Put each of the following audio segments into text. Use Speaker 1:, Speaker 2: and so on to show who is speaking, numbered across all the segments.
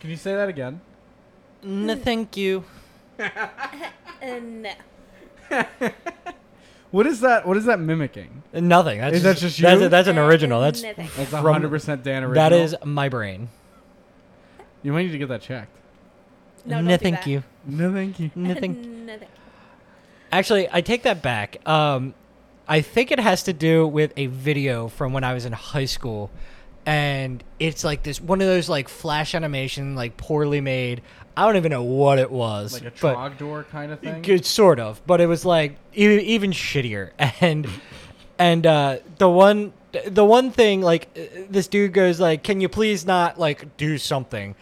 Speaker 1: Can you say that again?
Speaker 2: No,
Speaker 3: Mm.
Speaker 2: thank you.
Speaker 3: Uh, no.
Speaker 1: What is that? What is that mimicking?
Speaker 2: Nothing. That's
Speaker 1: Is
Speaker 2: just,
Speaker 1: that just
Speaker 2: That's,
Speaker 1: you?
Speaker 2: that's an original.
Speaker 3: Uh,
Speaker 2: That's
Speaker 3: no, thank you.
Speaker 1: That's a
Speaker 2: From-
Speaker 1: hundred percent Dan original.
Speaker 2: that is my brain.
Speaker 1: You might need to get that checked.
Speaker 3: No, don't
Speaker 2: no,
Speaker 3: do
Speaker 2: thank
Speaker 3: that.
Speaker 2: you.
Speaker 1: No, thank you.
Speaker 2: No, thank.
Speaker 3: No, thank you.
Speaker 2: Actually, I take that back. Um, I think it has to do with a video from when I was in high school, and it's like this one of those like flash animation, like poorly made. I don't even know what it was,
Speaker 1: Like a
Speaker 2: but
Speaker 1: trog door kind of thing.
Speaker 2: Good, sort of, but it was like even, even shittier. And and uh, the one the one thing like uh, this dude goes like, "Can you please not like do something?"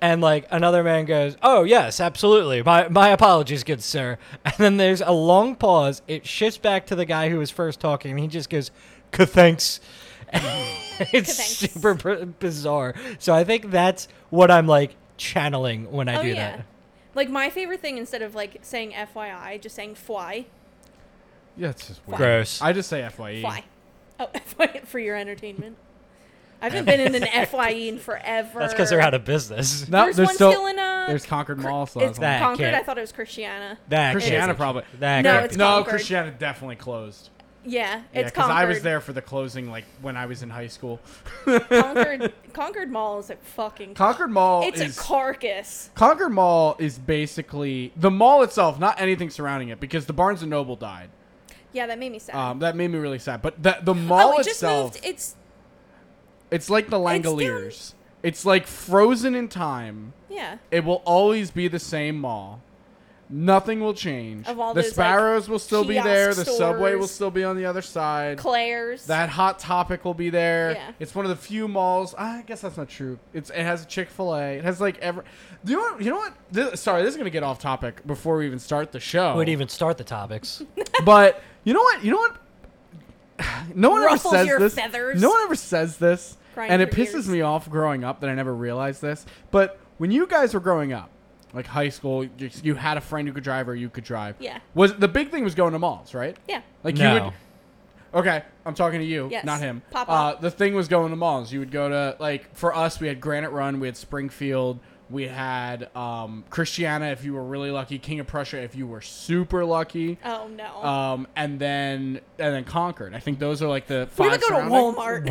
Speaker 2: And like another man goes, "Oh yes, absolutely. My my apologies, good sir." And then there's a long pause. It shifts back to the guy who was first talking, and he just goes, "Ka thanks." it's
Speaker 3: Ka-thanks.
Speaker 2: super b- bizarre. So I think that's what I'm like channeling when I
Speaker 3: oh
Speaker 2: do
Speaker 3: yeah.
Speaker 2: that.
Speaker 3: Like my favorite thing, instead of like saying FYI, just saying fly,
Speaker 1: Yeah, it's just weird.
Speaker 2: Gross.
Speaker 1: I just say E. FYE.
Speaker 3: fly. Oh, FYE for your entertainment. I haven't been in an FYE in forever.
Speaker 2: That's because they're out of business.
Speaker 1: No,
Speaker 3: There's
Speaker 1: there's
Speaker 3: one
Speaker 1: still,
Speaker 3: still in, uh,
Speaker 1: there's Concord
Speaker 3: Cr-
Speaker 1: Mall. So that's
Speaker 3: it's
Speaker 2: that
Speaker 3: Concord.
Speaker 2: can't-
Speaker 3: I thought it was Christiana.
Speaker 2: That
Speaker 1: Christiana
Speaker 2: can't-
Speaker 1: probably.
Speaker 2: That
Speaker 3: No,
Speaker 2: can't
Speaker 3: it's
Speaker 2: be.
Speaker 1: no,
Speaker 3: Concord.
Speaker 1: Christiana definitely closed.
Speaker 3: Yeah,
Speaker 1: Yeah,
Speaker 3: it's Concord.
Speaker 1: I was there for the closing, like when I was in high school.
Speaker 3: Concord, Concord Mall is a fucking.
Speaker 1: Concord Mall
Speaker 3: it's
Speaker 1: is
Speaker 3: a carcass.
Speaker 1: Concord Mall is basically the mall itself, not anything surrounding it, because the Barnes and Noble died.
Speaker 3: Yeah, that made me sad.
Speaker 1: Um, that made me really sad. But the, the
Speaker 3: oh,
Speaker 1: mall
Speaker 3: it just
Speaker 1: itself,
Speaker 3: moved. It's
Speaker 1: it's like the
Speaker 3: it's down-
Speaker 1: Langoliers. It's, like frozen in time.
Speaker 3: yeah.
Speaker 1: It will always be the same mall. Nothing will change.
Speaker 3: Of all
Speaker 1: the
Speaker 3: those, like,
Speaker 1: sparrows will still be there. The
Speaker 3: kiosk
Speaker 1: subway will
Speaker 3: stores.
Speaker 1: still be on the other side.
Speaker 3: Claire's.
Speaker 1: That hot topic will be there.
Speaker 3: Yeah.
Speaker 1: It's one of the few malls. I guess that's not true. It's it has Chick Fil A. It has like every. Do you know what? You know what? This, sorry, this is gonna get off topic before we even start the show.
Speaker 2: I would even start the topics.
Speaker 1: But you know what? You know what? No one
Speaker 3: Ruffles
Speaker 1: ever says
Speaker 3: your
Speaker 1: this.
Speaker 3: feathers.
Speaker 1: No one ever says this,
Speaker 3: Grind
Speaker 1: and it
Speaker 3: your
Speaker 1: pisses
Speaker 3: gears.
Speaker 1: me off growing up that I never realized this. But when you guys were growing up, like high school, you, you had a friend who could drive or you could drive.
Speaker 3: Yeah.
Speaker 1: Was the big thing was going to malls, right?
Speaker 3: yeah.
Speaker 1: Like you
Speaker 2: no.
Speaker 1: would Okay, I'm talking to you,
Speaker 3: Yes.
Speaker 1: not him.
Speaker 3: Pop
Speaker 1: uh,
Speaker 3: up.
Speaker 1: the thing was going to malls. You would go to like for us, we had Granite Run, we had Springfield, we had um, Christiana if you were really lucky, King of Prussia if you were super lucky,
Speaker 3: Oh no.
Speaker 1: um, and then and then Concord. I think those are like the
Speaker 3: we
Speaker 1: five.
Speaker 3: would go to
Speaker 1: surrounding-
Speaker 3: Walmart.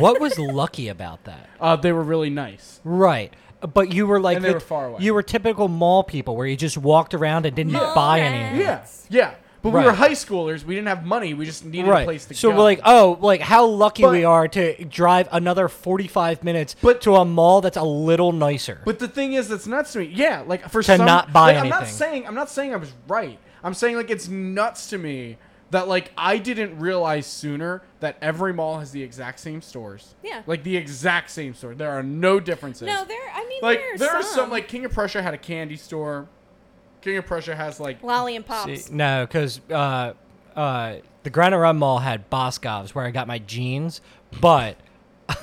Speaker 2: what was lucky about that?
Speaker 1: Uh, they were really nice.
Speaker 2: Right. But you were like
Speaker 1: And they
Speaker 2: the-
Speaker 1: were far away.
Speaker 2: You were typical mall people where you just walked around and didn't buy
Speaker 3: Mall
Speaker 2: anything.
Speaker 3: rats.
Speaker 1: Yeah, yeah. But we
Speaker 2: Right.
Speaker 1: were high schoolers. We didn't have money. We just needed a
Speaker 2: Right.
Speaker 1: place to
Speaker 2: so
Speaker 1: go.
Speaker 2: we're like, oh, like how lucky we
Speaker 1: But-
Speaker 2: are to drive another 45 minutes
Speaker 1: But-
Speaker 2: to a mall that's a little nicer.
Speaker 1: But the thing is, that's nuts to me. Yeah, like for
Speaker 2: To
Speaker 1: some,
Speaker 2: not buy
Speaker 1: like, I'm not
Speaker 2: anything.
Speaker 1: saying I'm not saying I was right. I'm saying like it's nuts to me that like I didn't realize sooner that every mall has the exact same stores.
Speaker 3: Yeah.
Speaker 1: like the exact same store. There are no differences.
Speaker 3: no, there. I mean,
Speaker 1: like
Speaker 3: there are
Speaker 1: there
Speaker 3: some.
Speaker 1: are some like King of Prussia had a candy store. King of Prussia has like
Speaker 3: lolly and pops.
Speaker 2: See, no, because uh, uh, the Granite Run Mall had Boscov's where I got my jeans, but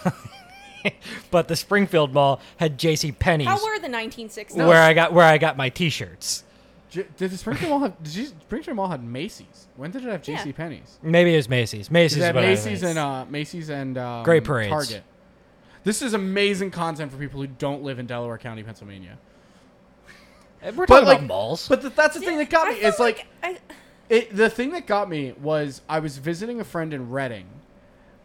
Speaker 2: but the Springfield Mall had J.C. Penney's
Speaker 3: How were the 1960s?
Speaker 1: No.
Speaker 2: where I got where I got my T-shirts.
Speaker 1: J- did the Springfield Mall have did you, Springfield Mall had Macy's? When did it have
Speaker 3: Yeah.
Speaker 1: J.C. Penney's?
Speaker 2: Maybe it was Macy's. Macy's
Speaker 1: Is
Speaker 2: is
Speaker 1: that
Speaker 2: what I
Speaker 1: Macy's
Speaker 2: think.
Speaker 1: and uh, Macy's and um,
Speaker 2: Great Parades.
Speaker 1: Target. This is amazing content for people who don't live in Delaware County, Pennsylvania.
Speaker 2: We're talking
Speaker 1: like
Speaker 2: about malls.
Speaker 1: But th- that's the thing that got
Speaker 3: I
Speaker 1: me.
Speaker 3: felt
Speaker 1: It's like,
Speaker 3: I,
Speaker 1: it, the thing that got me was I was visiting a friend in Reading,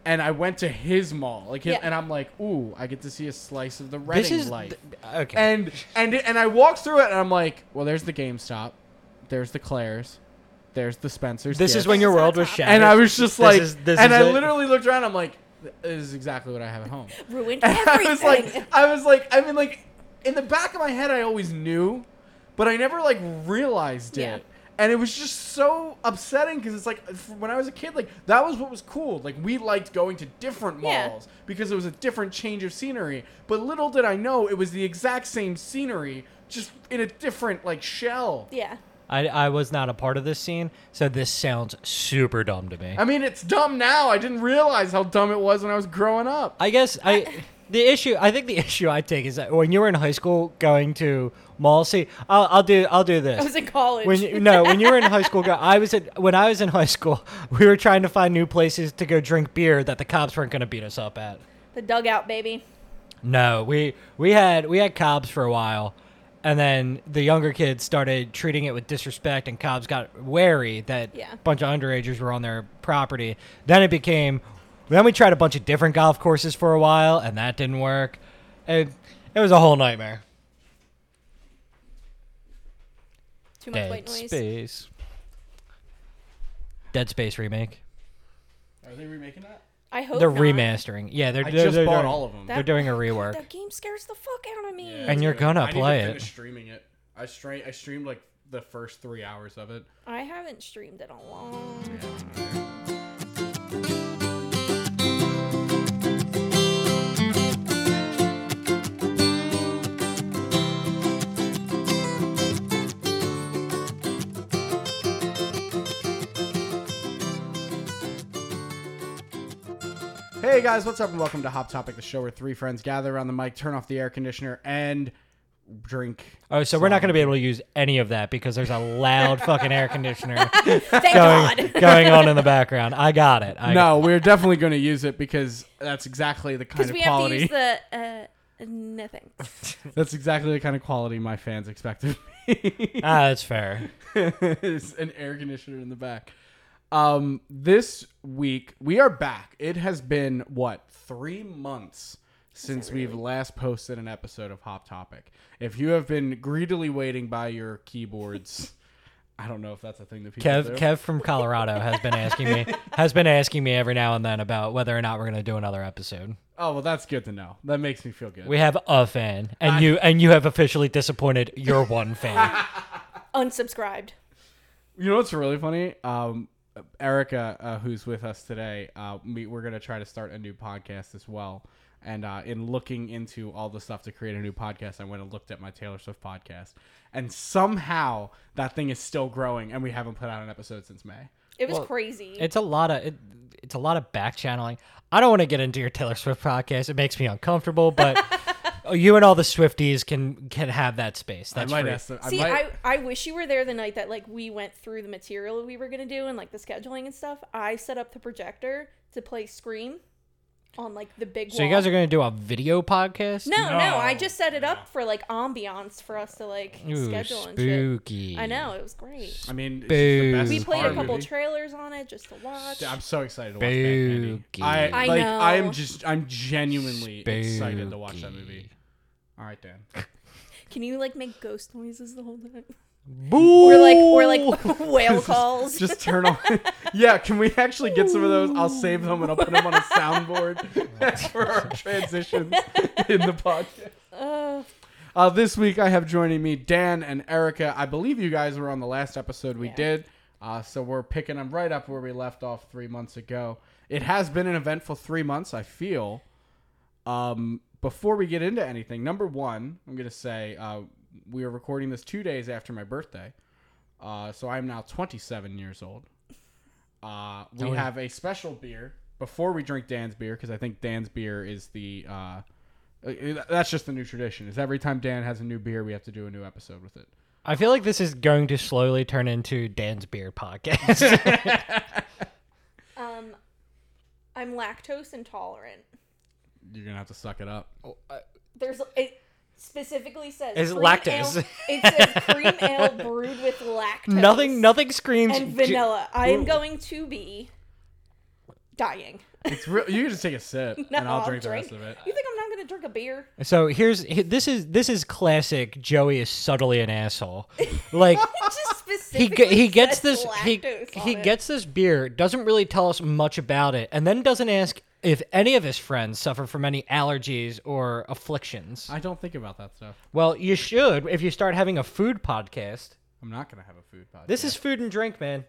Speaker 1: and I went to his mall. Like, his,
Speaker 3: Yeah.
Speaker 1: and I'm like, ooh, I get to see a slice of the Reading
Speaker 2: this is
Speaker 1: life.
Speaker 2: th- okay.
Speaker 1: and and it- and I walked through it, and I'm like, well, there's the GameStop, there's the Claire's, there's the Spencer's.
Speaker 2: this is
Speaker 1: Gifts."
Speaker 2: when your world was
Speaker 3: And
Speaker 2: shattered.
Speaker 1: and I was just
Speaker 2: This
Speaker 1: like,
Speaker 2: is- this
Speaker 1: and
Speaker 2: is
Speaker 1: I
Speaker 2: it.
Speaker 1: literally looked around. I'm like, this is exactly what I have at home.
Speaker 3: ruined
Speaker 1: And I
Speaker 3: everything.
Speaker 1: was like, I was like, I mean, like in the back of my head, I always knew, but I never like realized
Speaker 3: Yeah.
Speaker 1: it. And it was just so upsetting because it's like f- when I was a kid, like that was what was cool. Like we liked going to different
Speaker 3: Yeah.
Speaker 1: malls because it was a different change of scenery. But little did I know it was the exact same scenery, just in a different like shell.
Speaker 3: yeah.
Speaker 2: I, I was not a part of this scene, so this sounds super dumb to me.
Speaker 1: I mean, it's dumb now. I didn't realize how dumb it was when I was growing up.
Speaker 2: I guess I the issue I think the issue I take is that when you were in high school going to malls. See, I'll, I'll do I'll do this.
Speaker 3: I was in college.
Speaker 2: When you, no, when you were in high school, go- I was at when I was in high school, we were trying to find new places to go drink beer that the cops weren't going to beat us up at.
Speaker 3: the dugout, baby.
Speaker 2: No, we we had we had Cobb's for a while, and then the younger kids started treating it with disrespect, and Cobb's got wary that
Speaker 3: Yeah.
Speaker 2: a bunch of underagers were on their property. Then it became, then we tried a bunch of different golf courses for a while, and that didn't work. It, it was a whole nightmare.
Speaker 3: Too much white
Speaker 2: Dead
Speaker 3: noise.
Speaker 2: Space. Dead Space remake.
Speaker 1: Are they remaking that?
Speaker 3: I hope
Speaker 2: they're
Speaker 3: not.
Speaker 2: remastering. Yeah, they're.
Speaker 1: I
Speaker 2: they're-
Speaker 1: just
Speaker 2: they're
Speaker 1: bought
Speaker 2: doing-
Speaker 1: all of them.
Speaker 2: They're doing a rework.
Speaker 3: That game scares the fuck out of me.
Speaker 2: And you're gonna
Speaker 1: I need to
Speaker 2: play it.
Speaker 1: finish Streaming it. I stream. I streamed like the first three hours of it.
Speaker 3: I haven't streamed in a long time.
Speaker 1: Hey guys, what's up and welcome to Hop Topic, the show where three friends gather around the mic, turn off the air conditioner, and drink.
Speaker 2: Oh, so we're not going to be able to use any of that because there's a loud fucking air conditioner
Speaker 3: Thank
Speaker 2: going,
Speaker 3: God.
Speaker 2: going on in the background. I got it. I
Speaker 1: No, we're definitely going to use it because that's exactly the kind
Speaker 3: Because
Speaker 1: of
Speaker 3: we have to
Speaker 1: quality.
Speaker 3: use the uh, nothing.
Speaker 1: that's exactly the kind of quality my fans expect of me.
Speaker 2: Ah, that's fair.
Speaker 1: is an air conditioner in the back. Um, this week we are back. It has been what three months since we've last posted an episode of Hop Topic. If you have been greedily waiting by your keyboards, I don't know if that's a thing that people do.
Speaker 2: Kev, Kev from Colorado has been asking me has been asking me every now and then about whether or not we're going to do another episode.
Speaker 1: Oh well, that's good to know. That makes me feel good.
Speaker 2: We have a fan, and you and you have officially disappointed your one fan.
Speaker 3: Unsubscribed.
Speaker 1: You know what's really funny? Um, Erica, uh, who's with us today, uh, we, we're gonna try to start a new podcast as well. And uh, in looking into all the stuff to create a new podcast, I went and looked at my Taylor Swift podcast, and somehow that thing is still growing, and we haven't put out an episode since May.
Speaker 3: It was crazy.
Speaker 2: It's a lot of it, it's a lot of back channeling. I don't want to get into your Taylor Swift podcast. It makes me uncomfortable, but. You and all the Swifties can can have that space. That's
Speaker 1: I might
Speaker 2: free.
Speaker 1: ask them.
Speaker 3: See,
Speaker 1: I might,
Speaker 3: I, I wish you were there the night that like we went through the material we were gonna do and like the scheduling and stuff. I set up the projector to play Scream on like the big.
Speaker 2: So you
Speaker 3: wall.
Speaker 2: guys are gonna do a video podcast?
Speaker 3: No, no, I
Speaker 1: No.
Speaker 3: just set it up for like ambiance for us to like
Speaker 2: Ooh,
Speaker 3: schedule and shit.
Speaker 2: spooky.
Speaker 3: I know it was great.
Speaker 1: I mean, it's just
Speaker 2: Boo.
Speaker 1: the best
Speaker 3: We
Speaker 2: is
Speaker 3: played
Speaker 1: horror
Speaker 3: a couple
Speaker 1: movie.
Speaker 3: trailers on it just to watch.
Speaker 1: I'm so excited to watch Bad Candy.
Speaker 2: Spooky.
Speaker 1: I,
Speaker 3: I
Speaker 1: like,
Speaker 3: know.
Speaker 1: I'm just, I'm genuinely excited to watch that
Speaker 2: Spooky.
Speaker 1: movie. All right, Dan.
Speaker 3: Can you like make ghost noises the whole time?
Speaker 2: Boo!
Speaker 3: Or like or like whale calls.
Speaker 1: Just turn on. yeah, can we actually get some of those? I'll save them and I'll put them on a soundboard for our transitions in the podcast.
Speaker 3: Ugh.
Speaker 1: Uh, this week I have joining me Dan and Erica. I believe you guys were on the last episode we
Speaker 3: Yeah.
Speaker 1: did, uh, so we're picking them right up where we left off three months ago. It has been an eventful three months, I feel. Um, before we get into anything, number one, I'm gonna say uh, we are recording this two days after my birthday, uh, so I'm now 27 years old. Uh, we
Speaker 2: Oh, yeah.
Speaker 1: have a special beer before we drink Dan's beer because I think Dan's beer is the. Uh, uh, that's just the new tradition. Is every time Dan has a new beer, we have to do a new episode with it.
Speaker 2: I feel like this is going to slowly turn into Dan's beer podcast.
Speaker 3: Um I'm lactose intolerant.
Speaker 1: You're gonna have to suck it up.
Speaker 2: Oh.
Speaker 3: There's it specifically says
Speaker 2: Is it
Speaker 3: cream
Speaker 2: lactose?
Speaker 3: ale- it says cream ale brewed with lactose.
Speaker 2: nothing, nothing screams
Speaker 3: and
Speaker 2: ju-
Speaker 3: vanilla. I am going to be dying.
Speaker 1: It's real. You can just take a sip,
Speaker 3: No,
Speaker 1: and I'll
Speaker 3: I'll
Speaker 1: drink the
Speaker 3: drink.
Speaker 1: rest of it.
Speaker 3: You think I'm not going to drink a beer?
Speaker 2: So here's he- this is this is classic. Joey is subtly an asshole. Like
Speaker 3: Just
Speaker 2: he
Speaker 3: specifically
Speaker 2: ge- he gets
Speaker 3: says
Speaker 2: this he
Speaker 3: lactose on
Speaker 2: he
Speaker 3: it.
Speaker 2: gets this beer. Doesn't really tell us much about it, and then doesn't ask if any of his friends suffer from any allergies or afflictions.
Speaker 1: I don't think about that stuff.
Speaker 2: Well, you should if you start having a food podcast.
Speaker 1: I'm not gonna have a food podcast.
Speaker 2: This is food and drink, man.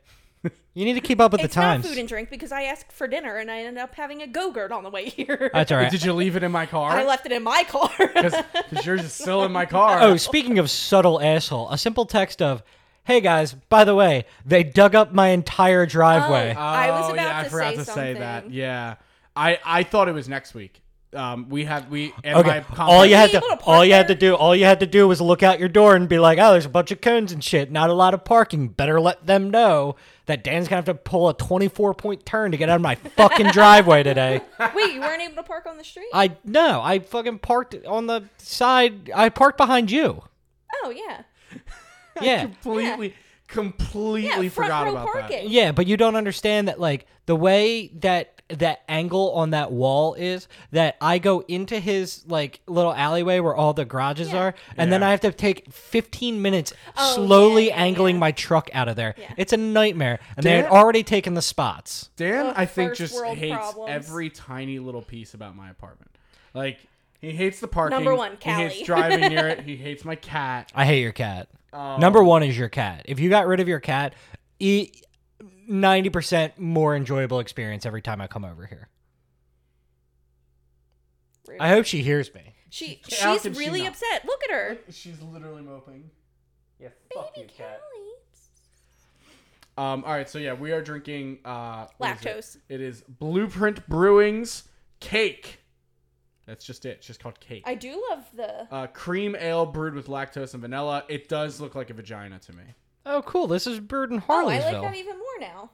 Speaker 2: You need to keep up with
Speaker 3: it's
Speaker 2: the times.
Speaker 3: not food and drink because I asked for dinner and I ended up having a go-gurt on the way here.
Speaker 2: That's all right.
Speaker 1: Did you leave it in my
Speaker 3: I
Speaker 1: car?
Speaker 3: left it in my car.
Speaker 1: Because yours is still in my car.
Speaker 2: oh, speaking of subtle asshole, a simple text of, "Hey guys, by the way, they dug up my entire driveway."
Speaker 3: I was
Speaker 1: Oh,
Speaker 3: about
Speaker 1: yeah, I
Speaker 3: to
Speaker 1: forgot
Speaker 3: say
Speaker 1: to say that.
Speaker 3: something.
Speaker 1: Yeah, I I thought it was next week. um, we have we and my
Speaker 2: Okay.
Speaker 1: complex,
Speaker 2: All you had to
Speaker 3: Being able to
Speaker 2: all you had to
Speaker 3: park
Speaker 2: do all you had to do was look out your door and be like, "Oh, there's a bunch of cones and shit. Not a lot of parking. Better let them know that Dan's gonna have to pull a 24 point turn to get out of my fucking driveway today."
Speaker 3: Wait, you weren't able to park on the street?
Speaker 2: I no, I fucking parked on the side. I parked behind you.
Speaker 3: oh yeah,
Speaker 2: Yeah.
Speaker 1: completely completely
Speaker 3: yeah, front
Speaker 1: forgot
Speaker 3: row
Speaker 1: about that.
Speaker 3: parking.
Speaker 2: Yeah, but you don't understand that like the way that that angle on that wall is that I go into his like little alleyway where all the garages
Speaker 3: Yeah.
Speaker 2: are, and then
Speaker 1: Yeah.
Speaker 2: I have to take 15 minutes
Speaker 3: Oh,
Speaker 2: slowly
Speaker 3: yeah, yeah,
Speaker 2: angling
Speaker 3: yeah.
Speaker 2: my truck out of there.
Speaker 3: Yeah.
Speaker 2: It's a nightmare, and they had
Speaker 1: Dan-
Speaker 2: already taken the spots.
Speaker 1: Dan,
Speaker 3: Ugh,
Speaker 1: I think
Speaker 3: first
Speaker 1: just
Speaker 3: world
Speaker 1: hates
Speaker 3: problems.
Speaker 1: every tiny little piece about my apartment. Like he hates the parking.
Speaker 3: Number one,
Speaker 1: He hates
Speaker 3: Cali.
Speaker 1: driving near it. He hates my cat.
Speaker 2: I hate your cat.
Speaker 3: Oh.
Speaker 1: Um,
Speaker 2: Number one is your cat. If you got rid of your cat, e- 90% more enjoyable experience every time I come over here.
Speaker 3: Rude.
Speaker 2: I hope she hears me.
Speaker 3: she
Speaker 1: How
Speaker 3: she's
Speaker 1: can she
Speaker 3: really
Speaker 1: not?
Speaker 3: upset. Look at her,
Speaker 1: She's literally moping. Yeah,
Speaker 3: baby Callie.
Speaker 1: Um, all right, so yeah, we are drinking uh, what is it?
Speaker 3: Lactose.
Speaker 1: It is Blueprint Brewing's cake. That's just it. It's just called cake.
Speaker 3: I do love the.
Speaker 1: uh, cream ale brewed with lactose and vanilla. It does look like a vagina to me.
Speaker 2: Oh, cool. This is brewed in
Speaker 3: Oh,
Speaker 2: Harleysville.
Speaker 3: I like that even more now.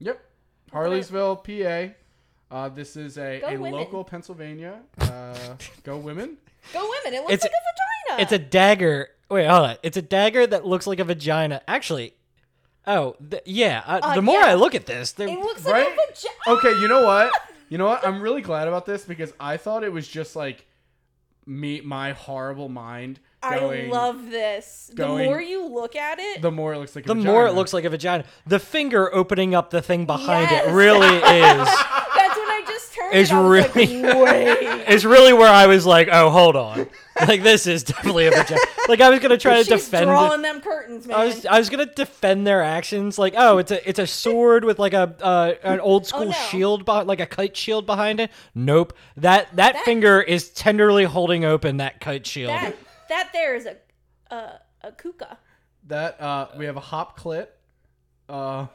Speaker 1: Yep. Harleysville, PA. Uh, this is a,
Speaker 3: Go
Speaker 1: a
Speaker 3: women.
Speaker 1: local Pennsylvania. Uh, go women.
Speaker 3: Go women! It looks
Speaker 2: It's-
Speaker 3: like a vagina.
Speaker 2: It's a dagger. Wait, hold on. It's a dagger that looks like a vagina. Actually, oh th- yeah. I,
Speaker 3: Uh,
Speaker 2: the more
Speaker 3: yeah.
Speaker 2: I look at this, the,
Speaker 3: It looks like
Speaker 1: Right?
Speaker 3: a vagina.
Speaker 2: Oh,
Speaker 1: Okay, you know what? You know what? I'm really glad about this because I thought it was just like me, my horrible mind going.
Speaker 3: I love this.
Speaker 1: going-
Speaker 3: the more you look at it,
Speaker 1: The more it looks like a
Speaker 2: the
Speaker 1: vagina.
Speaker 2: more it looks like a vagina. The finger opening up the thing behind
Speaker 3: Yes.
Speaker 2: it really is
Speaker 3: that's when I just turned.
Speaker 2: is
Speaker 3: and I was
Speaker 2: really
Speaker 3: Like, Wait.
Speaker 2: is really where I was like, oh, hold on. Like this is definitely a vagina. Like I was gonna try to
Speaker 3: She's
Speaker 2: defend. it.
Speaker 3: drawing them curtains, man.
Speaker 2: I was I was gonna defend their actions, like oh, it's a it's a sword with like a uh, an old school
Speaker 3: Oh, no.
Speaker 2: shield, beh- like a kite shield behind it. Nope that that finger is tenderly holding open that kite shield.
Speaker 3: that that there is a a, a kuka.
Speaker 1: that. Uh, we have a hop clit. Uh,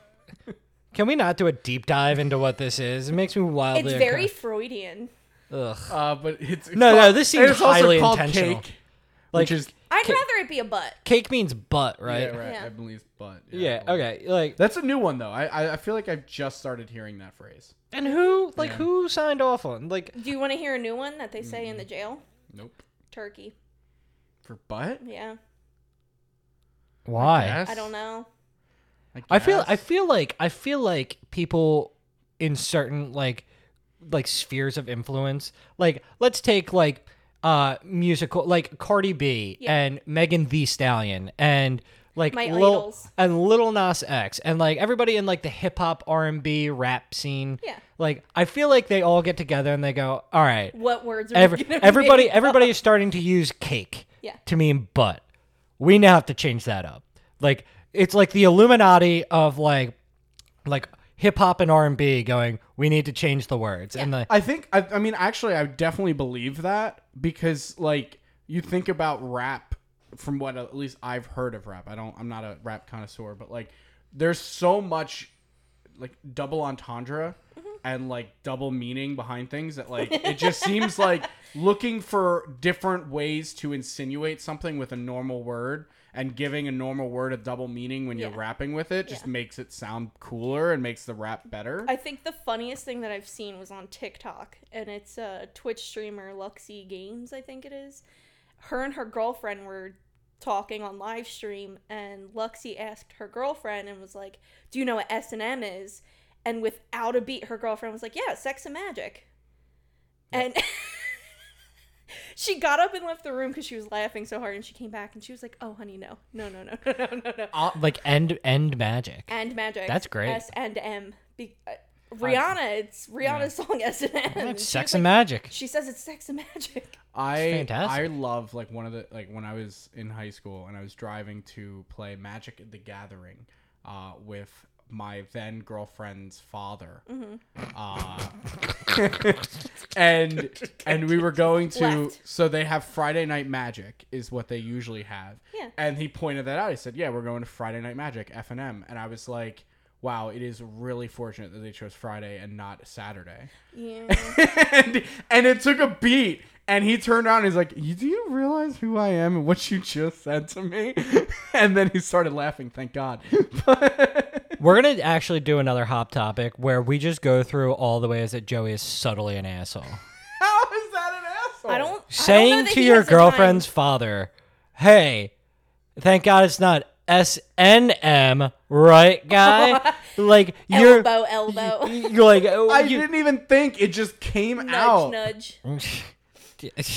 Speaker 2: Can we not do a deep dive into what this is? It makes me
Speaker 3: It's
Speaker 2: wildly.
Speaker 3: very Freudian.
Speaker 2: uncom- Ugh.
Speaker 1: uh, but it's, it's
Speaker 2: No,
Speaker 1: called-
Speaker 2: no, this seems
Speaker 1: and it's also
Speaker 2: highly
Speaker 1: called
Speaker 2: intentional.
Speaker 1: Cake,
Speaker 2: Like
Speaker 1: which is
Speaker 3: I'd
Speaker 2: Ca-
Speaker 3: rather it be a butt.
Speaker 2: cake means butt, right?
Speaker 1: yeah, right.
Speaker 3: Yeah.
Speaker 1: I believe, but
Speaker 2: Yeah,
Speaker 1: I believe.
Speaker 2: Okay. Like
Speaker 1: That's a new one though. I, I I feel like I've just started hearing that phrase.
Speaker 2: and who like who signed off on like
Speaker 3: Do you want to hear a new one that they say
Speaker 2: Mm-hmm.
Speaker 3: in the jail?
Speaker 1: Nope.
Speaker 3: Turkey.
Speaker 1: For butt?
Speaker 3: Yeah.
Speaker 2: why?
Speaker 1: Yes.
Speaker 3: I don't know.
Speaker 2: I feel I
Speaker 1: guess.
Speaker 2: feel like I feel like people in certain like like spheres of influence. Like let's take like uh musical like Cardi B
Speaker 3: Yeah.
Speaker 2: and Megan the Stallion and like
Speaker 3: My
Speaker 2: Lil-
Speaker 3: idols.
Speaker 2: and Little Nas X and like everybody in like the hip hop R and B rap scene.
Speaker 3: Yeah.
Speaker 2: Like I feel like they all get together and they go, All right,
Speaker 3: What words are we
Speaker 2: every,
Speaker 3: gonna
Speaker 2: everybody
Speaker 3: make up?
Speaker 2: everybody is starting to use cake
Speaker 3: Yeah.
Speaker 2: to mean butt we now have to change that up like it's like the illuminati of like like hip-hop and r&b going we need to change the words and the
Speaker 1: I think I, I mean actually I definitely believe that because like you think about rap from what at least I've heard of rap. I don't I'm not a rap connoisseur, but like there's so much like double entendre
Speaker 3: Mm-hmm.
Speaker 1: and like double meaning behind things that like it just seems like looking for different ways to insinuate something with a normal word and giving a normal word a double meaning when
Speaker 3: Yeah.
Speaker 1: you're rapping with it just
Speaker 3: Yeah.
Speaker 1: makes it sound cooler and makes the rap better.
Speaker 3: I think the funniest thing that I've seen was on TikTok, and it's a Twitch streamer, Luxy Games, I think it is. Her and her girlfriend were talking on live stream, and Luxy asked her girlfriend and was like, "Do you know what S and M is?" And without a beat, her girlfriend was like, "Yeah, Sex and Magic," and. She got up and left the room because she was laughing so hard, and she came back and she was like, "Oh, honey, no, no, no, no, no, no, no, no."
Speaker 2: uh, like end end magic
Speaker 3: and magic.
Speaker 2: That's great.
Speaker 3: S and M. Be- uh, Rihanna, it's Rihanna's song S and M.
Speaker 2: That's
Speaker 3: She
Speaker 2: sex
Speaker 3: was
Speaker 2: and
Speaker 3: like-
Speaker 2: magic
Speaker 3: She says it's sex and magic.
Speaker 1: I
Speaker 2: fantastic.
Speaker 1: I love like one of the like when I was in high school and I was driving to play Magic the Gathering uh, with my then girlfriend's father,
Speaker 3: Mm-hmm.
Speaker 1: uh, and and we were going to
Speaker 3: Left.
Speaker 1: so they have Friday Night Magic is what they usually have,
Speaker 3: Yeah.
Speaker 1: and he pointed that out. He said, "Yeah, we're going to Friday Night Magic F and M," and I was like. wow, it is really fortunate that they chose Friday and not Saturday.
Speaker 3: Yeah.
Speaker 1: and, and it took a beat. And he turned around and he's like, "You- Do you realize who I am and what you just said to me? and then he started laughing, thank God. But-
Speaker 2: We're gonna actually do another hop topic where we just go through all the ways that Joey is subtly an asshole.
Speaker 1: How is that an asshole?
Speaker 3: I don't I don't
Speaker 2: Saying
Speaker 3: know that
Speaker 2: to
Speaker 3: he
Speaker 2: your
Speaker 3: has the time.
Speaker 2: girlfriend's father, "Hey, thank God it's not S N M, right, guy? like you're
Speaker 3: elbow, elbow,
Speaker 2: you're like oh,
Speaker 1: I
Speaker 2: you-
Speaker 1: didn't even think. It just came out.
Speaker 3: nudge, nudge.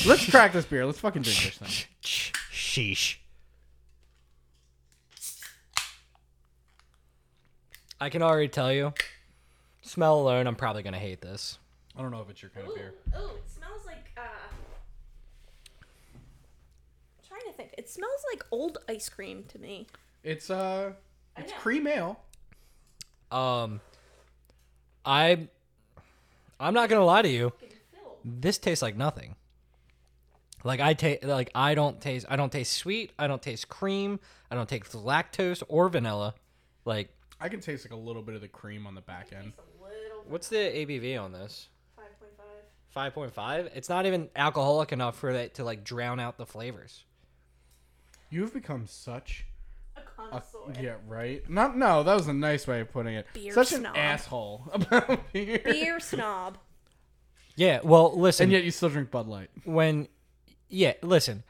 Speaker 1: Let's crack this beer. Let's fucking drink this thing.
Speaker 2: Sheesh. I can already tell you, smell alone, I'm probably gonna hate this.
Speaker 1: I don't know if it's your kind of beer.
Speaker 3: Oh, it smells like. Uh, I'm trying to think. It smells like old ice cream to me.
Speaker 1: It's uh,
Speaker 3: I
Speaker 1: it's
Speaker 3: know.
Speaker 1: cream ale.
Speaker 2: Um, I, I'm not gonna lie to you. This tastes like nothing. Like I taste, like I don't taste, I don't taste sweet, I don't taste cream, I don't taste lactose or vanilla. Like,
Speaker 1: I can taste like a little bit of the cream on the back end.
Speaker 2: what's the ABV on this?
Speaker 3: 5.5.
Speaker 2: Five point five. It's not even alcoholic enough for that to like drown out the flavors.
Speaker 1: You've become such
Speaker 3: A
Speaker 1: a
Speaker 3: connoisseur.
Speaker 1: yeah right. Not no, that was a nice way of putting it.
Speaker 3: Beer
Speaker 1: such
Speaker 3: snob.
Speaker 1: an asshole about beer.
Speaker 3: Beer snob.
Speaker 2: Yeah. Well, listen.
Speaker 1: And yet you still drink Bud Light.
Speaker 2: when, yeah, listen.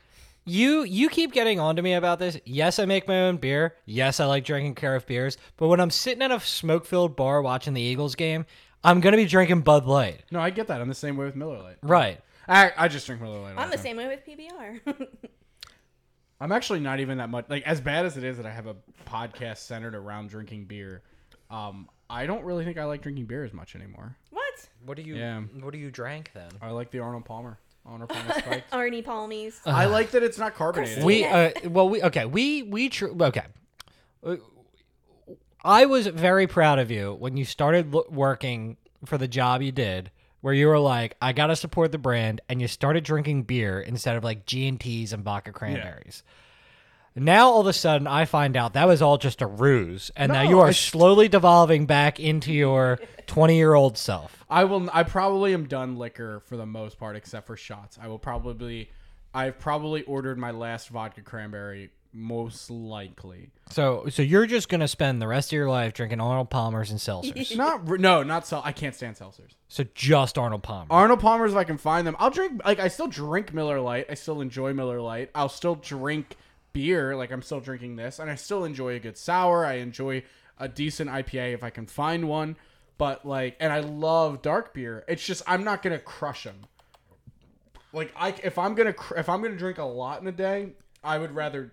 Speaker 2: You you keep getting on to me about this. Yes, I make my own beer. Yes, I like drinking craft beers. But when I'm sitting at a smoke filled bar watching the Eagles game, I'm gonna be drinking Bud Light.
Speaker 1: No, I get that. I'm the same way with Miller Light.
Speaker 2: Right.
Speaker 1: I, I just drink Miller Light. all
Speaker 3: I'm the
Speaker 1: time.
Speaker 3: same way with PBR.
Speaker 1: I'm actually not even that much like as bad as it is that I have a podcast centered around drinking beer. Um, I don't really think I like drinking beer as much anymore.
Speaker 3: what?
Speaker 2: What do you
Speaker 1: Yeah.
Speaker 2: What do you drink then?
Speaker 1: I like the Arnold Palmer. Arnold Palmer spiked.
Speaker 3: Arnie Palmies.
Speaker 1: I like that it's not carbonated.
Speaker 2: We uh, well we okay we we tr- okay. Uh, I was very proud of you when you started lo- working for the job you did, where you were like, "I gotta support the brand," and you started drinking beer instead of like G and T's and vodka cranberries. Now all of a sudden, I find out that was all just a ruse, and now
Speaker 1: No,
Speaker 2: you are
Speaker 1: I-
Speaker 2: slowly devolving back into your twenty-year-old self.
Speaker 1: I will. I probably am done liquor for the most part, except for shots. I will probably. I've probably ordered my last vodka cranberry, most likely.
Speaker 2: So, so you're just gonna spend the rest of your life drinking Arnold Palmers and seltzers.
Speaker 1: Not re- no, not sel. I can't stand seltzers.
Speaker 2: so just Arnold Palmer.
Speaker 1: Arnold Palmers, if I can find them, I'll drink. Like I still drink Miller Lite. I still enjoy Miller Lite. I'll still drink beer. Like I'm still drinking this, and I still enjoy a good sour. I enjoy a decent IPA if I can find one. But like, and I love dark beer. It's just I'm not gonna crush them. Like I, if I'm gonna cr- if I'm gonna drink a lot in a day, I would rather.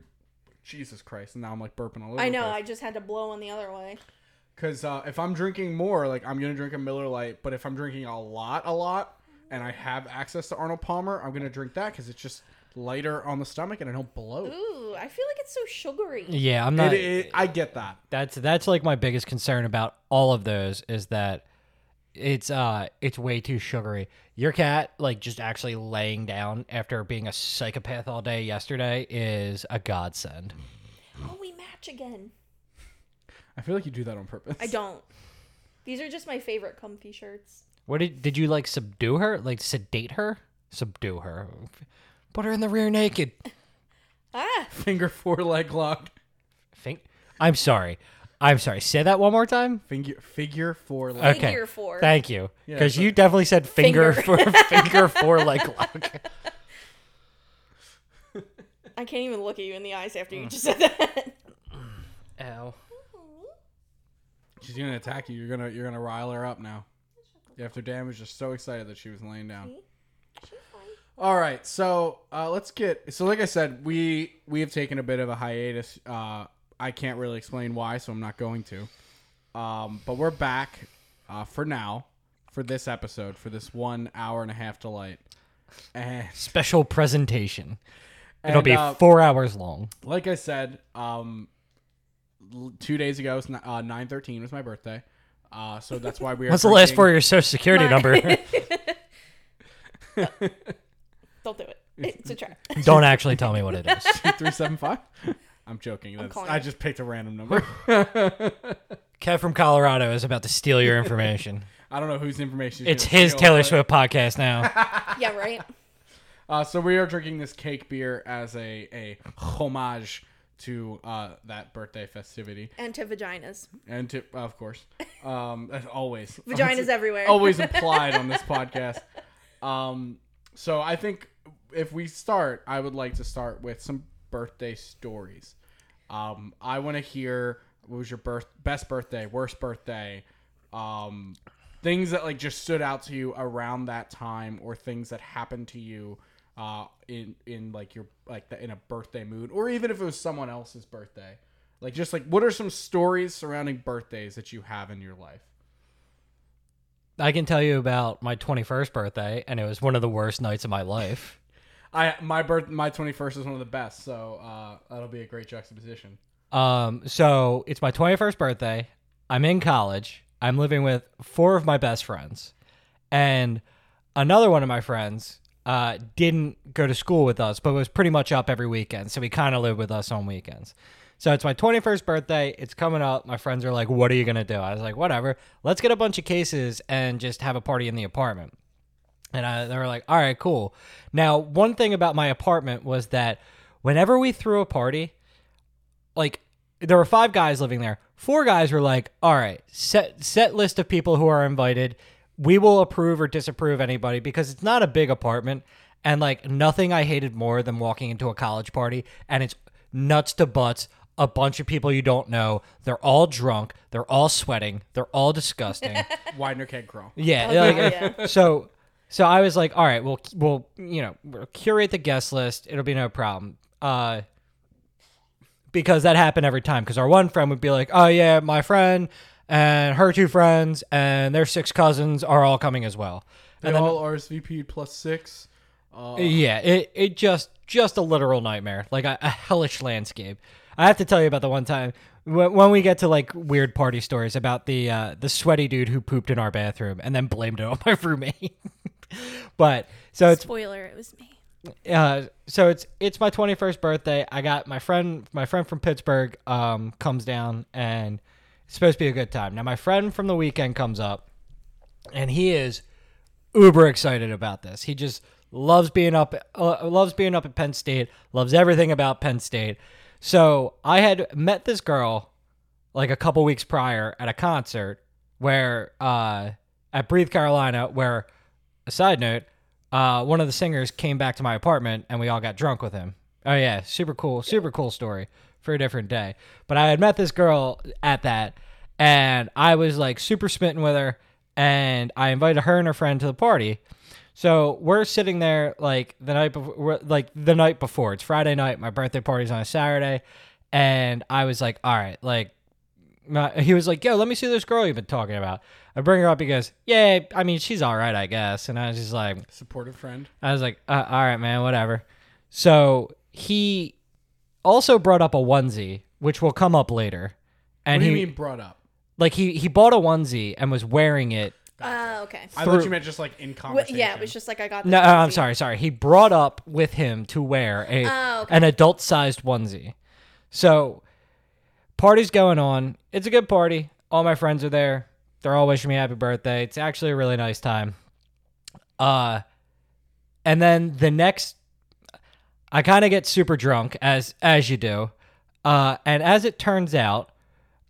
Speaker 1: Jesus Christ! And now I'm like burping all over.
Speaker 3: I know,
Speaker 1: the place.
Speaker 3: I just had to blow on the other way.
Speaker 1: Because uh, if I'm drinking more, like I'm gonna drink a Miller Lite, but if I'm drinking a lot, a lot, and I have access to Arnold Palmer, I'm gonna drink that because it's just lighter on the stomach and I don't bloat.
Speaker 3: Ooh, I feel like it's so sugary.
Speaker 2: yeah, I'm
Speaker 1: It,
Speaker 2: not.
Speaker 1: it- I get that.
Speaker 2: That's that's like my biggest concern about all of those is that it's uh it's way too sugary. Your cat like just actually laying down after being a psychopath all day yesterday is a godsend.
Speaker 3: Oh, we match again.
Speaker 1: I feel like you do that on purpose.
Speaker 3: I don't. These are just my favorite comfy shirts.
Speaker 2: What did did you like subdue her? Like sedate her? Subdue her. Put her in the rear naked.
Speaker 3: Ah,
Speaker 1: Finger four leg lock.
Speaker 2: Think I'm sorry. I'm sorry. Say that one more time.
Speaker 1: Figure figure four leg.
Speaker 2: Okay.
Speaker 3: figure four.
Speaker 2: Thank you.
Speaker 1: Yeah,
Speaker 2: Because
Speaker 1: so-
Speaker 2: you definitely said finger, for
Speaker 3: Finger.
Speaker 2: finger for like lock.
Speaker 3: I can't even look at you in the eyes after you just said that.
Speaker 2: Ow.
Speaker 1: She's gonna attack you. You're gonna you're gonna rile her up now. After Dan was just so excited that she was laying down. All right, so uh, let's get so like I said, we we have taken a bit of a hiatus. Uh, I can't really explain why, so I'm not going to. Um, but we're back uh, for now for this episode for this one hour and a half delight. And,
Speaker 2: Special presentation. It'll
Speaker 1: and,
Speaker 2: be
Speaker 1: uh,
Speaker 2: four hours long.
Speaker 1: like I said, um, l- two days ago, it's uh, nine thirteen was my birthday. Uh, so that's why we are.
Speaker 2: What's the last
Speaker 1: drinking-
Speaker 2: four of your social security number?
Speaker 3: Don't do it. It's a trap.
Speaker 2: Don't actually tell me what it is.
Speaker 1: three seven five. I'm joking. That's,
Speaker 3: calling
Speaker 1: I
Speaker 3: it.
Speaker 1: just picked a random number.
Speaker 2: Kev from Colorado is about to steal your information.
Speaker 1: I don't know whose information.
Speaker 2: it's his Taylor Swift podcast now.
Speaker 3: Yeah, right.
Speaker 1: Uh, so we are drinking this cake beer as a a homage to uh, that birthday festivity,
Speaker 3: And to vaginas.
Speaker 2: Oh,
Speaker 1: and to of course, um, as always
Speaker 3: Vaginas everywhere.
Speaker 1: always implied on this podcast. Um, so I think if we start, I would like to start with some birthday stories. Um, I want to hear what was your birth best birthday, worst birthday, um, things that like just stood out to you around that time, or things that happened to you uh, in in like your like the, in a birthday mood, or even if it was someone else's birthday. Like just like what are some stories surrounding birthdays that you have in your life?
Speaker 2: I can tell you about my 21st birthday, and it was one of the worst nights of my life.
Speaker 1: I my birth my twenty first is one of the best, so uh, that'll be a great juxtaposition.
Speaker 2: Um, so it's my 21st birthday. I'm in college. I'm living with four of my best friends, and another one of my friends uh, didn't go to school with us, but was pretty much up every weekend. So he kind of lived with us on weekends. So it's my 21st birthday. It's coming up. My friends are like, "What are you gonna do?" I was like, "Whatever. Let's get a bunch of cases and just have a party in the apartment." And I, they were like, all right, cool. Now, one thing about my apartment was that whenever we threw a party, like there were five guys living there. Four guys were like, all right, set, set list of people who are invited. We will approve or disapprove anybody because it's not a big apartment. And like nothing I hated more than walking into a college party and it's nuts to butts, a bunch of people you don't know. They're all drunk. They're all sweating. They're all disgusting.
Speaker 1: Widener keg crawl.
Speaker 2: Yeah.
Speaker 3: Oh,
Speaker 2: like,
Speaker 3: yeah,
Speaker 2: So, so I was like, all right, we'll we'll you know we'll curate the guest list. It'll be no problem. Uh, because that happened every time. Because our one friend would be like, oh yeah, my friend and her two friends and their six cousins are all coming as well.
Speaker 1: They
Speaker 2: And then-
Speaker 1: all RSVP plus six. Uh,
Speaker 2: yeah, it, it just just a literal nightmare, like a, a hellish landscape. I have to tell you about the one time when, when we get to like weird party stories about the uh, the sweaty dude who pooped in our bathroom and then blamed it on my roommate. but so it's
Speaker 3: Spoiler, it was me.
Speaker 2: uh, so it's it's my 21st birthday. I got my friend my friend from Pittsburgh um comes down and it's supposed to be a good time. Now my friend from the weekend comes up and he is uber excited about this. He just loves being up uh, loves being up at Penn State. Loves everything about Penn State. So I had met this girl like a couple weeks prior at a concert where uh at Breathe Carolina where a side note, uh, one of the singers came back to my apartment and we all got drunk with him. Oh yeah, super cool, super cool story for a different day. But I had met this girl at that, and I was like super smitten with her, and I invited her and her friend to the party. So we're sitting there like the night before, like the night before. It's Friday night. My birthday party's on a Saturday, and I was like, all right, like my, he was like, "Yo, let me see this girl you've been talking about." I bring her up. He goes, "Yeah, I mean, she's all right, I guess." And I was just like,
Speaker 1: supportive friend.
Speaker 2: "I was like, uh, all right, man, whatever." So he also brought up a onesie, which will come up later.
Speaker 1: What
Speaker 2: And
Speaker 1: do
Speaker 2: he
Speaker 1: you mean brought up?
Speaker 2: like he he bought a onesie and was wearing it.
Speaker 3: Oh, okay.
Speaker 1: I
Speaker 2: Through-
Speaker 1: thought you meant just like in
Speaker 3: Wh-
Speaker 1: conversation.
Speaker 3: yeah, it was just like I got.
Speaker 2: No,
Speaker 3: this
Speaker 2: uh, I'm
Speaker 3: onesie.
Speaker 2: sorry, sorry. He brought up with him to wear a
Speaker 3: Oh, okay.
Speaker 2: an adult sized onesie. So party's going on. It's a good party. All my friends are there. They're all wishing me happy birthday. It's actually a really nice time. Uh and then the next I kind of get super drunk as as you do. Uh and as it turns out,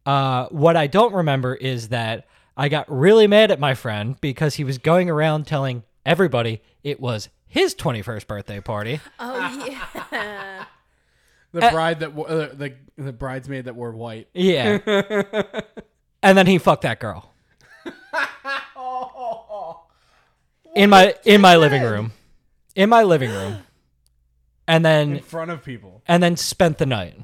Speaker 2: uh what I don't remember is that I got really mad at my friend because he was going around telling everybody it was his 21st birthday party.
Speaker 3: Oh yeah.
Speaker 1: the bride that wo- uh, the the bridesmaid that wore white.
Speaker 2: Yeah. and then he fucked that girl in my in my living room, in my living room, and
Speaker 1: in
Speaker 2: then
Speaker 1: front of people.
Speaker 2: and then spent the night.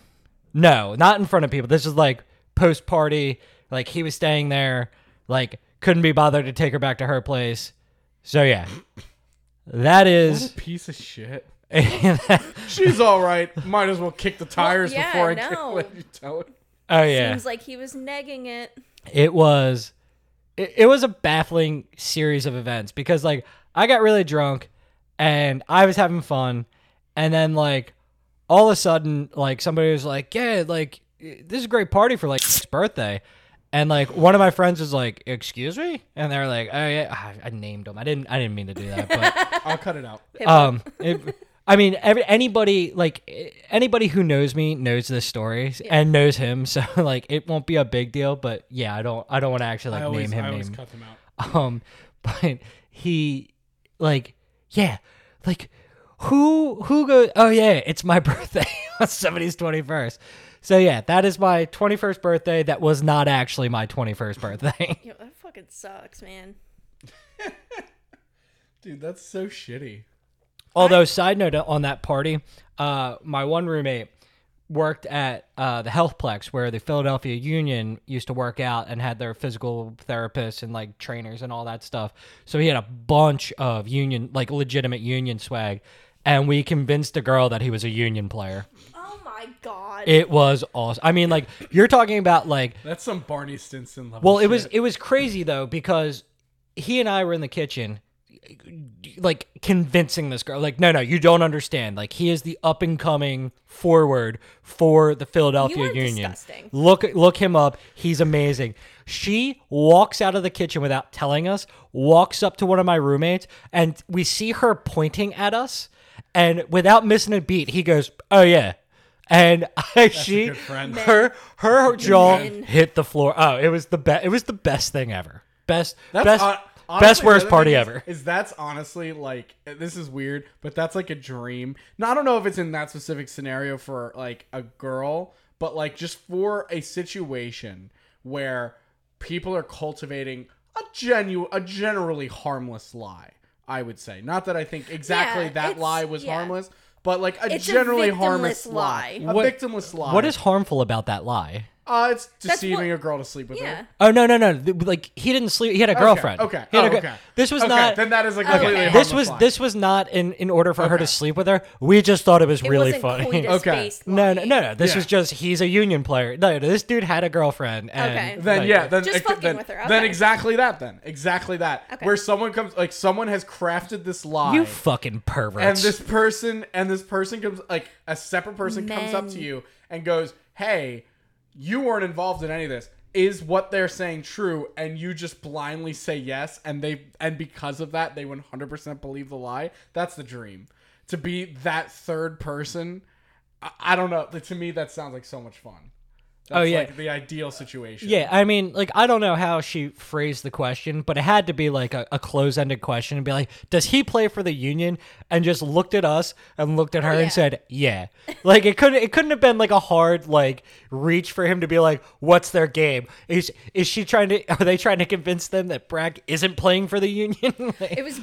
Speaker 2: No, not in front of people. This is like post party. Like he was staying there. Like couldn't be bothered to take her back to her place. So yeah, that
Speaker 1: What a
Speaker 2: is.
Speaker 1: piece of shit.
Speaker 2: oh
Speaker 1: She's all right. Might as well kick the tires
Speaker 3: yeah,
Speaker 1: before I
Speaker 3: no.
Speaker 1: can let you tell it.
Speaker 2: Oh, yeah.
Speaker 3: Seems like he was negging it.
Speaker 2: it was it, it was a baffling series of events because like i got really drunk and i was having fun and then like all of a sudden like somebody was like yeah like this is a great party for like his birthday And like one of my friends was like, "Excuse me," and they're like, "Oh yeah," I, I named them. I didn't. I didn't mean to do that, but
Speaker 1: I'll cut it out.
Speaker 3: Hip hop.
Speaker 2: um it- i mean every, anybody like eh, anybody who knows me knows this story and knows him so like it won't be a big deal but yeah i don't i don't want to actually like
Speaker 1: I always,
Speaker 2: name
Speaker 1: I
Speaker 2: him
Speaker 1: always
Speaker 2: name
Speaker 1: cut them out.
Speaker 2: um but he like yeah like who who goes oh yeah it's my birthday on somebody's 21st so yeah that is my 21st birthday that was not actually my 21st birthday
Speaker 3: Yo, that fucking sucks, man.
Speaker 1: Dude, that's so shitty.
Speaker 2: Although, side note on that party, uh, my one roommate worked at uh, the Healthplex where the Philadelphia Union used to work out and had their physical therapists and like trainers and all that stuff. So he had a bunch of union, like legitimate union swag. And we convinced the girl that he was a union player.
Speaker 3: Oh my god.
Speaker 2: It was awesome. I mean, like, you're talking about like
Speaker 1: That's some Barney Stinson level.
Speaker 2: well, it was
Speaker 1: shit.
Speaker 2: it was crazy though because he and I were in the kitchen, like convincing this girl, like, no, no, you don't understand. Like, he is the up and coming forward for the Philadelphia
Speaker 3: You are
Speaker 2: Union.
Speaker 3: disgusting.
Speaker 2: Look, look him up. He's amazing. She walks out of the kitchen without telling us. Walks up to one of my roommates, and we see her pointing at us. And without missing a beat, he goes, "Oh yeah." And I, she,
Speaker 1: good friend.
Speaker 2: her, her jaw
Speaker 3: friend.
Speaker 2: hit the floor. Oh, it was the best. It was the best thing ever. Best,
Speaker 1: That's
Speaker 2: best,
Speaker 1: hon-
Speaker 2: best
Speaker 1: honestly, the
Speaker 2: worst
Speaker 1: other
Speaker 2: party
Speaker 1: thing is-
Speaker 2: ever.
Speaker 1: Is that's honestly like this is weird, but that's like a dream. Now I don't know if it's in that specific scenario for like a girl, but like just for a situation where people are cultivating a genuine, a generally harmless lie. I would say not that I think exactly
Speaker 3: Yeah,
Speaker 1: that
Speaker 3: it's-
Speaker 1: lie was
Speaker 3: yeah.
Speaker 1: harmless, but like a
Speaker 3: It's a
Speaker 1: generally
Speaker 3: victimless
Speaker 1: harmless lie,
Speaker 3: lie.
Speaker 1: a
Speaker 2: What-
Speaker 1: victimless lie.
Speaker 2: What is harmful about that lie?
Speaker 1: Uh, it's
Speaker 3: what-
Speaker 1: deceiving a girl to sleep with
Speaker 3: yeah.
Speaker 1: her.
Speaker 2: Oh no no no! Th- Like he didn't sleep. He had a girlfriend.
Speaker 1: Okay.
Speaker 2: He had a
Speaker 1: Oh,
Speaker 2: gir-
Speaker 1: okay.
Speaker 2: This was
Speaker 1: Okay,
Speaker 2: not.
Speaker 1: Then that is like
Speaker 3: Oh, Okay.
Speaker 1: completely
Speaker 3: This
Speaker 2: this
Speaker 1: harmless
Speaker 2: was
Speaker 1: lie.
Speaker 2: this was not in in order for her
Speaker 1: Okay.
Speaker 2: to sleep with her. We just thought it was
Speaker 3: It
Speaker 2: really
Speaker 3: wasn't
Speaker 2: funny.
Speaker 3: coitus-based
Speaker 2: No, no,
Speaker 3: lying.
Speaker 2: no, no. This
Speaker 1: Yeah.
Speaker 2: was just he's a union player. No, no, this dude had a girlfriend. And,
Speaker 3: Okay.
Speaker 1: Then
Speaker 2: like,
Speaker 1: yeah, then
Speaker 3: Just
Speaker 1: ec-
Speaker 3: fucking
Speaker 1: then,
Speaker 3: with her,
Speaker 1: then
Speaker 3: okay.
Speaker 1: exactly that. Then exactly that.
Speaker 3: Okay.
Speaker 1: Where someone comes, like someone has crafted this lie,
Speaker 2: You fucking perverts.
Speaker 1: and this person, and this person comes, like a separate person comes up to
Speaker 3: Men.
Speaker 1: you and goes, "Hey, you weren't involved in any of this. Is what they're saying true?" And you just blindly say yes, and they, and because of that, they 100% believe the lie. That's the dream. To be that third person, I, I don't know. To me, that sounds like so much fun. That's
Speaker 2: Oh, yeah.
Speaker 1: like the ideal situation.
Speaker 2: Yeah, I mean, like I don't know how she phrased the question, but it had to be like a, a close-ended question and be like, "Does he play for the Union?" And just looked at us and looked at her
Speaker 3: yeah.
Speaker 2: and said, "Yeah." Like it couldn't it couldn't have been like a hard like reach for him to be like, "What's their game?" Is is she trying to? Are they trying to convince them that Brack isn't playing for the Union? Like-
Speaker 3: It was.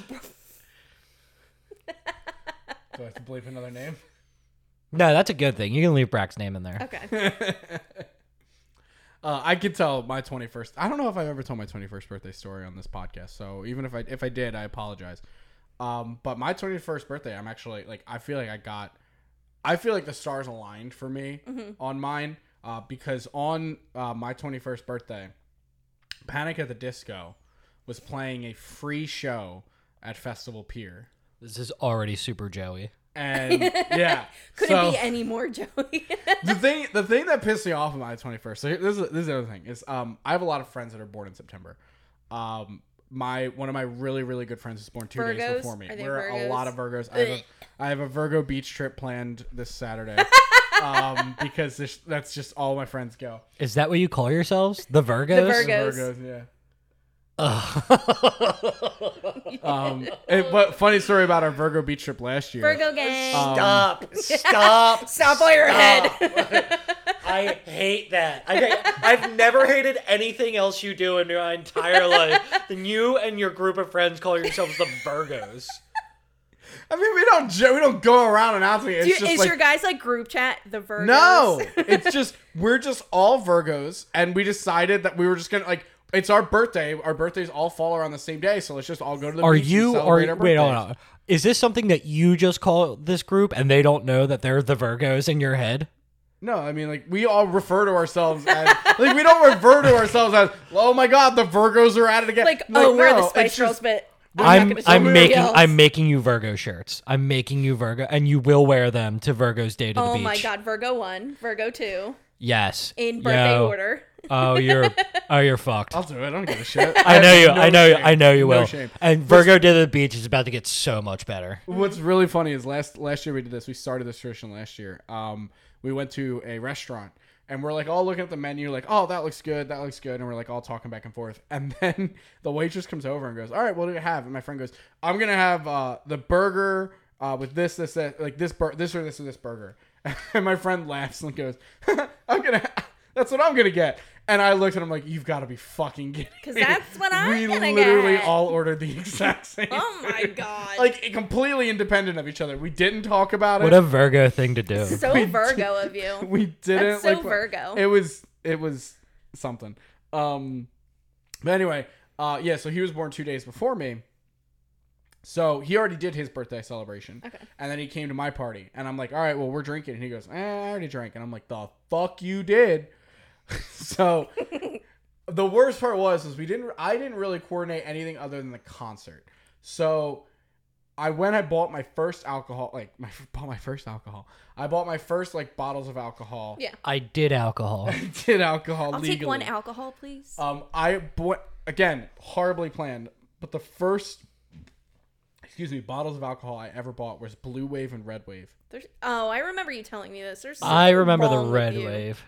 Speaker 1: Do I have to believe another name?
Speaker 2: no, that's a good thing. You can leave Brack's name in there.
Speaker 3: Okay.
Speaker 1: Uh, I could tell my 21st. I don't know if I've ever told my 21st birthday story on this podcast. So even if I if I did, I apologize. Um, but my 21st birthday, I'm actually like I feel like I got I feel like the stars aligned for me
Speaker 3: Mm-hmm.
Speaker 1: on mine uh, because on uh, my 21st birthday, Panic at the Disco was playing a free show at Festival Pier.
Speaker 2: This is already super Joey.
Speaker 1: And yeah,
Speaker 3: Couldn't
Speaker 1: so-
Speaker 3: be any more Joey.
Speaker 1: the thing the thing that pissed me off on my 21st so here- this is this is the other thing is um i have a lot of friends that are born in september um my one of my really really good friends is born two days
Speaker 3: Virgos?
Speaker 1: before me
Speaker 3: Are they
Speaker 1: we're a
Speaker 3: Virgos?
Speaker 1: lot of virgos I have a, I have a virgo beach trip planned this saturday um because this, that's just all my friends go
Speaker 2: Is that what you call yourselves? The Virgos?
Speaker 3: Virgo- Virgos.
Speaker 1: yeah
Speaker 2: Ugh.
Speaker 1: um and- but funny story about our virgo beach trip last year
Speaker 3: Virgo gang.
Speaker 1: Um,
Speaker 2: Stop. Stop.
Speaker 3: Stop while you're ahead.
Speaker 2: oh, I hate that. I, I've never hated anything else you do in my entire life than you and your group of friends call yourselves the Virgos.
Speaker 1: i mean we don't jo- we don't go around announcing it. it's
Speaker 3: Do-
Speaker 1: just
Speaker 3: is
Speaker 1: like
Speaker 3: your guys like group chat the Virgos?
Speaker 1: No, it's just we're just all Virgos, and we decided that we were just gonna like it's our birthday. Our birthdays all fall around the same day, so let's just all go to the
Speaker 2: Are
Speaker 1: beach and
Speaker 2: you
Speaker 1: celebrate
Speaker 2: are
Speaker 1: our
Speaker 2: wait hold
Speaker 1: birthdays.
Speaker 2: on. Is this something that you just call this group and they don't know that they're the Virgos in your head?
Speaker 1: No, I mean like we all refer to ourselves as like we don't refer to ourselves as oh my god the Virgos are at it again.
Speaker 3: Like, oh, we're
Speaker 1: no,
Speaker 3: the
Speaker 1: it's
Speaker 3: Spice Girls,
Speaker 1: just-
Speaker 3: but I'm, not
Speaker 2: I'm
Speaker 3: gonna say
Speaker 2: I'm
Speaker 3: anybody
Speaker 2: making
Speaker 3: else.
Speaker 2: I'm making you Virgo shirts. I'm making you Virgo and you will wear them to Virgo's Day to the
Speaker 3: Oh
Speaker 2: beach.
Speaker 3: my god, Virgo one, Virgo two.
Speaker 2: Yes.
Speaker 3: in birthday
Speaker 2: Yo.
Speaker 3: order.
Speaker 2: Oh, you're oh, you're fucked.
Speaker 1: I'll do it. I don't give a shit.
Speaker 2: I know you.
Speaker 1: No
Speaker 2: I know. you.
Speaker 1: shame.
Speaker 2: I know you
Speaker 1: No
Speaker 2: will.
Speaker 1: shame.
Speaker 2: And Virgo Day to the Beach is about to get so much better.
Speaker 1: What's really funny is last last year we did this. We started this tradition last year. Um, we went to a restaurant and we're like all looking at the menu, like, oh, that looks good, that looks good, and we're like all talking back and forth. And then the waitress comes over and goes, "All right, what do you have?" And my friend goes, "I'm gonna have uh, the burger uh, with this, this, that, like this, bur- this or this or this burger." And my friend laughs and goes, "I'm gonna, that's what I'm gonna get." And I looked at him like, "You've got to be fucking kidding!"
Speaker 3: 'Cause
Speaker 1: me."
Speaker 3: that's what I'm
Speaker 1: we
Speaker 3: gonna
Speaker 1: literally
Speaker 3: get.
Speaker 1: all ordered the exact same.
Speaker 3: Oh my
Speaker 1: food
Speaker 3: god.
Speaker 1: like completely independent of each other. We didn't talk about it.
Speaker 2: What a Virgo thing to do.
Speaker 3: so Virgo of you.
Speaker 1: we didn't
Speaker 3: That's so
Speaker 1: like
Speaker 3: Virgo.
Speaker 1: It was it was something. Um but anyway, uh yeah, so he was born 2 days before me. So he already did his birthday celebration.
Speaker 3: Okay.
Speaker 1: And then he came to my party and I'm like, "All right, well, we're drinking." And he goes, eh, "I already drank." And I'm like, "The fuck you did." so the worst part was is we didn't I didn't really coordinate anything other than the concert. So I went I bought my first alcohol like my bought my first alcohol. I bought my first like bottles of alcohol.
Speaker 3: Yeah.
Speaker 2: I did alcohol.
Speaker 1: I did alcohol
Speaker 3: I'll
Speaker 1: legally.
Speaker 3: take one alcohol, please.
Speaker 1: Um, I bought again horribly planned, but the first, excuse me, bottles of alcohol I ever bought was Blue Wave and Red Wave.
Speaker 3: There's, oh, I remember you telling me this. There's
Speaker 2: I
Speaker 3: something
Speaker 2: remember the
Speaker 3: wrong with
Speaker 2: red
Speaker 3: you.
Speaker 2: wave.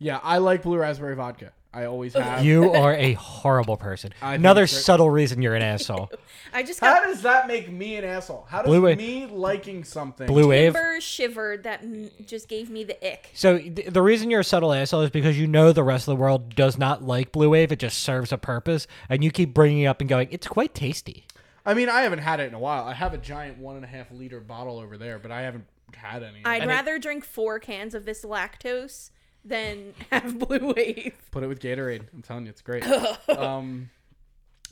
Speaker 1: Yeah, I like blue raspberry vodka. I always have.
Speaker 2: You are a horrible person.
Speaker 1: I think
Speaker 2: Another
Speaker 1: it's great.
Speaker 2: subtle reason you're an asshole.
Speaker 3: I just
Speaker 1: How
Speaker 3: got
Speaker 1: does that make me an asshole? How does
Speaker 2: Blue Wave-
Speaker 1: me liking something?
Speaker 2: Blue wave.
Speaker 3: shivers shivered that m- just gave me the ick.
Speaker 2: So th- the reason you're a subtle asshole is because you know the rest of the world does not like blue wave. It just serves a purpose, and you keep bringing it up and going. It's quite tasty.
Speaker 1: I mean, I haven't had it in a while. I have a giant one and a half liter bottle over there, but I haven't had any.
Speaker 3: I'd rather drink four cans of this lactose than have Blue Wave.
Speaker 1: Put it with Gatorade. I'm telling you, it's great. um,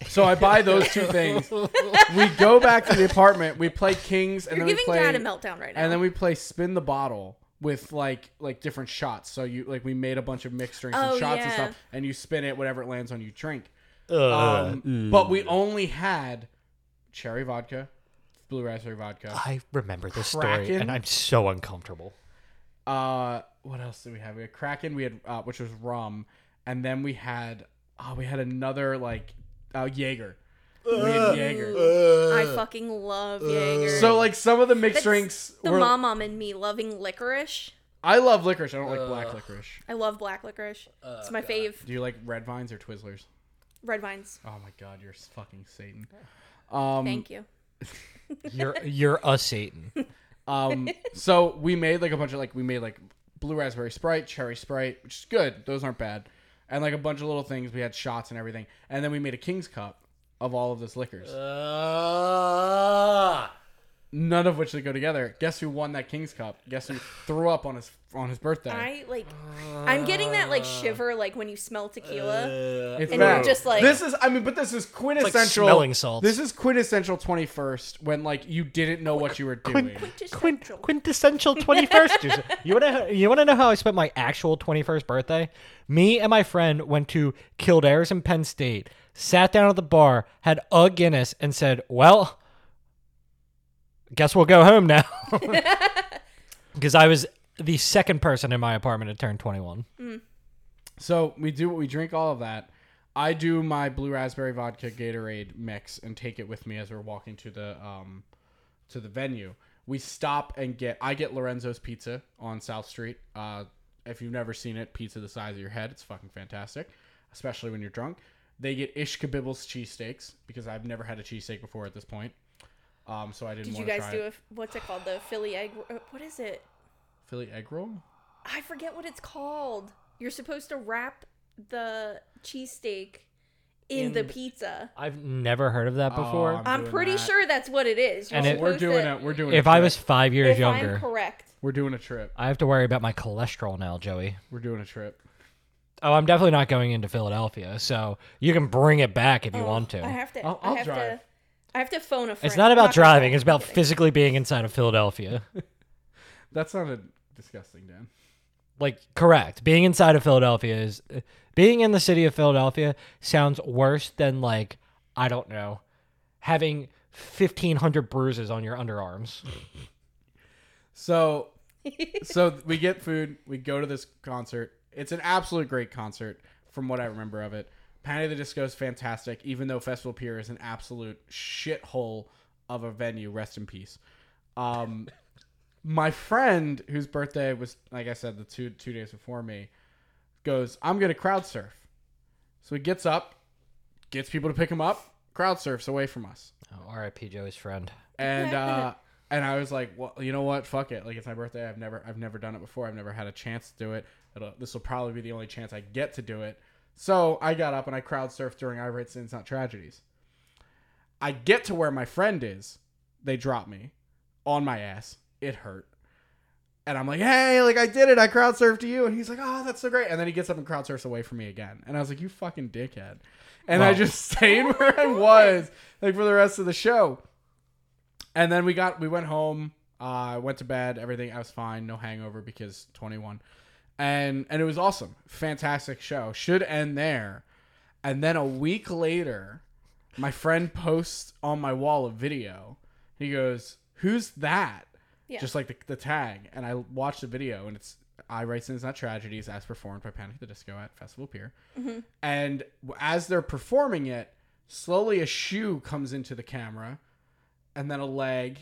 Speaker 1: so I buy those two things. We go back to the apartment. We play Kings, and
Speaker 3: You're
Speaker 1: then we
Speaker 3: giving
Speaker 1: play.
Speaker 3: Dad a meltdown right now.
Speaker 1: and then we play spin the bottle with like like different shots. So you like we made a bunch of mixed drinks
Speaker 3: Oh,
Speaker 1: and shots and
Speaker 3: yeah.
Speaker 1: stuff, and you spin it, whatever it lands on, you drink.
Speaker 2: Ugh.
Speaker 1: Um, but we only had cherry vodka, blue raspberry vodka.
Speaker 2: I remember this story,
Speaker 1: Kraken?
Speaker 2: and I'm so uncomfortable.
Speaker 1: Uh, what else did we have? We had Kraken. We had uh, which was rum, and then we had oh we had another like uh, Jaeger. We had Jaeger.
Speaker 3: I fucking love Jaeger.
Speaker 1: Uh, So like some of the mixed
Speaker 3: That's
Speaker 1: drinks
Speaker 3: the
Speaker 1: were.
Speaker 3: mom mom and me loving licorice.
Speaker 1: I love licorice. I don't like black licorice.
Speaker 3: I love black licorice.
Speaker 2: Oh,
Speaker 3: it's my fave.
Speaker 1: Do you like red vines or Twizzlers?
Speaker 3: Red vines.
Speaker 1: Oh my God, you're fucking Satan. Um,
Speaker 3: Thank you.
Speaker 2: You're you're a Satan.
Speaker 1: Um, so we made like a bunch of like we made like blue raspberry sprite, cherry sprite, which is good. Those aren't bad, and like a bunch of little things. We had shots and everything, and then we made a king's cup of all of this liquors, Ah. none of which they go together. Guess who won that king's cup? Guess who threw up on his on his birthday?
Speaker 3: I like. I'm getting that like shiver like when you smell tequila.
Speaker 2: Uh,
Speaker 1: it's
Speaker 3: and you're
Speaker 1: bad.
Speaker 3: just like-
Speaker 1: this is I mean, but this is quintessential
Speaker 2: smelling salts.
Speaker 1: This is quintessential twenty first when like you didn't know what you were doing.
Speaker 3: Just
Speaker 2: Quint-
Speaker 3: central.
Speaker 2: quintessential 21st. Just- you want to you want to know how I spent my actual 21st birthday? Me and my friend went to Kildare's in Penn State, sat down at the bar, had a Guinness, and said, "Well, guess we'll go home now," because I was the second person in my apartment to turn 21.
Speaker 1: So we do we drink all of that. I do my blue raspberry vodka Gatorade mix and take it with me as we're walking to the um to the venue. We stop and get I get Lorenzo's pizza on South Street. Uh if you've never seen it, pizza the size of your head. It's fucking fantastic, especially when you're drunk. They get Ish Kabibbles cheesesteaks because I've never had a cheesesteak before at this point. Um, so I didn't
Speaker 3: Did you
Speaker 1: want to
Speaker 3: guys
Speaker 1: try
Speaker 3: do
Speaker 1: it.
Speaker 3: a what's it called? The Philly egg. uh, What is it?
Speaker 1: Philly egg roll.
Speaker 3: I forget what it's called. You're supposed to wrap the cheesesteak in, the pizza.
Speaker 2: I've never heard of that before.
Speaker 1: I'm
Speaker 3: I'm
Speaker 1: doing
Speaker 3: pretty
Speaker 1: that.
Speaker 3: sure that's what it is. You're
Speaker 2: And it-
Speaker 1: We're
Speaker 3: supposed
Speaker 1: doing
Speaker 3: to-
Speaker 1: it. We're doing. a
Speaker 2: if I
Speaker 1: trip.
Speaker 2: was five years
Speaker 3: If I'm
Speaker 2: younger,
Speaker 3: correct,
Speaker 1: we're doing a trip.
Speaker 2: I have to worry about my cholesterol now, Joey.
Speaker 1: We're doing a trip.
Speaker 2: Oh, I'm definitely not going into Philadelphia, so you can bring it back if you want to.
Speaker 3: Oh, I have to.
Speaker 1: I'll-
Speaker 3: i
Speaker 1: I'll
Speaker 3: have
Speaker 1: drive.
Speaker 3: to. I have to phone a friend.
Speaker 2: It's not about
Speaker 3: gonna
Speaker 2: driving,
Speaker 3: call.
Speaker 2: it's about
Speaker 3: Kidding.
Speaker 2: physically being inside of Philadelphia.
Speaker 1: That sounded disgusting, Dan.
Speaker 2: like, correct. Being inside of Philadelphia is being in the city of Philadelphia sounds worse than, like, I don't know, having 1,500 bruises on your underarms.
Speaker 1: So so we get food. We go to this concert. It's an absolute great concert, from what I remember of it. Panic at the Disco is fantastic, even though Festival Pier is an absolute shithole of a venue. Rest in peace. Um, my friend, whose birthday was, like I said, the two two days before me, goes, "I'm gonna crowd surf." So he gets up, gets people to pick him up, crowd surfs away from us.
Speaker 2: Oh, R.I.P. Joey's friend.
Speaker 1: And uh and I was like, well, you know what? Fuck it. Like it's my birthday. I've never I've never done it before. I've never had a chance to do it. It'll, this will probably be the only chance I get to do it. So I got up and I crowd surfed during I Write Sins Not Tragedies. I get to where my friend is. They drop me on my ass. It hurt. And I'm like, hey, like I did it. I crowd surfed to you. And he's like, oh, that's so great. And then he gets up and crowd surfs away from me again. And I was like, you fucking dickhead. And I
Speaker 2: Wow.
Speaker 1: just stayed where I was, like for the rest of the show. And then we got we went home. Uh, went to bed. Everything I was fine. No hangover because 21. And and it was awesome. Fantastic show. Should end there. And then a week later, my friend posts on my wall a video. He goes, "Who's that?"
Speaker 3: Yeah.
Speaker 1: Just like the, the tag. And I watched the video, and it's "I Write Sins Not Tragedies" as performed by Panic at the Disco at Festival Pier.
Speaker 3: Mm-hmm.
Speaker 1: And w- as they're performing it, slowly a shoe comes into the camera, and then a leg,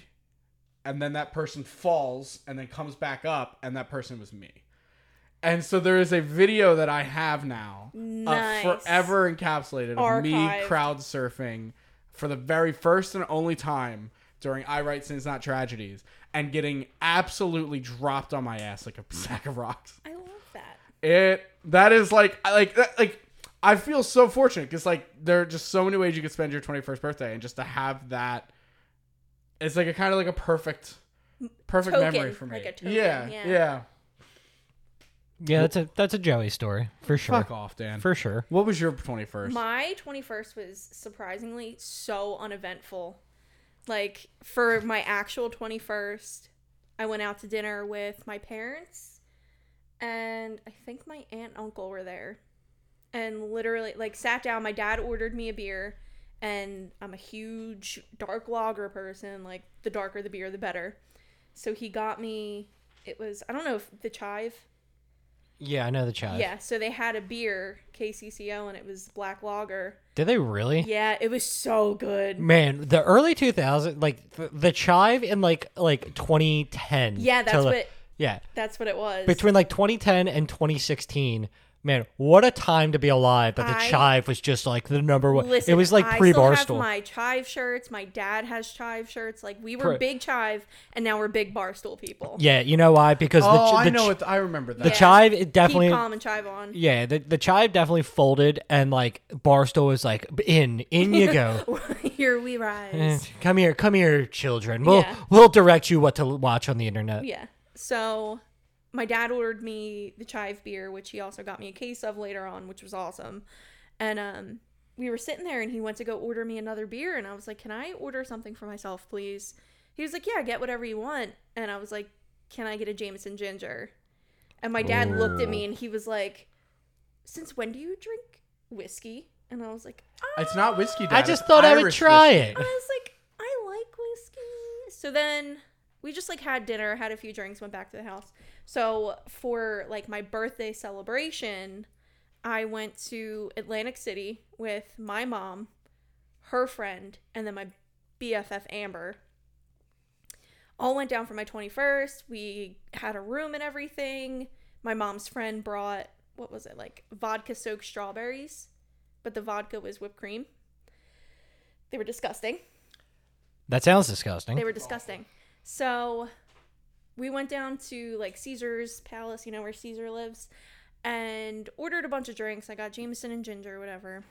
Speaker 1: and then that person falls, and then comes back up, and that person was me. And so there is a video that I have now
Speaker 3: Nice.
Speaker 1: of forever encapsulated of me
Speaker 3: Archived.
Speaker 1: crowd surfing for the very first and only time during I Write Sins Not Tragedies and getting absolutely dropped on my ass like a sack of rocks.
Speaker 3: I love that.
Speaker 1: It that is like I like that like I feel so fortunate because like there are just so many ways you could spend your 21st birthday and just to have that it's like a kind of like a perfect perfect
Speaker 3: Token,
Speaker 1: memory for me.
Speaker 3: like a token,
Speaker 1: yeah,
Speaker 3: yeah.
Speaker 1: yeah.
Speaker 2: Yeah, that's a that's a Joey story for sure.
Speaker 1: Fuck off, Dan.
Speaker 2: For sure.
Speaker 1: what was your 21st?
Speaker 3: My 21st was surprisingly so uneventful. Like, for my actual 21st, I went out to dinner with my parents, and I think my aunt and uncle were there. And literally, like, sat down. My dad ordered me a beer, and I'm a huge dark lager person. Like, the darker the beer, the better. So he got me, it was, I don't know if the chive.
Speaker 2: Yeah, I know the child.
Speaker 3: Yeah, so they had a beer, KCCO, and it was black lager.
Speaker 2: Did they really?
Speaker 3: Yeah, it was so good.
Speaker 2: Man, the early 2000s, like th- the chive in like like 2010.
Speaker 3: Yeah, that's
Speaker 2: till,
Speaker 3: what-
Speaker 2: Yeah,
Speaker 3: That's what it was.
Speaker 2: between like 2010 and 2016. Man, what a time to be alive! That the
Speaker 3: I-
Speaker 2: chive was just like the number one.
Speaker 3: Listen,
Speaker 2: it was like
Speaker 3: I
Speaker 2: pre
Speaker 3: still have
Speaker 2: barstool.
Speaker 3: My chive shirts. My dad has chive shirts. Like we were
Speaker 2: Pre-
Speaker 3: big chive, and now we're big barstool people.
Speaker 2: Yeah, you know why? Because
Speaker 1: oh,
Speaker 2: the, ch-
Speaker 1: I
Speaker 2: the
Speaker 1: know
Speaker 2: ch-
Speaker 1: it. I remember that.
Speaker 2: the chive it definitely
Speaker 3: Keep calm and chive on.
Speaker 2: Yeah, the, the chive definitely folded, and like Barstool was like, "In, in you go. Eh,
Speaker 3: Here we rise.
Speaker 2: come here, come here, children. We'll
Speaker 3: Yeah.
Speaker 2: we'll direct you what to watch on the internet."
Speaker 3: yeah. So my dad ordered me the chive beer, which he also got me a case of later on, which was awesome. And um we were sitting there and he went to go order me another beer and I was like, "Can I order something for myself, please?" He was like, "Yeah, get whatever you want." And I was like, "Can I get a Jameson ginger?" And my dad looked at me and he was like, "Since when do you drink whiskey?" And I was like,
Speaker 1: It's not whiskey. Dad.
Speaker 2: I just
Speaker 1: it's
Speaker 2: thought I would
Speaker 1: Irish
Speaker 2: try
Speaker 1: whiskey.
Speaker 2: it.
Speaker 3: I was like, I like whiskey. So then we just like had dinner, had a few drinks, went back to the house. So for like my birthday celebration, I went to Atlantic City with my mom, her friend, and then my BFF Amber. All went down for my 21st. We had a room and everything. My mom's friend brought, what was it, like vodka soaked strawberries, but the vodka was whipped cream. They were disgusting.
Speaker 2: That sounds disgusting.
Speaker 3: They were disgusting. So we went down to like Caesar's Palace, you know where Caesar lives, and ordered a bunch of drinks. I got Jameson and ginger, whatever.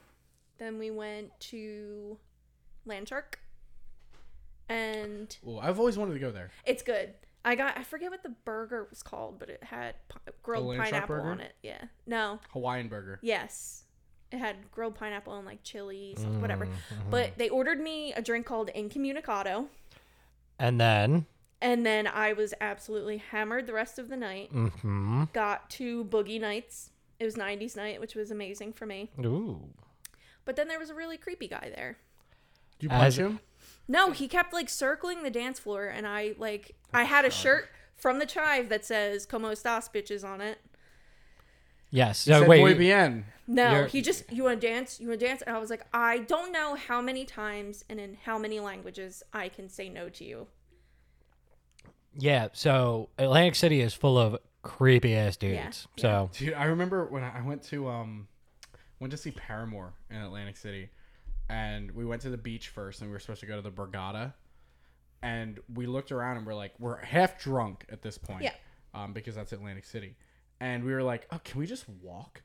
Speaker 3: Then we went to Landshark, and
Speaker 1: Ooh, I've always wanted to go there.
Speaker 3: it's good. I got I forget what the burger was called, but it had pi- grilled
Speaker 1: Landshark
Speaker 3: pineapple
Speaker 1: burger?
Speaker 3: on it. Yeah, no,
Speaker 1: Hawaiian burger.
Speaker 3: Yes. It had grilled pineapple and like chili, so- whatever. But they ordered me a drink called Incommunicado,
Speaker 2: and then,
Speaker 3: and then I was absolutely hammered the rest of the night.
Speaker 2: hmm
Speaker 3: Got two boogie nights. It was 90s night, which was amazing for me.
Speaker 2: ooh,
Speaker 3: But then there was a really creepy guy there.
Speaker 1: Do you punch
Speaker 2: As-
Speaker 1: him?
Speaker 3: No, he kept like circling the dance floor, and I like I had a shirt from the chive that says "Como estas, bitches" on it.
Speaker 2: Yes.
Speaker 1: He
Speaker 2: So
Speaker 1: said,
Speaker 2: wait.
Speaker 1: Muy bien.
Speaker 3: No,
Speaker 2: You're-
Speaker 3: he just you want to dance, you want to dance, and I was like, I don't know how many times and in how many languages I can say no to you.
Speaker 2: Yeah. So Atlantic City is full of creepy ass dudes.
Speaker 3: yeah.
Speaker 2: So
Speaker 1: Dude, I remember when I went to um went to see Paramore in Atlantic City and we went to the beach first and we were supposed to go to the Borgata and we looked around and we're like we're half drunk at this point.
Speaker 3: Yeah.
Speaker 1: Um because that's Atlantic City. And we were like, "Oh, can we just walk?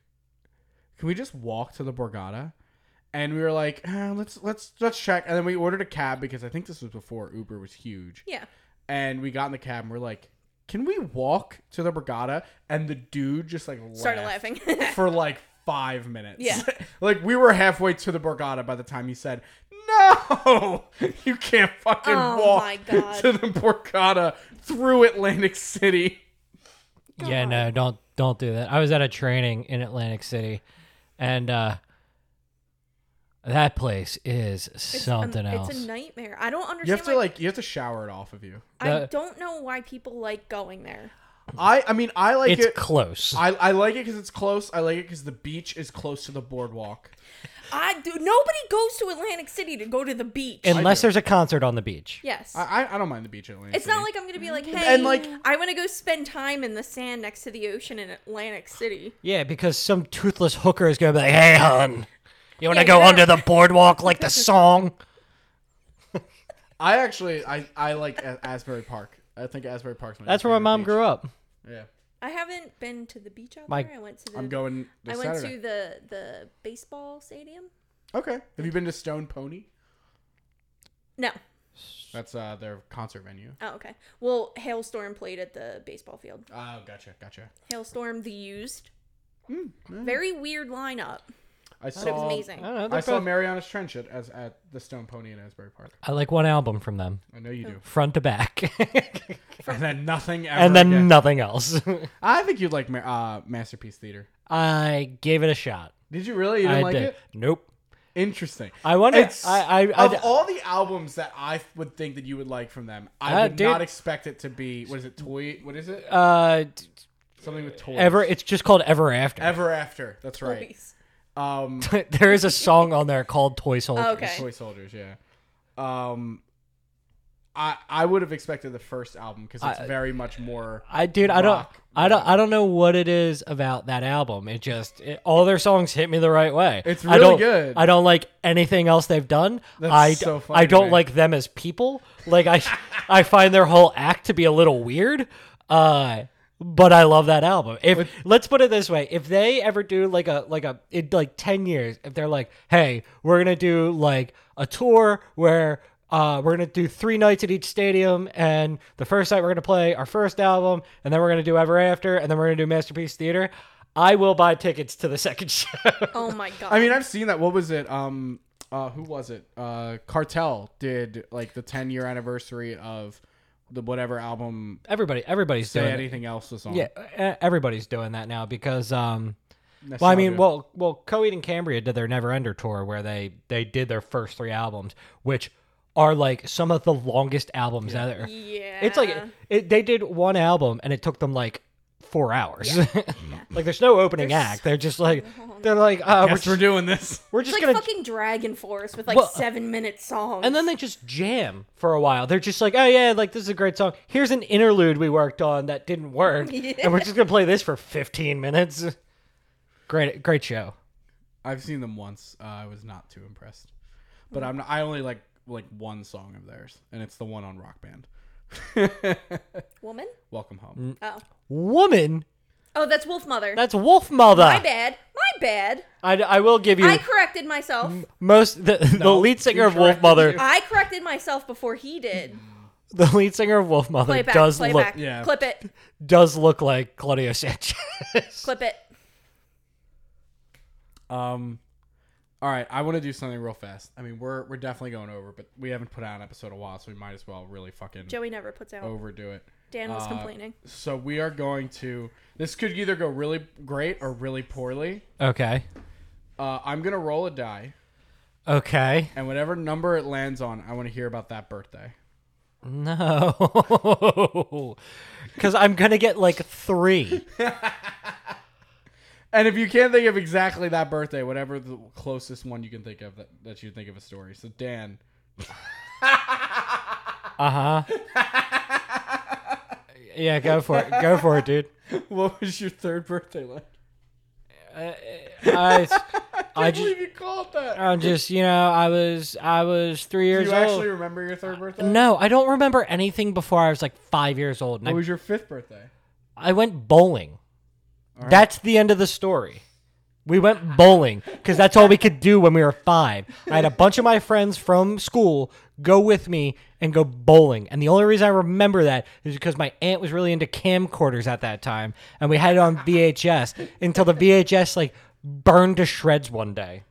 Speaker 1: Can we just walk to the Borgata?" And we were like, eh, "Let's let's let's check." And then we ordered a cab because I think this was before Uber was huge
Speaker 3: Yeah,
Speaker 1: and we got in the cab and we're like, "Can we walk to the Borgata?" And the dude just like
Speaker 3: started
Speaker 1: laughed
Speaker 3: laughing.
Speaker 1: for like five minutes.
Speaker 3: Yeah.
Speaker 1: like we were halfway to the Borgata by the time he said, "No, you can't fucking
Speaker 3: Oh
Speaker 1: walk
Speaker 3: my God.
Speaker 1: to the Borgata through Atlantic City."
Speaker 2: yeah, no, don't don't do that. I was at a training in Atlantic City, and uh that place is something
Speaker 3: Um,
Speaker 2: else.
Speaker 3: It's a nightmare. I don't understand.
Speaker 1: You have to
Speaker 3: why-
Speaker 1: like uh, you have to shower it off of you.
Speaker 3: I
Speaker 2: that-
Speaker 3: don't know why people like going there.
Speaker 1: I I mean I like
Speaker 2: it's
Speaker 1: it.
Speaker 2: close.
Speaker 1: I, I like it because it's close. I like it because the beach is close to the boardwalk.
Speaker 3: I do. Nobody goes to Atlantic City to go to the beach.
Speaker 2: Unless
Speaker 1: do.
Speaker 2: there's a concert on the beach.
Speaker 3: yes.
Speaker 1: I, I, I don't mind the beach in Atlantic
Speaker 3: it's
Speaker 1: City.
Speaker 3: not like I'm gonna be like, hey,
Speaker 1: And, like-
Speaker 3: I want to go spend time in the sand next to the ocean in Atlantic City.
Speaker 2: Yeah, because some toothless hooker is gonna be like, "Hey, hon, you wanna go
Speaker 3: you're
Speaker 2: under the boardwalk like the song?"
Speaker 1: I actually, I, I like A- Asbury Park. I think Asbury Park's my
Speaker 2: That's where my mom grew up.
Speaker 1: Yeah,
Speaker 3: I haven't been to the beach out
Speaker 2: My-
Speaker 3: there. I went to the.
Speaker 1: I'm going this
Speaker 3: I went
Speaker 1: Saturday.
Speaker 3: to the the baseball stadium.
Speaker 1: okay, have you been to Stone Pony?
Speaker 3: No.
Speaker 1: That's uh their concert venue.
Speaker 3: Oh, okay. Well, Hailstorm played at the baseball field.
Speaker 1: Oh, gotcha, gotcha.
Speaker 3: Hailstorm, the used. Very weird lineup.
Speaker 1: Hmm, I saw.
Speaker 3: But it was amazing.
Speaker 2: I don't know.
Speaker 1: I
Speaker 2: they're
Speaker 1: saw
Speaker 2: both-
Speaker 1: Mariana's Trench at as at the Stone Pony in Asbury Park.
Speaker 2: I like one album from them,
Speaker 1: I know you do.
Speaker 2: front to back,
Speaker 1: And then nothing ever.
Speaker 2: and then
Speaker 1: again.
Speaker 2: nothing else.
Speaker 1: I think you'd like Ma- uh, Masterpiece Theater.
Speaker 2: I gave it a shot.
Speaker 1: Did you really? You didn't
Speaker 2: I
Speaker 1: like
Speaker 2: did.
Speaker 1: it?
Speaker 2: Nope.
Speaker 1: Interesting.
Speaker 2: I wonder-
Speaker 1: It's-
Speaker 2: I- I-
Speaker 1: of
Speaker 2: I-
Speaker 1: all the albums that I would think that you would like from them, I
Speaker 2: Uh,
Speaker 1: would
Speaker 2: dude.
Speaker 1: not expect it to be. What is it? Toy? What is it?
Speaker 2: Uh, d-
Speaker 1: Something with toys.
Speaker 2: ever. It's just called Ever After.
Speaker 1: Ever after. That's right.
Speaker 3: Please.
Speaker 1: Um,
Speaker 2: there is a song on there called Toy Soldiers.
Speaker 3: Okay.
Speaker 1: toy soldiers. Yeah. Um, I I would have expected the first album because it's
Speaker 2: I-
Speaker 1: very much more.
Speaker 2: I dude, I don't,
Speaker 1: Rock.
Speaker 2: I don't, I don't know what it is about that album. It just it, all their songs hit me the right way.
Speaker 1: It's
Speaker 2: I
Speaker 1: really
Speaker 2: don't,
Speaker 1: good.
Speaker 2: I don't like anything else they've done.
Speaker 1: That's
Speaker 2: I d-
Speaker 1: so funny
Speaker 2: I
Speaker 1: to
Speaker 2: don't
Speaker 1: me.
Speaker 2: like them as people. Like I, I find their whole act to be a little weird. Uh, but I love that album. If let's put it this way, if they ever do like a like a in like ten years, if they're like, hey, we're gonna do like a tour where uh, we're gonna do three nights at each stadium, and the first night we're gonna play our first album, and then we're gonna do Ever After, and then we're gonna do Masterpiece Theater. I will buy tickets to the second show.
Speaker 3: Oh my god.
Speaker 1: I mean, I've seen that. What was it? Um, uh, who was it? Uh, Cartel did like the 10 year anniversary of the whatever album.
Speaker 2: Everybody, everybody's
Speaker 1: Say
Speaker 2: doing it.
Speaker 1: anything else was on.
Speaker 2: Yeah, e- everybody's doing that now because um, Well, I mean,
Speaker 1: Nostalgia.
Speaker 2: well, well, Coheed and Cambria did their Never Ender tour where they they did their first three albums, which are like some of the longest albums out there.
Speaker 3: yeah.
Speaker 2: It's like it, they did one album and it took them like four hours. like there's no opening act. They're just like they're like uh, we're
Speaker 1: Guess we're
Speaker 2: just,
Speaker 1: doing this.
Speaker 2: we're
Speaker 3: It's
Speaker 2: just
Speaker 3: like
Speaker 2: gonna.
Speaker 3: fucking Dragon Force with like
Speaker 2: Well,
Speaker 3: seven minute songs.
Speaker 2: and then they just jam for a while. They're just like, oh yeah, like this is a great song. Here's an interlude we worked on that didn't work, and we're just gonna play this for 15 minutes. Great, great show.
Speaker 1: I've seen them once. Uh, I was not too impressed, but I'm. Not, I only like like one song of theirs, and it's the one on Rock Band.
Speaker 3: woman.
Speaker 1: Welcome home.
Speaker 3: Oh.
Speaker 2: Woman
Speaker 3: Oh, that's Wolf Mother.
Speaker 2: That's Wolf Mother.
Speaker 3: my bad. My bad.
Speaker 2: I, I will give you
Speaker 3: I corrected myself.
Speaker 2: most the, the lead singer of Wolf
Speaker 1: corrected
Speaker 2: Mother.
Speaker 1: you.
Speaker 3: I corrected myself before he did.
Speaker 2: The lead singer of Wolf Mother
Speaker 3: Play it back.
Speaker 2: does
Speaker 3: play it
Speaker 2: look
Speaker 3: back.
Speaker 1: Yeah.
Speaker 3: Clip it.
Speaker 2: does look like Claudio Sanchez.
Speaker 3: Clip it.
Speaker 1: Um, all right, I want to do something real fast. I mean, we're we're definitely going over, but we haven't put out an episode in a while, so we might as well really fucking
Speaker 3: Joey never puts out.
Speaker 1: overdo it.
Speaker 3: Dan was
Speaker 1: Oh, Uh,
Speaker 3: complaining.
Speaker 1: So we are going to. This could either go really great or really poorly.
Speaker 2: okay.
Speaker 1: Uh, I'm gonna roll a die,
Speaker 2: Okay.
Speaker 1: and whatever number it lands on, I want to hear about that birthday.
Speaker 2: No. Because I'm going to get like three.
Speaker 1: And if you can't think of exactly that birthday, whatever the closest one you can think of that, that you think of a story. So Dan,
Speaker 2: Uh huh. Yeah, go for it. Go for it, dude.
Speaker 1: what was your third birthday like?
Speaker 2: I, I
Speaker 1: I
Speaker 2: just,
Speaker 1: believe you called that.
Speaker 2: I'm just, you know, I was, I was three
Speaker 1: Do
Speaker 2: years
Speaker 1: you
Speaker 2: old.
Speaker 1: actually remember your third birthday?
Speaker 2: No, I don't remember anything before I was like five years old. And
Speaker 1: What
Speaker 2: I,
Speaker 1: was your fifth birthday?
Speaker 2: I went bowling.
Speaker 1: right.
Speaker 2: That's the end of the story. We went bowling because that's all we could do when we were five. I had a bunch of my friends from school go with me and go bowling. And the only reason I remember that is because my aunt was really into camcorders at that time. And we had it on VHS until the VHS like burned to shreds one day.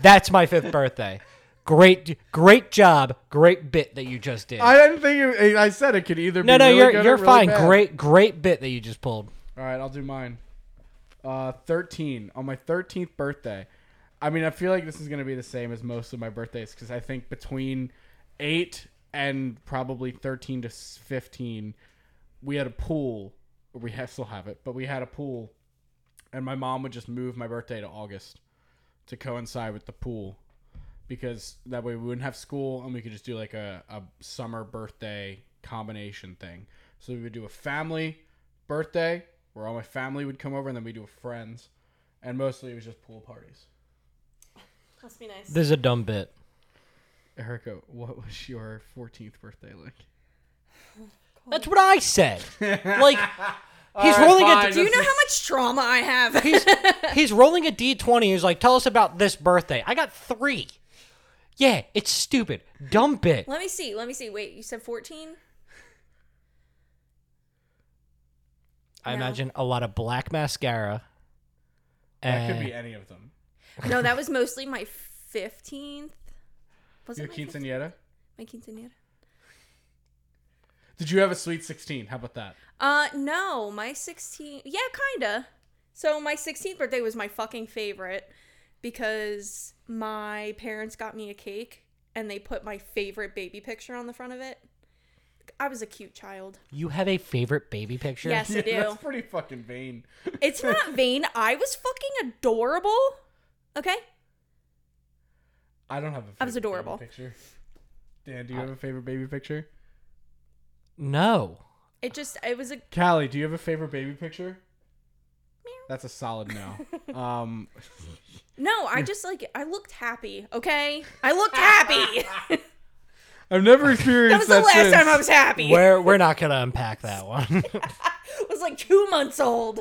Speaker 2: That's my fifth birthday. Great, great job. Great bit that you just did.
Speaker 1: I didn't think it, I said it could either.
Speaker 2: No,
Speaker 1: be
Speaker 2: no,
Speaker 1: really
Speaker 2: you're
Speaker 1: good or
Speaker 2: you're
Speaker 1: really
Speaker 2: fine.
Speaker 1: bad.
Speaker 2: Great, great bit that you just pulled.
Speaker 1: All right, I'll do mine. Uh, thirteen on my thirteenth birthday. I mean, I feel like this is gonna be the same as most of my birthdays because I think between eight and probably thirteen to s- fifteen, we had a pool. We have, still have it, but we had a pool, and my mom would just move my birthday to August to coincide with the pool because that way we wouldn't have school and we could just do like a, a summer birthday combination thing. So we would do a family birthday where all my family would come over and then we do a friends. And mostly it was just pool parties.
Speaker 3: Must be nice.
Speaker 2: This is a dumb bit.
Speaker 1: Erica, what was your 14th birthday like?
Speaker 2: That's what I said. Like he's
Speaker 1: right,
Speaker 2: rolling
Speaker 1: fine.
Speaker 2: a
Speaker 3: Do you know how much trauma I have?
Speaker 2: he's, he's rolling a d twenty. He's like, tell us about this birthday. I got three. Yeah, it's stupid, dumb bit.
Speaker 3: let me see. Let me see. Wait, you said 14?
Speaker 2: I
Speaker 3: No.
Speaker 2: imagine a lot of black mascara.
Speaker 1: That
Speaker 2: Uh,
Speaker 1: could be any of them.
Speaker 3: No, that was mostly my 15th. Was
Speaker 1: Your
Speaker 3: it my 15th?
Speaker 1: quinceanera?
Speaker 3: My quinceanera.
Speaker 1: Did you have a sweet 16? How about that?
Speaker 3: Uh, no, my 16. Yeah, kinda. So my 16th birthday was my fucking favorite because my parents got me a cake and they put my favorite baby picture on the front of it. I was a cute child.
Speaker 2: You have a favorite baby picture?
Speaker 3: Yes, I do.
Speaker 1: That's pretty fucking vain.
Speaker 3: It's not vain. I was fucking adorable. Okay?
Speaker 1: I don't have a favorite
Speaker 3: I was
Speaker 1: baby
Speaker 3: adorable.
Speaker 1: picture. Dan, do you have a favorite baby picture?
Speaker 2: No.
Speaker 3: It just, it was a.
Speaker 1: Callie, do you have a favorite baby picture? That's a solid no. Um,
Speaker 3: No, I just like, I looked happy, okay? I looked happy.
Speaker 1: I've never
Speaker 3: that
Speaker 1: experienced
Speaker 3: was the
Speaker 1: that.
Speaker 3: last
Speaker 1: since.
Speaker 3: time I was happy.
Speaker 2: We're we're not gonna unpack that one.
Speaker 3: I was like two months old.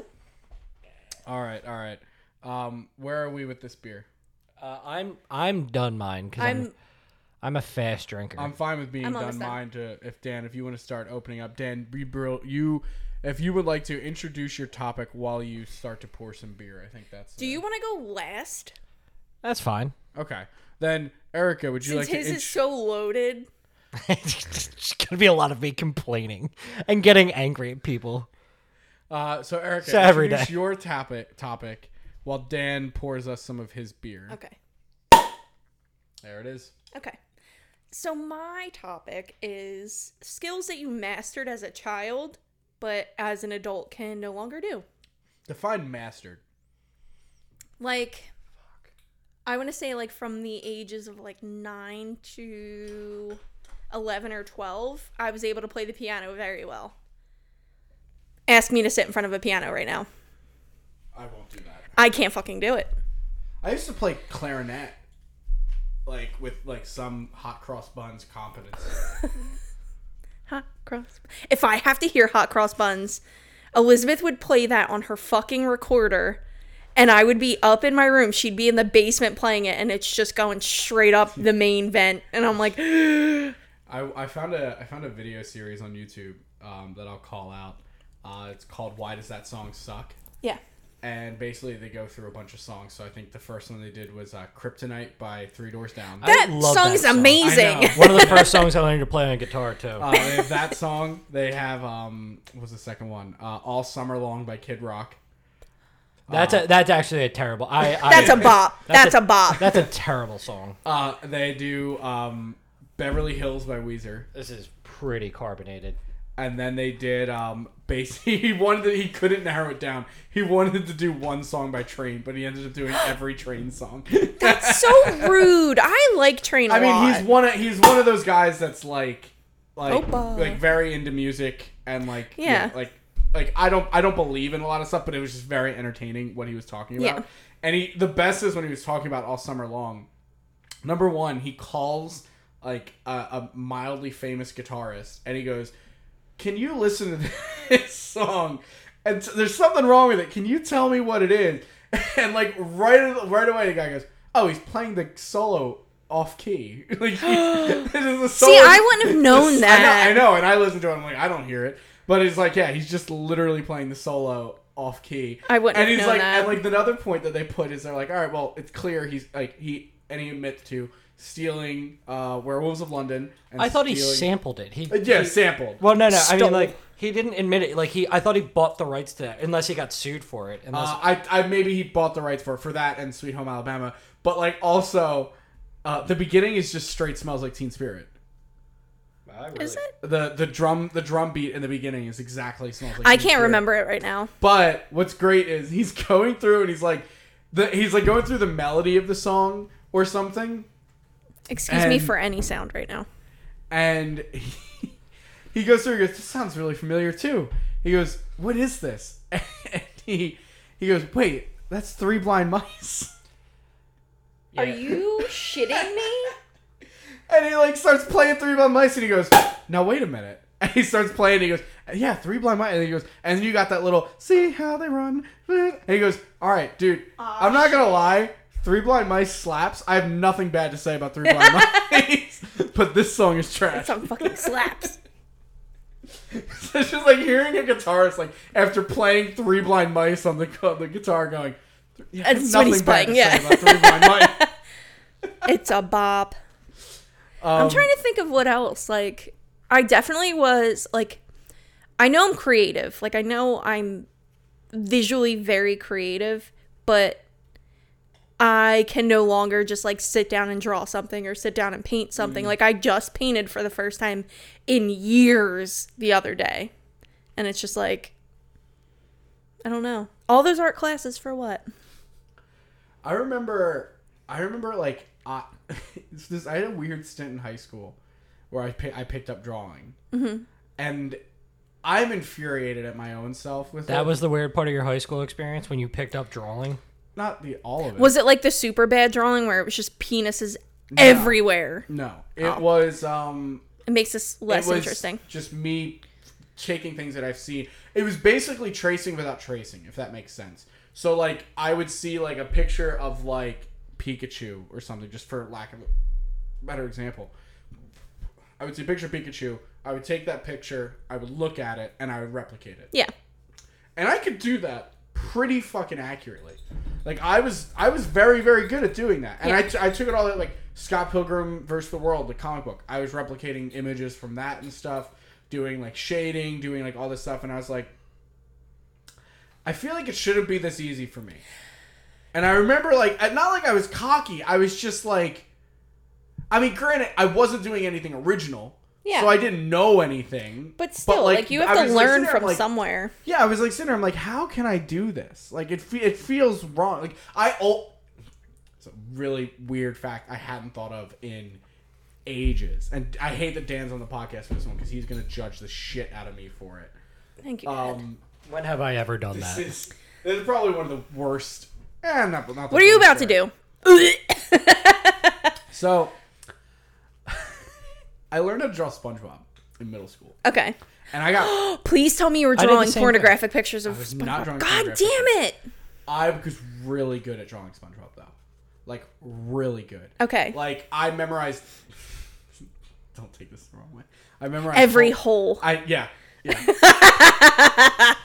Speaker 1: All right, all right. Um, where are we with this beer?
Speaker 2: uh, I'm I'm done mine because I'm, I'm
Speaker 3: I'm,
Speaker 2: a fast drinker.
Speaker 1: I'm fine with being
Speaker 3: I'm
Speaker 1: done
Speaker 3: almost done.
Speaker 1: mine to if Dan, if you want to start opening up, Dan, you bro- you if you would like to introduce your topic while you start to pour some beer, I think that's
Speaker 3: do you want to go last?
Speaker 2: That's fine.
Speaker 1: Okay. Then Erica, would you
Speaker 3: Since
Speaker 1: like
Speaker 3: his
Speaker 1: to
Speaker 3: is
Speaker 1: int-
Speaker 3: so loaded.
Speaker 2: it's gonna be a lot of me complaining and getting angry at people.
Speaker 1: uh so Erica
Speaker 2: So every
Speaker 1: introduce
Speaker 2: day.
Speaker 1: your topic topic while Dan pours us some of his beer.
Speaker 3: Okay.
Speaker 1: There it is.
Speaker 3: Okay. So my topic is skills that you mastered as a child, but as an adult can no longer do.
Speaker 1: Define mastered.
Speaker 3: Like I want to say like from the ages of like 9 to 11 or 12, I was able to play the piano very well. Ask me to sit in front of a piano right now.
Speaker 1: I won't do that.
Speaker 3: I can't fucking do it.
Speaker 1: I used to play clarinet like with like some hot cross buns competence.
Speaker 3: Hot cross. If I have to hear hot cross buns, Elizabeth would play that on her fucking recorder, and I would be up in my room. She'd be in the basement playing it, and it's just going straight up the main vent. And I'm like,
Speaker 1: I, I found a I found a video series on YouTube um, that I'll call out. Uh, it's called "Why Does That Song Suck?"
Speaker 3: yeah,
Speaker 1: And basically, they go through a bunch of songs. So I think the first one they did was uh, "Kryptonite" by Three Doors Down.
Speaker 3: that
Speaker 2: love
Speaker 3: song's
Speaker 2: that song.
Speaker 1: I
Speaker 3: amazing.
Speaker 1: know.
Speaker 2: One of the first songs I learned to play on guitar too.
Speaker 1: uh, they have that song. They have um, what was the second one? Uh, "All Summer Long" by Kid Rock.
Speaker 2: that's a, that's actually a terrible. I, I
Speaker 3: That's a bop. That's, a, bop.
Speaker 2: that's a terrible song.
Speaker 1: Uh, they do um, Beverly Hills by Weezer,
Speaker 2: This is pretty carbonated.
Speaker 1: and then they did um basically he wanted to, he couldn't narrow it down. He wanted to do one song by Train, but he ended up doing every Train song.
Speaker 3: That's so rude. I like Train a
Speaker 1: I mean,
Speaker 3: lot.
Speaker 1: he's one of he's one of those guys that's like like
Speaker 3: Opa.
Speaker 1: like very into music and like you
Speaker 3: Yeah.
Speaker 1: know, like like I don't I don't believe in a lot of stuff, but it was just very entertaining what he was talking about.
Speaker 3: Yeah.
Speaker 1: And he the best is when he was talking about all summer long. Number one, he calls like a, a mildly famous guitarist, and he goes, "Can you listen to this song?" And t- there's something wrong with it. Can you tell me what it is? And like right right away, the guy goes, "Oh, he's playing the solo off key." like this is a solo.
Speaker 3: See, I wouldn't have known
Speaker 1: This-
Speaker 3: that.
Speaker 1: I know, I know, and I listen to it. I'm like, I don't hear it, but it's like, yeah, he's just literally playing the solo off key.
Speaker 3: I wouldn't
Speaker 1: And
Speaker 3: have
Speaker 1: he's
Speaker 3: known
Speaker 1: like,
Speaker 3: that.
Speaker 1: and like another point that they put is they're like, all right, well, it's clear he's like he and he admits to stealing uh, Werewolves of London. And
Speaker 2: I thought he
Speaker 1: stealing-
Speaker 2: sampled it. He
Speaker 1: Uh, Yeah,
Speaker 2: he-
Speaker 1: sampled.
Speaker 2: Well, no, no. I
Speaker 1: Stole.
Speaker 2: mean, like he didn't admit it. Like he, I thought he bought the rights to that, unless he got sued for it. Unless
Speaker 1: Uh, I, I maybe he bought the rights for for that and Sweet Home Alabama, but like also, uh, the beginning is just straight smells like Teen Spirit.
Speaker 3: Is it?
Speaker 1: The the drum the drum beat in the beginning is exactly smells like.
Speaker 3: I
Speaker 1: Teen
Speaker 3: can't
Speaker 1: Spirit.
Speaker 3: remember it right now.
Speaker 1: But what's great is he's going through and he's like, the, he's like going through the melody of the song or something,
Speaker 3: Excuse me
Speaker 1: And-
Speaker 3: for any sound right now.
Speaker 1: and he, he goes through. He goes, "This sounds really familiar too." He goes, "What is this?" And he he goes, "Wait, that's Three Blind Mice."
Speaker 2: Yeah.
Speaker 3: Are you shitting me?
Speaker 1: And he like starts playing Three Blind Mice, and he goes, "Now wait a minute." And he starts playing. And he goes, "Yeah, Three Blind Mice." And he goes, and you got that little "See how they run." And he goes, "All right, dude, I'm not gonna lie. Three Blind Mice slaps. I have nothing bad to say about Three Blind Mice, but this song is trash."
Speaker 3: Some fucking slaps.
Speaker 1: it's just like hearing a guitarist like after playing Three Blind Mice on the on the guitar going. Yeah, I have
Speaker 3: That's what he's
Speaker 1: nothing bad
Speaker 3: playing,
Speaker 1: to
Speaker 3: yeah.
Speaker 1: say about Three Blind Mice.
Speaker 3: It's a bop.
Speaker 1: Um,
Speaker 3: I'm trying to think of what else. Like, I definitely was like, I know I'm creative. Like, I know I'm visually very creative, but I can no longer just like sit down and draw something or sit down and paint something. Like, I just painted for the first time in years the other day. And it's just like, I don't know. All those art classes for what?
Speaker 1: I remember, I remember like I, it's this, I had a weird stint in high school where I pi- I picked up drawing,
Speaker 2: Mm-hmm.
Speaker 1: and I'm infuriated at my own self with
Speaker 2: that
Speaker 1: it.
Speaker 2: was the weird part of your high school experience when you picked up drawing.
Speaker 1: not the all of it.
Speaker 3: Was it like the super bad drawing where it was just penises everywhere?
Speaker 1: no, it
Speaker 2: Oh.
Speaker 1: was um,
Speaker 3: It makes this
Speaker 1: it
Speaker 3: less
Speaker 1: was
Speaker 3: interesting.
Speaker 1: just me taking things that I've seen. It was basically tracing without tracing, if that makes sense. So like I would see like a picture of like Pikachu or something, just for lack of a better example. I would see a picture of Pikachu. I would take that picture, I would look at it, and I would replicate it.
Speaker 3: Yeah.
Speaker 1: And I could do that pretty fucking accurately. Like I was, I was very, very good at doing that. And I, t- I took it all that like Scott Pilgrim versus the World, the comic book. I was replicating images from that and stuff, doing like shading, doing like all this stuff. And I was like, I feel like it shouldn't be this easy for me. And I remember like, I- not like I was cocky. I was just like, I mean, granted, I wasn't doing anything original.
Speaker 3: Yeah.
Speaker 1: So I didn't know anything.
Speaker 3: But still, like, you have
Speaker 1: I
Speaker 3: to
Speaker 1: was, like,
Speaker 3: learn
Speaker 1: sitting there,
Speaker 3: from
Speaker 1: like,
Speaker 3: somewhere.
Speaker 1: yeah, I was like sitting there. I'm like, how can I do this? Like it, fe- it feels wrong. Like I, oh, it's a really weird fact I hadn't thought of in ages, and I hate that Dan's on the podcast for this one because he's gonna judge the shit out of me for it.
Speaker 3: Thank you. Dad.
Speaker 1: Um,
Speaker 2: When have I ever done
Speaker 1: this
Speaker 2: that?
Speaker 1: is this is probably one of the worst. Eh, not, not
Speaker 3: what are you about to do?
Speaker 1: So, I learned how to draw SpongeBob in middle school,
Speaker 3: okay.
Speaker 1: and I got
Speaker 3: Please tell me you were
Speaker 2: did the
Speaker 3: drawing
Speaker 2: same thing.
Speaker 3: pornographic pictures of
Speaker 1: was not
Speaker 3: SpongeBob.
Speaker 1: drawing
Speaker 3: God
Speaker 1: pornographic
Speaker 3: damn it.
Speaker 1: I was really good at drawing SpongeBob though, like really good.
Speaker 3: Okay.
Speaker 1: Like I memorized. Don't take this the wrong way. I memorized
Speaker 3: Every
Speaker 1: whole-
Speaker 3: hole.
Speaker 1: I yeah yeah.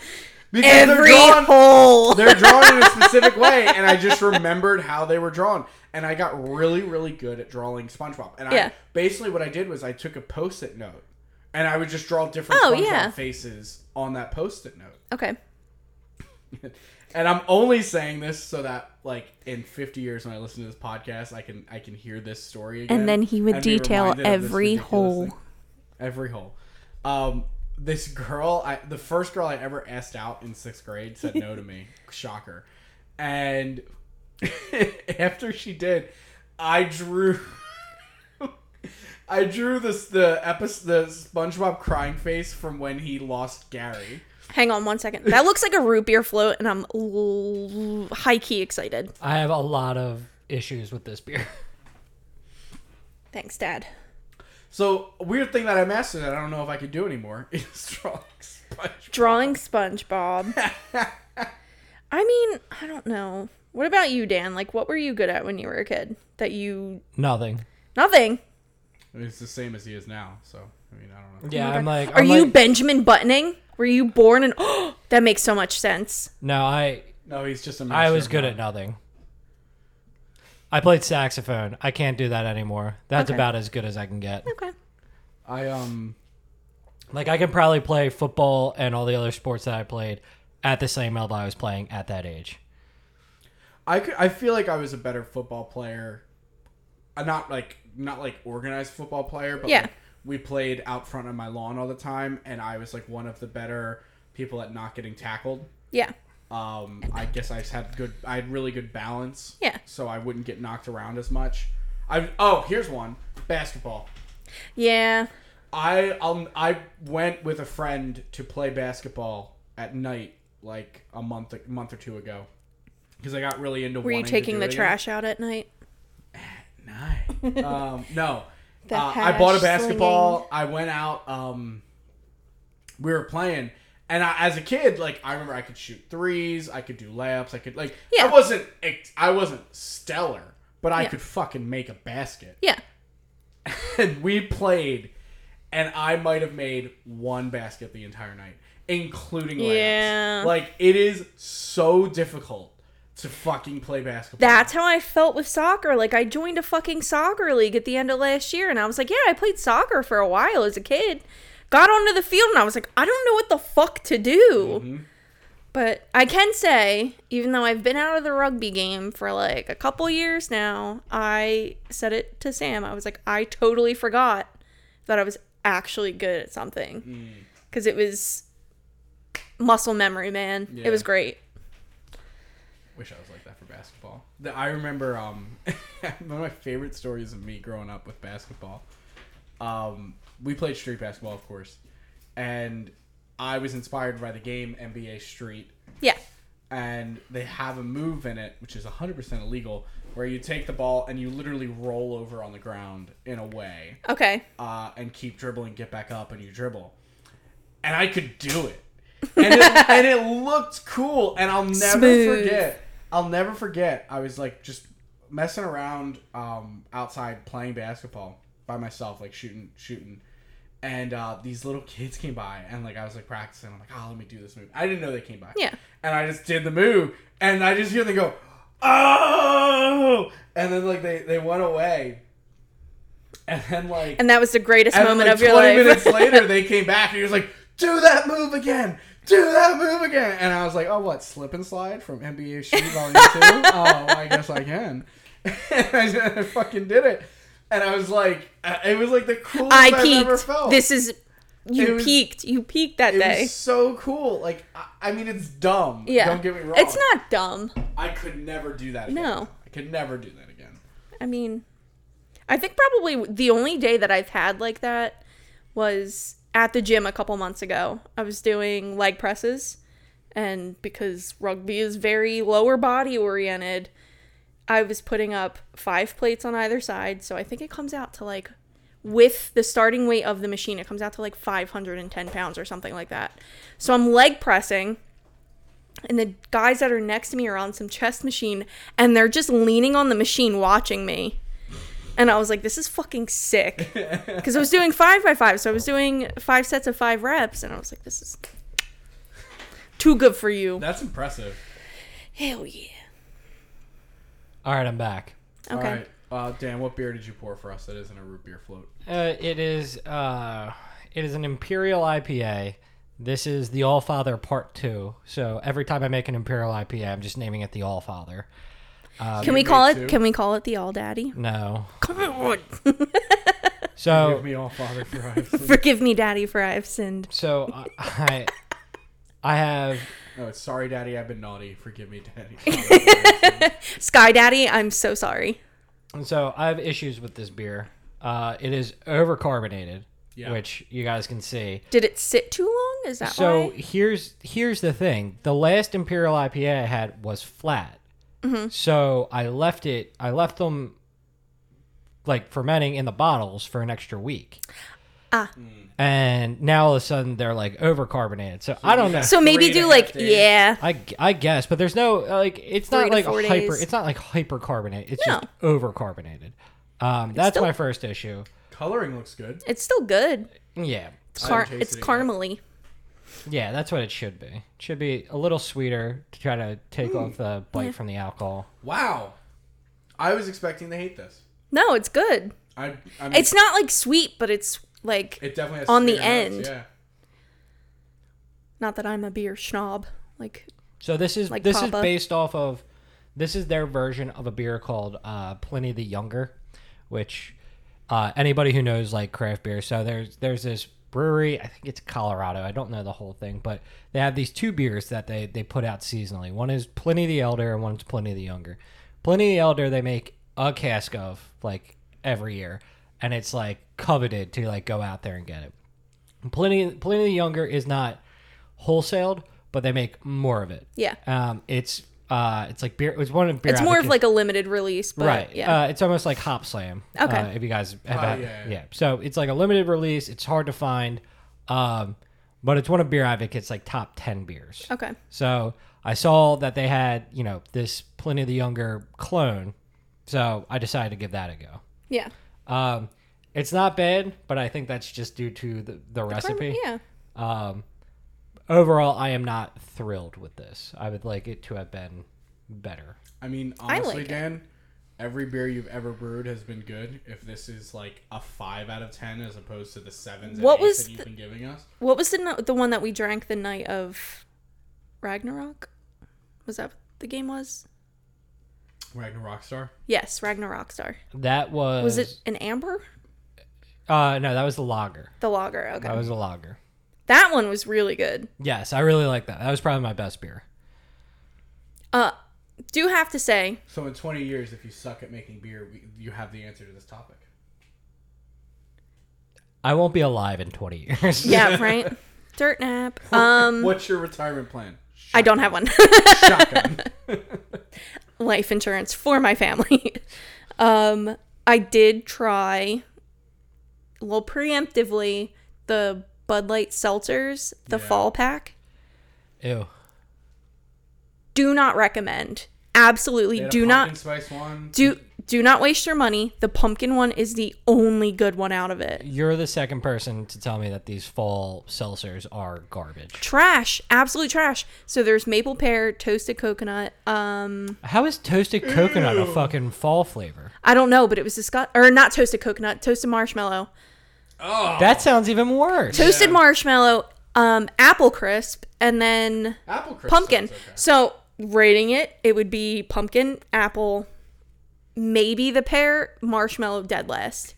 Speaker 1: because
Speaker 3: Every
Speaker 1: they're drawn,
Speaker 3: hole.
Speaker 1: they're drawn in a specific way, and I just remembered how they were drawn, and I got really really good at drawing SpongeBob. And
Speaker 3: Yeah.
Speaker 1: I basically what I did was I took a post-it note, and I would just draw different
Speaker 3: Oh,
Speaker 1: SpongeBob
Speaker 3: yeah.
Speaker 1: faces on that post-it note.
Speaker 3: okay.
Speaker 1: and I'm only saying this so that like in 50 years when I listen to this podcast, I can I can hear this story again.
Speaker 3: then he would
Speaker 1: be
Speaker 3: detail
Speaker 1: reminded of this
Speaker 3: every
Speaker 1: ridiculous
Speaker 3: hole.
Speaker 1: thing. Every hole. Um, this girl, I, the first girl I ever asked out in sixth grade, said no to me. Shocker. And after she did, I drew. I drew this the episode the SpongeBob crying face from when he lost Gary.
Speaker 3: Hang on one second. That looks like a root beer float, and I'm l- high key excited.
Speaker 2: I have a lot of issues with this beer.
Speaker 3: Thanks, Dad.
Speaker 1: So weird thing that I mastered that I don't know if I could do anymore is drawing SpongeBob.
Speaker 3: Drawing SpongeBob. I mean, I don't know. What about you, Dan? Like, what were you good at when you were a kid? That you.
Speaker 2: Nothing.
Speaker 3: Nothing.
Speaker 1: I mean, it's the same as he is now, so I mean I don't know.
Speaker 2: Yeah, I'm like.
Speaker 3: Oh Are
Speaker 2: I'm
Speaker 3: you
Speaker 2: like-
Speaker 3: Benjamin Buttoning? Were you born and. Oh, that makes so much sense.
Speaker 2: no, I.
Speaker 1: No, he's just a
Speaker 2: I
Speaker 1: master
Speaker 2: was
Speaker 1: of
Speaker 2: good
Speaker 1: none.
Speaker 2: at nothing. I played saxophone. I can't do that anymore. That's
Speaker 3: Okay.
Speaker 2: about as good as I can get.
Speaker 3: Okay.
Speaker 1: I um
Speaker 2: Like I can probably play football and all the other sports that I played at the same level I was playing at that age.
Speaker 1: I could, I feel like I was a better football player. Uh, Not like not like organized football player, but
Speaker 3: Yeah.
Speaker 1: like, we played out front on my lawn all the time and I was like one of the better people at not getting tackled.
Speaker 3: Yeah.
Speaker 1: Um, I guess I just had good. I had really good balance.
Speaker 3: Yeah.
Speaker 1: So I wouldn't get knocked around as much. I oh here's one basketball.
Speaker 3: Yeah.
Speaker 1: I um I went with a friend to play basketball at night like a month a month or two ago because I got really into.
Speaker 3: Were you
Speaker 1: wanting to
Speaker 3: taking
Speaker 1: do
Speaker 3: the
Speaker 1: it again.
Speaker 3: trash out at night?
Speaker 1: Nice. um, no.
Speaker 3: The
Speaker 1: Uh, I bought a
Speaker 3: hash
Speaker 1: basketball. I went out. Um, we were playing, and I, as a kid, like I remember, I could shoot threes. I could do layups. I could like. I
Speaker 3: Yeah.
Speaker 1: wasn't. ex- I wasn't stellar, but I
Speaker 3: Yeah.
Speaker 1: could fucking make a basket.
Speaker 3: Yeah.
Speaker 1: And we played, and I might have made one basket the entire night, including layups.
Speaker 3: Yeah.
Speaker 1: Like it is so difficult to fucking play basketball.
Speaker 3: That's how I felt with soccer. Like I joined a fucking soccer league at the end of last year and I was like, yeah, I played soccer for a while as a kid. Got onto the field and I was like, I don't know what the fuck to do. But I can say, even though I've been out of the rugby game for like a couple years now, I said it to Sam. I was like, I totally forgot that I was actually good at something. Because it was muscle memory, man.
Speaker 1: Yeah.
Speaker 3: It was great.
Speaker 1: Wish I was like that for basketball. The- I remember um, one of my favorite stories of me growing up with basketball. Um, we played street basketball, of course, and I was inspired by the game NBA Street,
Speaker 3: Yeah.
Speaker 1: and they have a move in it which is 100% illegal, where you take the ball and you literally roll over on the ground in a way
Speaker 3: Okay.
Speaker 1: uh, and keep dribbling, get back up, and you dribble. And I could do it. And it, and it looked cool. And I'll never
Speaker 3: Smooth.
Speaker 1: forget. I'll never forget. I was like just messing around um, outside playing basketball by myself, like shooting, shooting. And uh, these little kids came by, and like I was like practicing. I'm like, oh, let me do this move. I didn't know they came by.
Speaker 3: Yeah.
Speaker 1: And I just did the move, and I just hear them go, oh! And then like they they went away. And then like
Speaker 3: And that was the greatest
Speaker 1: and
Speaker 3: moment
Speaker 1: like
Speaker 3: of your
Speaker 1: 20
Speaker 3: life.
Speaker 1: minutes later, they came back and he was like, "Do that move again, do that move again." And I was like, "Oh, what? Slip and slide from NBA Street Volume Two? Oh, I guess I can." and I just- I fucking did it, and I was like, I- it was like the coolest I
Speaker 3: I
Speaker 1: have ever
Speaker 3: peaked.
Speaker 1: felt.
Speaker 3: This is
Speaker 1: It
Speaker 3: you
Speaker 1: was-
Speaker 3: peaked. You peaked that
Speaker 1: it
Speaker 3: day.
Speaker 1: was so cool. Like, I, I mean, it's dumb.
Speaker 3: yeah.
Speaker 1: Don't get me wrong.
Speaker 3: It's not dumb.
Speaker 1: I could never do that. Again.
Speaker 3: No.
Speaker 1: I could never do that again.
Speaker 3: I mean, I think probably the only day that I've had like that was at the gym a couple months ago. I was doing leg presses, and because rugby is very lower body oriented, I was putting up five plates on either side. So I think it comes out to like, with the starting weight of the machine, it comes out to like 510 pounds or something like that. So I'm leg pressing, and the guys that are next to me are on some chest machine and they're just leaning on the machine watching me and i was like this is fucking sick because i was doing five by five so i was doing five sets of five reps and i was like this is too good for you
Speaker 1: That's impressive.
Speaker 3: hell yeah
Speaker 2: All right, I'm back.
Speaker 3: okay
Speaker 1: All right, uh, Dan, what beer did you pour for us that isn't a root beer float?
Speaker 2: Uh, it is uh, it is an imperial IPA This is the All Father Part Two. So every time I make an Imperial IPA, I'm just naming it the All Father.
Speaker 1: Uh,
Speaker 3: Can we call
Speaker 1: too.
Speaker 3: it? Can we call it the All Daddy?
Speaker 2: No.
Speaker 3: Come on.
Speaker 1: Give
Speaker 2: So
Speaker 1: me all father for I've sinned.
Speaker 3: Forgive me, Daddy, for I have sinned.
Speaker 2: so I- I I have
Speaker 1: No, it's sorry, daddy. I've been naughty. Forgive me, daddy.
Speaker 3: Sky Daddy, I'm so sorry.
Speaker 2: so I have issues with this beer. Uh, it is overcarbonated,
Speaker 1: Yeah.
Speaker 2: which you guys can see.
Speaker 3: Did it sit too long? Is that
Speaker 2: So
Speaker 3: why?
Speaker 2: here's here's the thing. The last Imperial IPA I had was flat.
Speaker 3: Mm-hmm.
Speaker 2: So I left it. I left them like fermenting in the bottles for an extra week.
Speaker 3: Ah.
Speaker 2: And now all of a sudden they're like overcarbonated. So, I don't know.
Speaker 3: So
Speaker 1: Three
Speaker 3: maybe
Speaker 1: and a
Speaker 3: do
Speaker 1: half
Speaker 3: like
Speaker 1: days.
Speaker 3: yeah.
Speaker 2: I, I guess, but there's no like it's
Speaker 3: Three
Speaker 2: not
Speaker 3: to
Speaker 2: like
Speaker 3: four
Speaker 2: hyper.
Speaker 3: days.
Speaker 2: It's not like hypercarbonate. It's
Speaker 3: No.
Speaker 2: just overcarbonated. Um, that's
Speaker 3: still-
Speaker 2: my first issue.
Speaker 1: Coloring looks good.
Speaker 3: It's still good.
Speaker 2: Yeah.
Speaker 3: It's, car-
Speaker 1: tasted
Speaker 3: it's
Speaker 1: it yet.
Speaker 3: caramely.
Speaker 2: Yeah, that's what it should be. It should be a little sweeter to try to take off the bite from the alcohol.
Speaker 1: Wow. I was expecting to hate this.
Speaker 3: No, it's good.
Speaker 1: I, I mean,
Speaker 3: It's not like sweet, but it's like
Speaker 1: Mm. it definitely has
Speaker 3: on the
Speaker 1: sweeter notes,
Speaker 3: end.
Speaker 1: Yeah.
Speaker 3: not that I'm a beer snob. Like
Speaker 2: So this is
Speaker 3: Like
Speaker 2: this is
Speaker 3: Papa.
Speaker 2: based off of this is their version of a beer called uh, Pliny the Younger, which uh, anybody who knows like craft beer. So there's there's this brewery. I think it's Colorado. I don't know the whole thing, but they have these two beers that they they put out seasonally. One is Pliny the Elder, and one's Pliny the Younger. Pliny the Elder, they make a cask of like every year, and it's like coveted to like go out there and get it. Pliny Pliny the Younger is not wholesaled, but they make more of it.
Speaker 3: yeah.
Speaker 2: Um, it's uh, it's like beer. It's one of beer.
Speaker 3: it's more of
Speaker 2: advocates-
Speaker 3: like a limited release, but
Speaker 2: right.
Speaker 3: yeah.
Speaker 2: Uh, it's almost like Hop Slam.
Speaker 3: Okay.
Speaker 2: Uh, if you guys have
Speaker 1: Oh,
Speaker 2: had-
Speaker 1: yeah, yeah.
Speaker 2: yeah. So it's like a limited release. It's hard to find, um, but it's one of beer advocates like top ten beers.
Speaker 3: okay.
Speaker 2: So I saw that they had you know this Pliny the Younger clone, so I decided to give that a go.
Speaker 3: Yeah.
Speaker 2: Um, it's not bad, but I think that's just due to the, the, recipe.
Speaker 3: Yeah.
Speaker 2: Um, overall, I am not thrilled with this. I would like it to have been better.
Speaker 1: I mean, honestly,
Speaker 3: like it.
Speaker 1: Dan, every beer you've ever brewed has been good. If this is like a five out of ten as opposed to the sevens and
Speaker 3: What
Speaker 1: eights
Speaker 3: was
Speaker 1: that you've
Speaker 3: the-
Speaker 1: been giving us,
Speaker 3: What was the no- the one that we drank the night of Ragnarok? Was that what the game was?
Speaker 1: Ragnar Rockstar.
Speaker 3: Yes, Ragnarok Star.
Speaker 2: That was
Speaker 3: Was it an amber?
Speaker 2: Uh, no, that was the lager.
Speaker 3: The lager. Okay.
Speaker 2: That was the lager.
Speaker 3: that one was really good.
Speaker 2: Yes, I really like that. That was probably my best beer.
Speaker 3: Uh do have to say,
Speaker 1: So in twenty years, if you suck at making beer, we, you have the answer to this topic.
Speaker 2: I won't be alive in 20 years.
Speaker 3: yeah, right? Dirt nap. Um
Speaker 1: What's your retirement plan?
Speaker 3: I don't have one.
Speaker 1: Shotgun.
Speaker 3: life insurance for my family. um, I did try a little preemptively the Bud Light seltzers, the
Speaker 1: Yeah.
Speaker 3: fall pack.
Speaker 2: Ew.
Speaker 3: Do not recommend. Absolutely
Speaker 1: They had a
Speaker 3: do
Speaker 1: pumpkin
Speaker 3: not
Speaker 1: spice one.
Speaker 3: do do not waste your money. The pumpkin one is the only good one out of it.
Speaker 2: You're the second person to tell me that these fall seltzers are garbage.
Speaker 3: Trash, absolute trash. So there's maple pear, toasted coconut. Um,
Speaker 2: How is toasted coconut a fucking fall flavor?
Speaker 3: I don't know, but it was disgust or not toasted coconut, toasted marshmallow.
Speaker 1: Oh,
Speaker 2: That sounds even worse.
Speaker 3: toasted marshmallow, um, apple crisp, and then
Speaker 1: apple crisp.
Speaker 3: pumpkin.
Speaker 1: sounds okay.
Speaker 3: So rating it, it would be pumpkin, apple, maybe the pear, marshmallow dead last.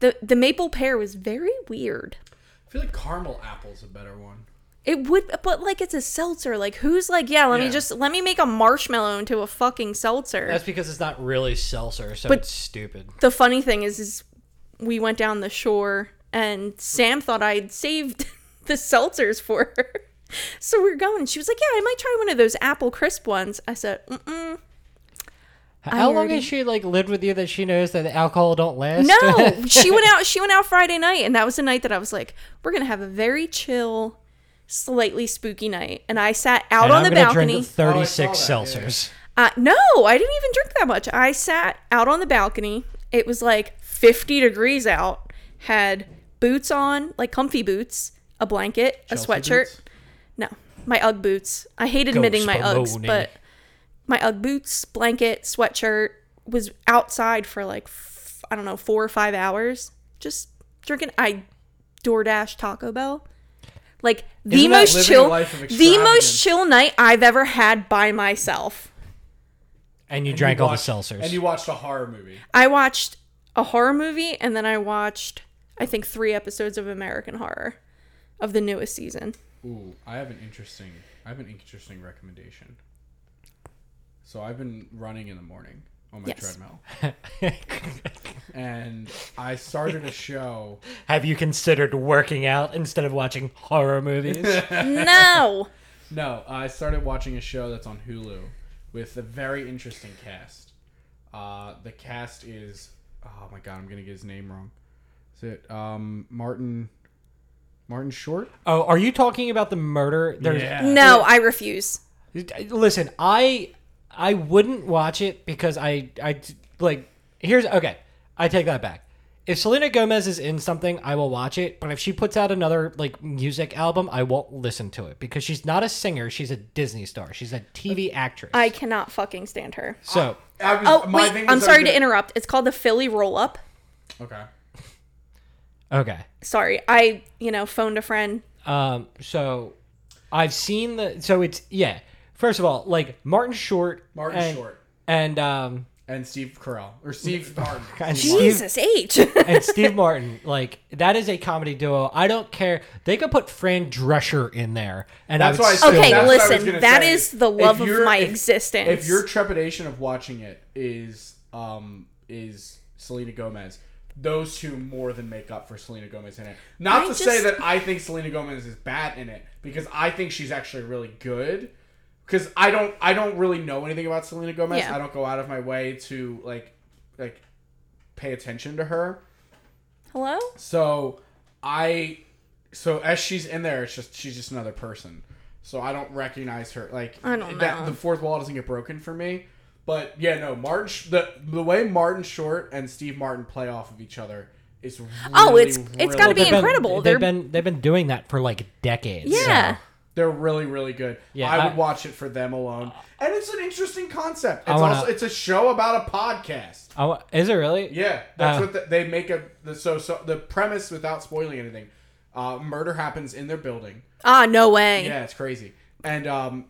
Speaker 3: The the maple pear was very weird.
Speaker 1: I feel like caramel apple's a better one.
Speaker 3: It would but like it's a seltzer. Like who's like, yeah, let
Speaker 1: Yeah.
Speaker 3: me just let me make a marshmallow into a fucking seltzer.
Speaker 2: That's because it's not really seltzer, so
Speaker 3: But-
Speaker 2: it's stupid.
Speaker 3: the funny thing is is we went down the shore and Sam thought I'd saved the seltzers for her. So we are going. She was like, "Yeah, I might try one of those apple crisp ones." I said, Mm-mm.
Speaker 2: How long
Speaker 3: already-
Speaker 2: has she like lived with you that she knows that alcohol don't last?
Speaker 3: "No." she went out. She went out Friday night, and that was the night that I was like, "We're gonna have a very chill, slightly spooky night." And I sat out
Speaker 2: And
Speaker 3: on
Speaker 2: I'm
Speaker 3: the
Speaker 2: gonna
Speaker 3: balcony.
Speaker 2: Drink 36
Speaker 1: Oh, I saw that, yeah.
Speaker 2: seltzers.
Speaker 3: Uh, no, I didn't even drink that much. I sat out on the balcony. It was like 50 degrees out. Had boots on, like comfy boots, a blanket, a
Speaker 1: Chelsea
Speaker 3: sweatshirt.
Speaker 1: boots?
Speaker 3: No, my UGG boots. I hate admitting my UGGs,
Speaker 2: Baloney.
Speaker 3: but my UGG boots, blanket, sweatshirt was outside for like f- I don't know four or five hours, just drinking. I DoorDash Taco Bell. Like the
Speaker 1: Isn't that
Speaker 3: most
Speaker 1: living a
Speaker 3: chill,
Speaker 1: life of
Speaker 3: the most
Speaker 1: extravagance?
Speaker 3: chill night I've ever had by myself.
Speaker 2: And you drank all
Speaker 1: watched-
Speaker 2: the seltzers.
Speaker 1: And you watched a horror movie.
Speaker 3: I watched a horror movie and then I watched I think 3 episodes of American Horror of the newest season.
Speaker 1: Ooh, I have an interesting I have an interesting recommendation. So I've been running in the morning on my
Speaker 3: Yes.
Speaker 1: treadmill. And I started a show
Speaker 2: Have you considered working out instead of watching horror movies?
Speaker 3: no.
Speaker 1: No, I started watching a show that's on Hulu with a very interesting cast. Uh, the cast is oh my god, I'm gonna get his name wrong. Is it um, Martin Martin Short?
Speaker 2: oh, are you talking about the murder? There's,
Speaker 3: No, I refuse.
Speaker 2: Listen, I I wouldn't watch it because I I like here's okay. I take that back. If Selena Gomez is in something, I will watch it. But if she puts out another like music album, I won't listen to it because she's not a singer. She's a Disney star. She's a TV actress.
Speaker 3: I cannot fucking stand her.
Speaker 2: so
Speaker 1: I was-
Speaker 3: Oh,
Speaker 1: my
Speaker 3: wait.
Speaker 1: thing was I
Speaker 3: I'm
Speaker 1: was
Speaker 3: sorry to
Speaker 1: gonna-
Speaker 3: interrupt. It's called the Philly Roll Up.
Speaker 1: Okay.
Speaker 2: okay.
Speaker 3: Sorry. I, you know, phoned a friend.
Speaker 2: Um. So I've seen the. So it's yeah. First of all, like Martin Short.
Speaker 1: Martin
Speaker 2: and-
Speaker 1: Short
Speaker 2: and um
Speaker 1: and Steve Carell or Steve Martin.
Speaker 2: and
Speaker 1: Steve Martin.
Speaker 3: Jesus H.
Speaker 2: and Steve Martin, like that is a comedy duo. I don't care. They could put Fran Drescher in there, and
Speaker 1: That's
Speaker 2: I
Speaker 1: why. I
Speaker 2: would
Speaker 1: said-
Speaker 2: still.
Speaker 3: Okay,
Speaker 1: that's what I was
Speaker 3: listen,
Speaker 1: gonna
Speaker 3: that
Speaker 1: say.
Speaker 3: is the love
Speaker 1: If
Speaker 3: of
Speaker 1: you're-
Speaker 3: my
Speaker 1: if-
Speaker 3: existence.
Speaker 1: If your trepidation of watching it is um is Selena Gomez, those two more than make up for Selena Gomez in it. Not
Speaker 3: I
Speaker 1: to
Speaker 3: just-
Speaker 1: say that I think Selena Gomez is bad in it because I think she's actually really good. Because I don't I don't really know anything about Selena Gomez.
Speaker 3: Yeah.
Speaker 1: I don't go out of my way to like like pay attention to her.
Speaker 3: Hello?
Speaker 1: So I so as she's in there, it's just she's just another person. So I don't recognize her. Like
Speaker 3: I don't
Speaker 1: That,
Speaker 3: know.
Speaker 1: the fourth wall doesn't get broken for me. But yeah, no, Martin Sh- the the way Martin Short and Steve Martin play off of each other is really,
Speaker 3: Oh, it's- it's
Speaker 1: really-
Speaker 3: gotta be
Speaker 2: They've been-
Speaker 3: incredible.
Speaker 2: They've
Speaker 3: They're-
Speaker 2: been they've been doing that for like decades.
Speaker 3: Yeah.
Speaker 2: so
Speaker 1: They're really really good.
Speaker 2: Yeah,
Speaker 1: I would
Speaker 2: I-
Speaker 1: watch it for them alone, and it's an interesting concept. It's
Speaker 2: I wanna-
Speaker 1: also it's a show about a podcast.
Speaker 2: I wa- Oh, is it really?
Speaker 1: Yeah, that's
Speaker 2: Uh,
Speaker 1: what the, they make a the so so the premise without spoiling anything. Uh, murder happens in their building.
Speaker 3: Ah, no way.
Speaker 1: Yeah, it's crazy. And um,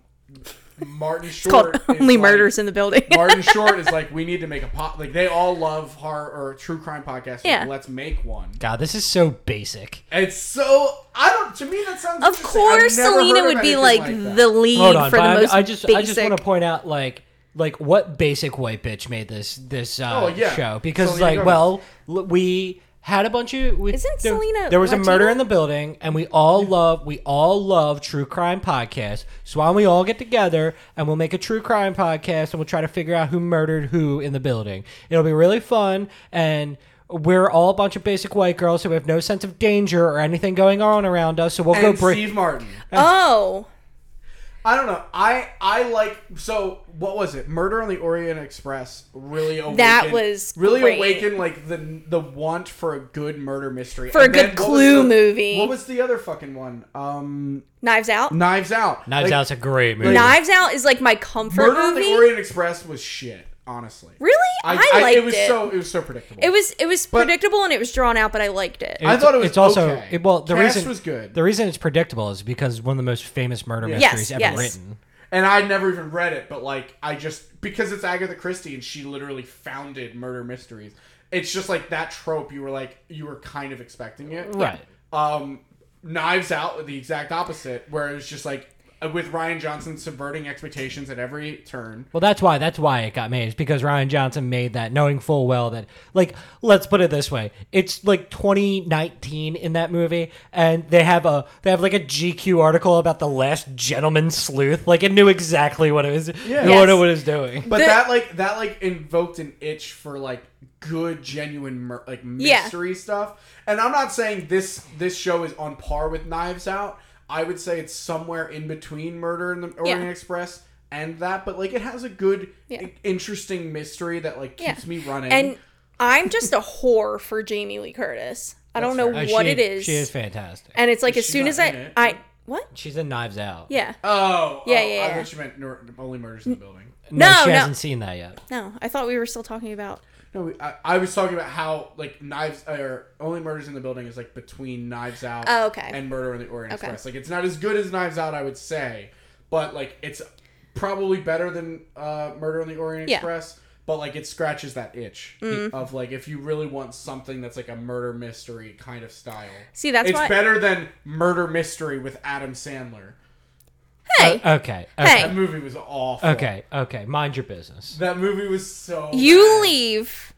Speaker 1: Martin
Speaker 3: it's called
Speaker 1: Short
Speaker 3: Only
Speaker 1: is
Speaker 3: Murders in the Building.
Speaker 1: Like, Martin Short is like, we need to make a pot. Like they all love horror or true crime podcasts. Like,
Speaker 3: Yeah.
Speaker 1: let's make one.
Speaker 2: God, this is so basic.
Speaker 1: And it's so I don't. To me, that sounds.
Speaker 3: Of
Speaker 1: interesting. I've
Speaker 3: course,
Speaker 1: never
Speaker 3: Selena
Speaker 1: heard of
Speaker 3: would be
Speaker 1: anything
Speaker 3: like,
Speaker 1: that.
Speaker 3: the lead
Speaker 2: Hold on,
Speaker 3: for
Speaker 2: but
Speaker 3: the
Speaker 2: I'm-
Speaker 3: most
Speaker 2: I just
Speaker 3: basic.
Speaker 2: I just want to point out like like what basic white bitch made this this uh,
Speaker 1: Oh, yeah.
Speaker 2: show because
Speaker 1: Selena
Speaker 2: like
Speaker 1: Gomez.
Speaker 2: well l- we had a bunch of we,
Speaker 3: Isn't
Speaker 2: there,
Speaker 3: Selena
Speaker 2: there was a murder
Speaker 3: Latina?
Speaker 2: in the building and we all love we all love true crime podcasts so why don't we all get together and we'll make a true crime podcast and we'll try to figure out who murdered who in the building it'll be really fun and we're all a bunch of basic white girls who have no sense of danger or anything going on around us so we'll go
Speaker 1: And
Speaker 2: break
Speaker 1: Steve Martin.
Speaker 3: oh,
Speaker 1: I don't know. I I like so. What was it? Murder on the Orient Express really awakened.
Speaker 3: That was
Speaker 1: really
Speaker 3: great.
Speaker 1: awakened like the the want for a good murder mystery
Speaker 3: For a
Speaker 1: And then what
Speaker 3: good
Speaker 1: was
Speaker 3: Clue
Speaker 1: the-
Speaker 3: movie.
Speaker 1: What was the other fucking one? Um,
Speaker 3: Knives Out.
Speaker 1: Knives Out.
Speaker 2: Knives
Speaker 1: Like,
Speaker 2: Out's a great movie.
Speaker 3: Knives Out is like my comfort
Speaker 1: Murder on
Speaker 3: movie.
Speaker 1: the Orient Express was shit. Honestly,
Speaker 3: really, I, liked
Speaker 1: It was so it was so predictable.
Speaker 3: it was it was predictable and it was drawn out, but I liked it.
Speaker 1: I thought it was
Speaker 2: it's also
Speaker 1: okay.
Speaker 2: it- well the
Speaker 1: Cast
Speaker 2: reason
Speaker 1: was good.
Speaker 2: The reason it's predictable is because one of the most famous murder
Speaker 1: Yeah.
Speaker 2: mysteries
Speaker 3: Yes,
Speaker 2: ever
Speaker 3: yes.
Speaker 2: written.
Speaker 1: and I never even read it, but like I just because it's Agatha Christie and she literally founded murder mysteries. It's just like that trope. You were like you were kind of expecting it,
Speaker 2: Right.
Speaker 1: Um, Knives Out, the exact opposite, where it was just like with Ryan Johnson subverting expectations at every turn.
Speaker 2: Well, that's why that's why it got made is because Ryan Johnson made that knowing full well that like let's put it this way, it's like 2019 in that movie and they have a they have like a GQ article about the last gentleman sleuth like it knew exactly what it was what it
Speaker 3: Yes.
Speaker 2: was doing.
Speaker 1: But
Speaker 3: The-
Speaker 1: that like that like invoked an itch for like good genuine mur- like
Speaker 3: Yeah.
Speaker 1: mystery stuff. And I'm not saying this this show is on par with Knives Out. I would say it's somewhere in between Murder in the Orient
Speaker 3: Yeah.
Speaker 1: Express and that, but like it has a good
Speaker 3: Yeah.
Speaker 1: i- interesting mystery that like
Speaker 3: Yeah.
Speaker 1: keeps me running.
Speaker 3: and I'm just a whore for Jamie Lee Curtis. I don't know
Speaker 2: Uh,
Speaker 3: what
Speaker 2: she-
Speaker 3: it is.
Speaker 2: She is fantastic.
Speaker 3: and it's like
Speaker 1: Is
Speaker 3: as
Speaker 1: she
Speaker 3: soon
Speaker 1: not
Speaker 3: as
Speaker 1: in
Speaker 3: I
Speaker 1: it?
Speaker 3: I what?
Speaker 2: She's in Knives Out.
Speaker 3: Yeah.
Speaker 1: oh, oh,
Speaker 3: Yeah, yeah,
Speaker 1: I
Speaker 3: yeah.
Speaker 1: thought you meant nur- only murders in the building.
Speaker 2: No,
Speaker 3: No,
Speaker 2: she
Speaker 3: no.
Speaker 2: hasn't seen that yet.
Speaker 3: No, I thought we were still talking about
Speaker 1: No, I, I was talking about how like knives or only murders in the building is like between Knives Out
Speaker 3: Oh, okay.
Speaker 1: and Murder on the Orient
Speaker 3: Okay.
Speaker 1: Express. Like it's not as good as Knives Out, I would say, but like it's probably better than uh, Murder on the Orient
Speaker 3: Yeah. Mm-hmm.
Speaker 1: Express. But like it scratches that itch of like if you really want something that's like a murder mystery kind of style.
Speaker 3: See, that's
Speaker 1: it's
Speaker 3: why.
Speaker 1: better than Murder Mystery with Adam Sandler.
Speaker 3: Hey,
Speaker 2: Okay. Okay.
Speaker 3: Hey.
Speaker 1: That movie was awful.
Speaker 2: Okay. Okay. Mind your business.
Speaker 1: That movie was so.
Speaker 3: you
Speaker 1: bad.
Speaker 3: leave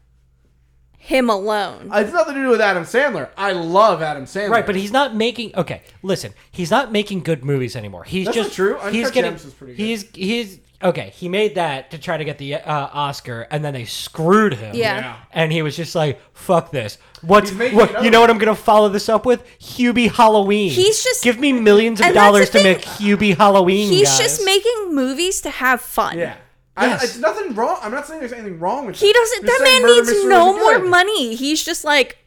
Speaker 3: him alone.
Speaker 1: It's nothing to do with Adam Sandler. I love Adam Sandler.
Speaker 2: Right, but he's not making. Okay, listen, he's not making good movies anymore. He's
Speaker 1: That's
Speaker 2: just
Speaker 1: not true.
Speaker 2: he's
Speaker 1: Uncut
Speaker 2: getting.
Speaker 1: Gems is pretty good.
Speaker 2: He's he's okay. He made that to try to get the uh, Oscar, and then they screwed him.
Speaker 3: Yeah.
Speaker 1: Yeah.
Speaker 2: And he was just like, "Fuck this! What's
Speaker 1: He's making
Speaker 2: what,
Speaker 1: another
Speaker 2: you know what I'm gonna follow this up with? Hubie Halloween.
Speaker 3: He's just-
Speaker 2: give me millions of
Speaker 3: and that's the
Speaker 2: dollars to
Speaker 3: thing.
Speaker 2: make Hubie Halloween.
Speaker 3: He's
Speaker 2: guys.
Speaker 3: just making movies to have fun.
Speaker 1: Yeah.
Speaker 2: Yes.
Speaker 1: I, it's nothing wrong. I'm not saying there's anything wrong with
Speaker 3: He
Speaker 1: that.
Speaker 3: doesn't.
Speaker 1: Just
Speaker 3: That
Speaker 1: saying
Speaker 3: man
Speaker 1: Murder
Speaker 3: needs
Speaker 1: Mystery
Speaker 3: no
Speaker 1: was
Speaker 3: more
Speaker 1: good.
Speaker 3: money. He's just like,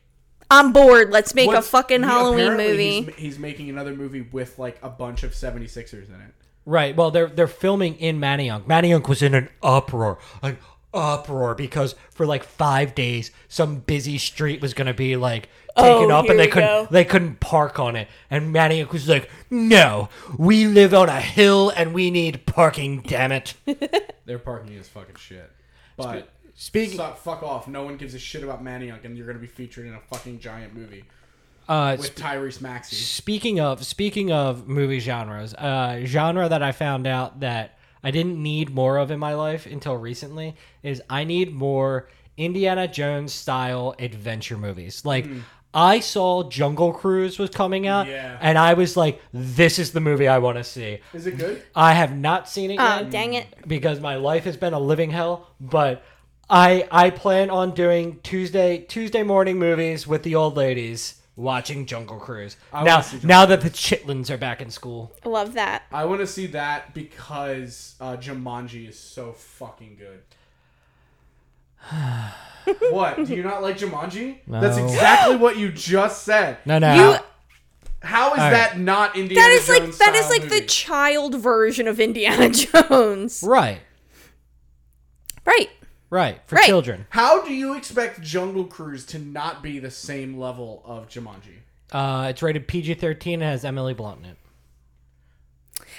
Speaker 3: I'm bored. Let's make a
Speaker 1: What's-
Speaker 3: fucking
Speaker 1: he-
Speaker 3: Halloween
Speaker 1: apparently
Speaker 3: movie.
Speaker 1: He's, he's making another movie with like a bunch of 76ers in it.
Speaker 2: Right. Well, they're they're filming in Manayunk. Manayunk was in an uproar, an uproar because for like five days, some busy street was going to be like taken
Speaker 3: Oh,
Speaker 2: up,
Speaker 3: here
Speaker 2: and they
Speaker 3: we
Speaker 2: couldn't
Speaker 3: go.
Speaker 2: they couldn't park on it. And Manayunk was like, "No, we live on a hill, and we need parking. Damn it!"
Speaker 1: Their parking is fucking shit. But
Speaker 2: Speaking
Speaker 1: stop, fuck off. No one gives a shit about Maniac, and you're gonna be featured in a fucking giant movie
Speaker 2: uh,
Speaker 1: with Tyrese Maxey.
Speaker 2: Speaking of speaking of movie genres, uh, genre that I found out that I didn't need more of in my life until recently is I need more Indiana Jones style adventure movies. Like I saw Jungle Cruise was coming out,
Speaker 1: Hmm. Yeah.
Speaker 2: and I was like, "This is the movie I want to see."
Speaker 1: Is it good?
Speaker 2: I have not seen it
Speaker 3: Oh,
Speaker 2: yet
Speaker 3: dang it.
Speaker 2: because my life has been a living hell, but I I plan on doing Tuesday Tuesday morning movies with the old ladies watching Jungle Cruise. now
Speaker 1: wanna see Jungle
Speaker 2: now that the chitlins are back in school.
Speaker 3: I love that.
Speaker 1: I want to see that because uh, Jumanji is so fucking good. what? Do you not like Jumanji? That's
Speaker 2: No.
Speaker 1: exactly what you just said.
Speaker 2: No, no.
Speaker 3: You.
Speaker 1: How is
Speaker 2: right.
Speaker 1: that not Indiana
Speaker 3: That is like
Speaker 1: Jones
Speaker 3: that is
Speaker 1: style
Speaker 3: like the
Speaker 1: movie?
Speaker 3: child version of Indiana Jones.
Speaker 2: right.
Speaker 3: Right.
Speaker 2: Right. For
Speaker 3: Right.
Speaker 2: children.
Speaker 1: How do you expect Jungle Cruise to not be the same level of Jumanji?
Speaker 2: Uh, it's rated PG-13 and has Emily Blunt in it.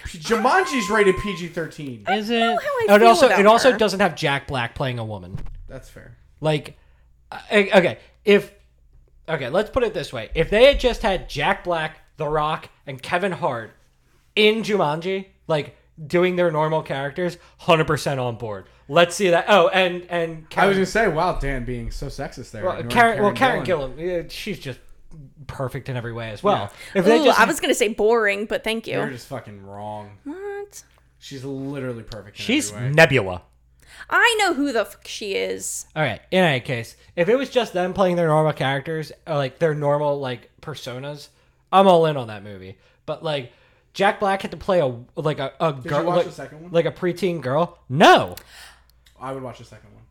Speaker 1: Jumanji's rated PG thirteen.
Speaker 2: Is it?
Speaker 3: how I
Speaker 2: it
Speaker 3: feel
Speaker 2: also
Speaker 3: about
Speaker 2: it also
Speaker 3: her.
Speaker 2: doesn't have Jack Black playing a woman.
Speaker 1: That's fair.
Speaker 2: Like, I- okay, if okay, let's put it this way: if they had just had Jack Black, The Rock, and Kevin Hart in Jumanji, like doing their normal characters, hundred percent on board. Let's see that. Oh, and and
Speaker 1: I was
Speaker 2: Karen,
Speaker 1: gonna say, wow, Dan being so sexist there.
Speaker 2: well,
Speaker 1: ignoring
Speaker 2: Karen, well, Karen
Speaker 1: Gillan.
Speaker 2: Gillum, yeah, she's just perfect in every way as well. If they
Speaker 3: Ooh,
Speaker 2: just
Speaker 3: I was gonna say boring, but thank
Speaker 1: You're
Speaker 3: you.
Speaker 1: just fucking wrong.
Speaker 3: What?
Speaker 1: She's literally perfect. In
Speaker 2: she's
Speaker 1: every way.
Speaker 2: Nebula.
Speaker 3: I know who the fuck she is.
Speaker 2: All right. In any case, if it was just them playing their normal characters, or like their normal like personas, I'm all in on that movie. But like Jack Black had to play a like a, a girl,
Speaker 1: watch
Speaker 2: like,
Speaker 1: the second one?
Speaker 2: like a preteen girl. No,
Speaker 1: I would watch the second one.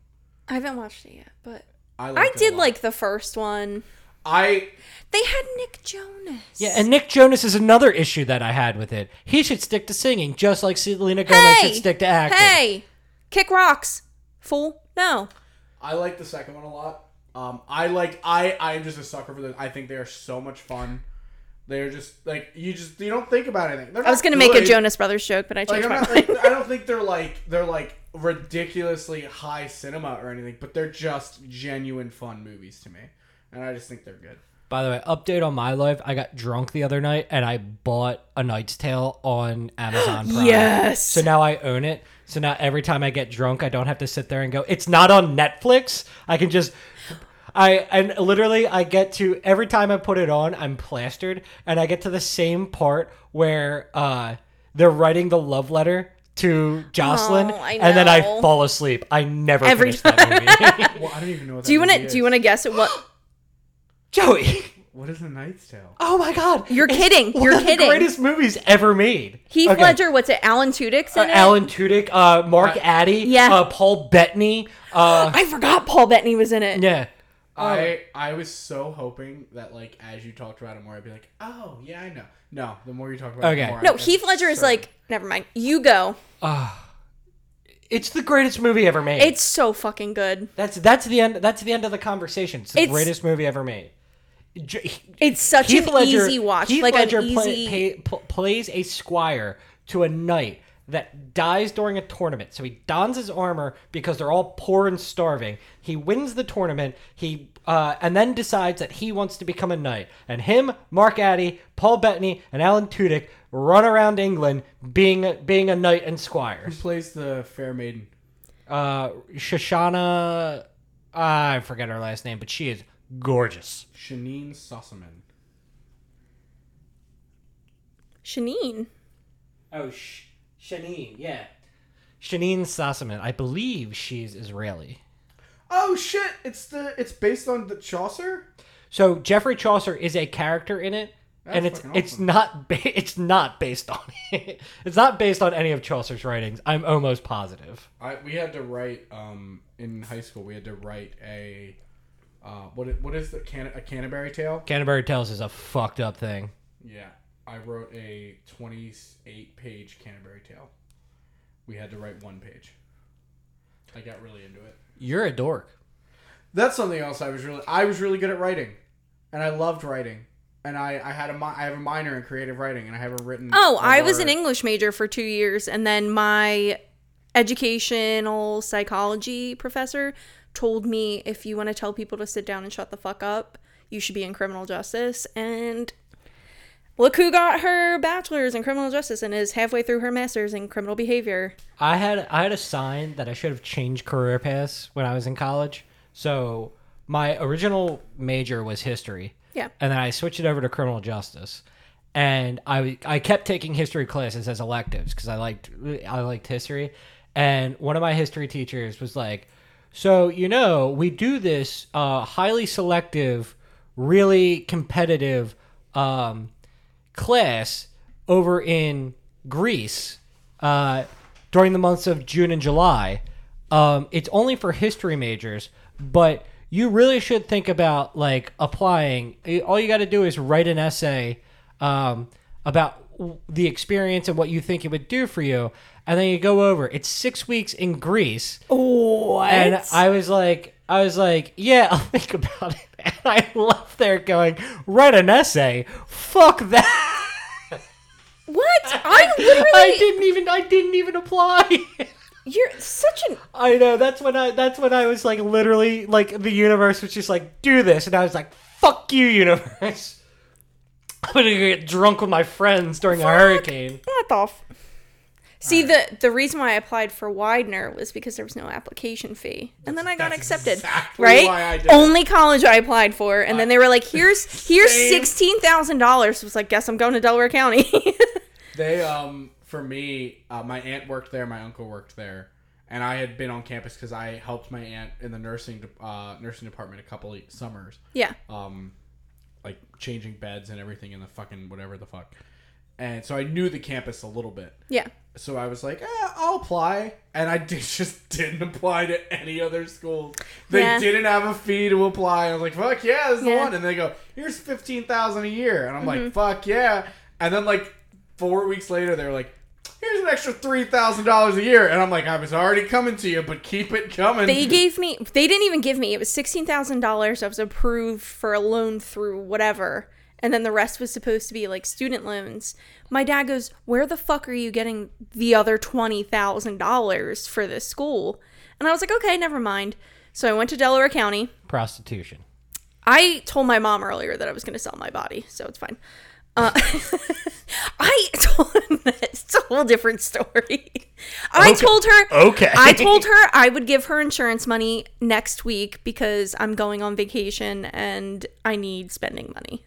Speaker 3: I haven't watched it yet, but
Speaker 1: I,
Speaker 3: I
Speaker 1: liked it a
Speaker 3: did
Speaker 1: lot.
Speaker 3: like the first one.
Speaker 1: I
Speaker 3: They had Nick Jonas.
Speaker 2: yeah, and Nick Jonas is another issue that I had with it. He should stick to singing, just like Selena Gomez should stick to acting.
Speaker 3: Hey, kick rocks, fool. No.
Speaker 1: I like the second one a lot. Um, I like I I am just a sucker for them. I think they are so much fun. They're just like you just you don't think about anything. They're
Speaker 3: I was
Speaker 1: not
Speaker 3: gonna make a
Speaker 1: good.
Speaker 3: Jonas Brothers joke, but I
Speaker 1: Like,
Speaker 3: changed
Speaker 1: I'm
Speaker 3: my
Speaker 1: not,
Speaker 3: mind.
Speaker 1: like, I don't think they're like they're like ridiculously high cinema or anything, but they're just genuine fun movies to me, and I just think they're good.
Speaker 2: By the way, update on my life. I got drunk the other night and I bought A Knight's Tale on Amazon Prime.
Speaker 3: Yes.
Speaker 2: So now I own it. So now every time I get drunk, I don't have to sit there and go, it's not on Netflix. I can just. I and literally I get to every time I put it on I'm plastered and I get to the same part where uh they're writing the love letter to Jocelyn
Speaker 3: Oh, I
Speaker 2: and then I
Speaker 3: know.
Speaker 2: fall asleep. I never
Speaker 3: Every
Speaker 2: finish that movie.
Speaker 1: Well, I don't even know. What
Speaker 3: do you
Speaker 1: want
Speaker 3: wanna do you wanna guess at what?
Speaker 2: Joey,
Speaker 1: What is the Knight's Tale?
Speaker 2: oh my god.
Speaker 3: You're
Speaker 2: It's
Speaker 3: kidding.
Speaker 2: one
Speaker 3: You're
Speaker 2: of the
Speaker 3: kidding.
Speaker 2: greatest movies ever made.
Speaker 3: Heath
Speaker 2: Okay.
Speaker 3: Ledger. What's it? Alan Tudyk's in
Speaker 2: Uh,
Speaker 3: it.
Speaker 2: Alan Tudyk, uh, Mark Addy,
Speaker 3: yeah.
Speaker 2: uh, Paul Bettany. Uh,
Speaker 3: I forgot Paul Bettany was in it.
Speaker 2: yeah.
Speaker 1: I I was so hoping that like as you talked about it more, I'd be like, oh yeah, I know. No, the more you talk about it,
Speaker 2: Okay.
Speaker 1: the more I
Speaker 3: No,
Speaker 1: think
Speaker 3: Heath Ledger is
Speaker 1: certain.
Speaker 3: like. Never mind. You go.
Speaker 2: It's the greatest movie ever made.
Speaker 3: It's so fucking good.
Speaker 2: that's that's the end. That's the end of the conversation. It's the
Speaker 3: It's-
Speaker 2: greatest movie ever made. J-
Speaker 3: It's such
Speaker 2: Heath
Speaker 3: an
Speaker 2: Ledger,
Speaker 3: easy watch.
Speaker 2: Heath
Speaker 3: like
Speaker 2: Ledger
Speaker 3: an
Speaker 2: play-
Speaker 3: easy.
Speaker 2: pay- pl- plays a squire to a knight that dies during a tournament. So he dons his armor because they're all poor and starving. He wins the tournament. He uh, and then decides that he wants to become a knight. And him, Mark Addy, Paul Bettany, and Alan Tudyk run around England being being a knight and squire.
Speaker 1: Who plays the fair maiden?
Speaker 2: Uh, Shoshana, I forget her last name, but she is gorgeous.
Speaker 1: Shanine Sossaman.
Speaker 3: Shanine.
Speaker 2: Oh, Sh- Shanine, yeah. Shanine Sassaman. I believe she's Israeli.
Speaker 1: Oh shit! It's the it's based on the Chaucer.
Speaker 2: So Jeffrey Chaucer is a character in it, and
Speaker 1: That's
Speaker 2: it's
Speaker 1: fucking
Speaker 2: it's
Speaker 1: awesome.
Speaker 2: not ba- it's not based on it's not based on any of Chaucer's writings. I'm almost positive.
Speaker 1: I we had to write um in high school we had to write a uh what i- what is the can a Canterbury Tale?
Speaker 2: Canterbury Tales is a fucked up thing.
Speaker 1: Yeah, I wrote a twenty eight page Canterbury Tale. We had to write one page. I got really into it.
Speaker 2: You're a dork.
Speaker 1: That's something else I was really I was really good at writing, and I loved writing, and I I had a mi- I have a minor in creative writing, and I haven't written.
Speaker 3: Oh,
Speaker 1: a
Speaker 3: I was
Speaker 1: word.
Speaker 3: an English major for two years, and then my educational psychology professor told me if you want to tell people to sit down and shut the fuck up, you should be in criminal justice. And look who got her bachelor's in criminal justice and is halfway through her master's in criminal behavior.
Speaker 2: I had I had a sign that I should have changed career paths when I was in college. So my original major was history.
Speaker 3: Yeah.
Speaker 2: And then I switched it over to criminal justice. And I I kept taking history classes as electives because I liked I liked history. And one of my history teachers was like, "So you know, we do this uh, highly selective, really competitive um, class over in Greece uh, during the months of June and July. Um, it's only for history majors, but you really should think about like applying. All you got to do is write an essay um, about w- the experience and what you think it would do for you, and then you go over. It's six weeks in Greece.
Speaker 3: What?
Speaker 2: And I was like, I was like, yeah, I'll think about it. And I left there going, write an essay. Fuck that.
Speaker 3: what? I
Speaker 2: I
Speaker 3: literally.
Speaker 2: didn't even, I didn't even apply.
Speaker 3: You're such an.
Speaker 2: I know. That's when I, that's when I was like, literally, like the universe was just like, do this, and I was like, fuck you, universe. I'm gonna go get drunk with my friends during a hurricane.
Speaker 3: What off. See the the reason why I applied for Widener was because there was no application fee, and then I got
Speaker 1: that's
Speaker 3: accepted.
Speaker 1: exactly
Speaker 3: right?
Speaker 1: why I did it.
Speaker 3: Only college I applied for, and then they were like, "Here's here's
Speaker 1: Same.
Speaker 3: sixteen thousand dollars." Was like, "Guess I'm going to Delaware County."
Speaker 1: They um for me, uh, my aunt worked there, my uncle worked there, and I had been on campus because I helped my aunt in the nursing de- uh, nursing department a couple of summers,
Speaker 3: yeah,
Speaker 1: um, like changing beds and everything in the fucking whatever the fuck, and so I knew the campus a little bit.
Speaker 3: yeah.
Speaker 1: So I was like, eh, I'll apply, and I did, just didn't apply to any other schools. They
Speaker 3: Yeah.
Speaker 1: didn't have a fee to apply. I was like, fuck yeah, this is the
Speaker 3: Yeah. Mm-hmm.
Speaker 1: one. And they go, here's fifteen thousand a year, and I'm like, fuck yeah. And then like four weeks later, they were like, here's an extra three thousand dollars a year, and I'm like, I was already coming to you, but keep it coming.
Speaker 3: They gave me. They didn't even give me. It was sixteen thousand dollars. I was approved for a loan through whatever, and then the rest was supposed to be like student loans. My dad goes, "Where the fuck are you getting the other twenty thousand dollars for this school?" And I was like, "Okay, never mind." So I went to Delaware County.
Speaker 2: Prostitution.
Speaker 3: I told my mom earlier that I was going to sell my body, so it's fine. Uh, I told it's a whole different story. I told her
Speaker 2: Okay.
Speaker 3: I told her I would give her insurance money next week because I'm going on vacation and I need spending money.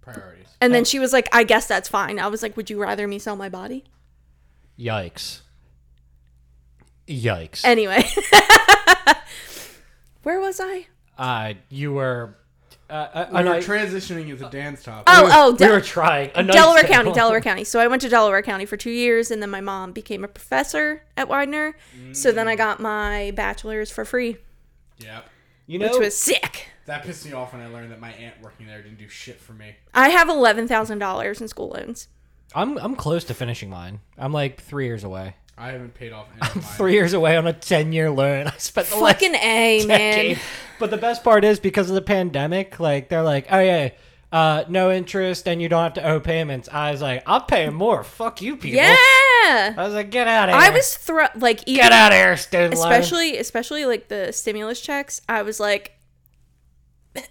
Speaker 1: Priorities.
Speaker 3: And
Speaker 2: Oh.
Speaker 3: then she was like, "I guess that's fine." I was like, "Would you rather me sell my body?"
Speaker 2: Yikes. Yikes.
Speaker 3: Anyway, where was I?
Speaker 2: uh, you were. Uh, uh,
Speaker 1: We
Speaker 2: an
Speaker 1: were
Speaker 2: I- Uh,
Speaker 1: transitioning into dance topic.
Speaker 3: Oh, oh,
Speaker 2: we
Speaker 3: Del-
Speaker 2: were trying. A nice
Speaker 3: Delaware
Speaker 2: tale.
Speaker 3: County, Delaware County. So I went to Delaware County for two years, and then my mom became a professor at Widener. So then I got my bachelor's for free,
Speaker 1: Yep.
Speaker 2: You
Speaker 3: which
Speaker 2: know,
Speaker 3: was sick.
Speaker 1: That pissed me off when I learned that my aunt working there didn't do shit for me.
Speaker 3: I have eleven thousand dollars in school loans.
Speaker 2: I'm I'm close to finishing mine. I'm like three years away.
Speaker 1: I haven't paid off any of mine.
Speaker 2: Three years away on a ten-year loan. I spent the last
Speaker 3: Fucking A, man.
Speaker 2: decade. But the best part is because of the pandemic, like they're like, oh yeah, uh, no interest and you don't have to owe payments. I was like, I'm paying more. Fuck you people.
Speaker 3: Yeah.
Speaker 2: I was like, get out of here.
Speaker 3: I was thro- like even
Speaker 2: get out of here, student loan.
Speaker 3: especially especially like the stimulus checks. I was like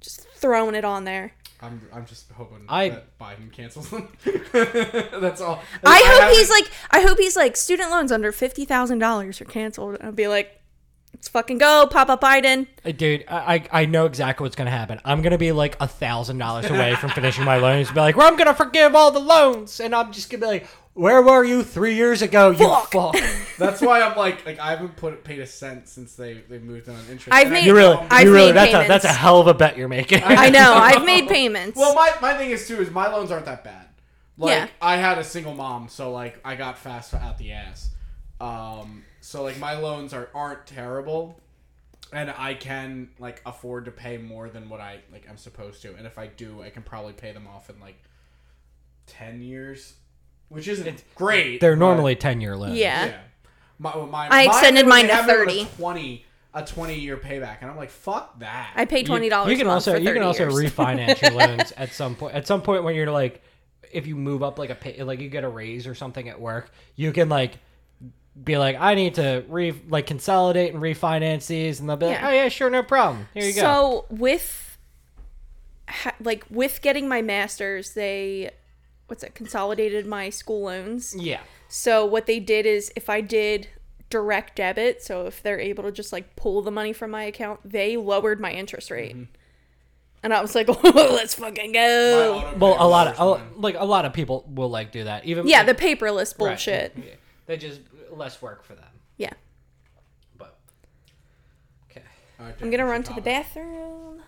Speaker 3: just throwing it on there.
Speaker 1: I'm, I'm just hoping
Speaker 2: I-
Speaker 1: that Biden cancels them. That's all.
Speaker 3: I hope he's
Speaker 1: haven't-
Speaker 3: like I hope he's like student loans under fifty thousand dollars are canceled. I'll be like, let's fucking go, Papa Biden.
Speaker 2: Uh, Dude, I I- I know exactly what's gonna happen. I'm gonna be like a thousand dollars away from finishing my loans. Be like, well, I'm gonna forgive all the loans, and I'm just gonna be like, where were you three years ago? You
Speaker 3: Fuck.
Speaker 2: fuck.
Speaker 1: That's why I'm like, like I haven't put paid a cent since they they moved on interest.
Speaker 3: I've
Speaker 1: And I
Speaker 3: made-
Speaker 2: You really,
Speaker 1: know-
Speaker 3: I've
Speaker 2: you really.
Speaker 3: made
Speaker 2: That's a,
Speaker 3: payments.
Speaker 2: that's a hell of a bet you're making.
Speaker 3: I know, I've made payments.
Speaker 1: well, my my thing is too is my loans aren't that bad. Like
Speaker 3: Yeah.
Speaker 1: I had a single mom, so like I got fast out the ass. Um, so like my loans are aren't terrible, and I can like afford to pay more than what I like I'm supposed to. And if I do, I can probably pay them off in like ten years, which isn't great.
Speaker 2: They're
Speaker 1: but-
Speaker 2: normally ten year loans.
Speaker 3: yeah.
Speaker 1: Yeah. My, well, my,
Speaker 3: I extended
Speaker 1: mine
Speaker 3: mine to
Speaker 1: they have it with
Speaker 3: 30.
Speaker 1: A Twenty a twenty year payback, and I'm like, fuck that.
Speaker 3: I pay
Speaker 2: You-
Speaker 3: twenty dollars.
Speaker 2: You can also
Speaker 3: for
Speaker 2: you can
Speaker 3: 30
Speaker 2: also
Speaker 3: years.
Speaker 2: refinance your loans at some point. At some point when you're like, if you move up like a pay, like you get a raise or something at work, you can like be like, I need to re like consolidate and refinance these, and they'll be like,
Speaker 3: Yeah.
Speaker 2: oh yeah, sure, no problem. Here you go.
Speaker 3: So with ha- like with getting my masters, they what's it consolidated my school loans.
Speaker 2: Yeah.
Speaker 3: So what they did is if I did direct debit, so if they're able to just like pull the money from my account, they lowered my interest rate.
Speaker 2: Mm-hmm.
Speaker 3: And I was like, oh, let's fucking
Speaker 1: My
Speaker 3: go.
Speaker 1: auto
Speaker 2: Well,
Speaker 1: pay
Speaker 2: a lot of
Speaker 1: was
Speaker 2: a-
Speaker 1: mine.
Speaker 2: like a lot of people will like do that. Even
Speaker 3: Yeah, the paperless
Speaker 2: Right.
Speaker 3: bullshit.
Speaker 2: Yeah. They just less work for them.
Speaker 3: Yeah.
Speaker 2: But okay.
Speaker 1: Alright,
Speaker 3: I'm
Speaker 1: Jake,
Speaker 3: gonna
Speaker 1: what's
Speaker 3: run
Speaker 1: your
Speaker 3: to the
Speaker 1: comment?
Speaker 3: bathroom.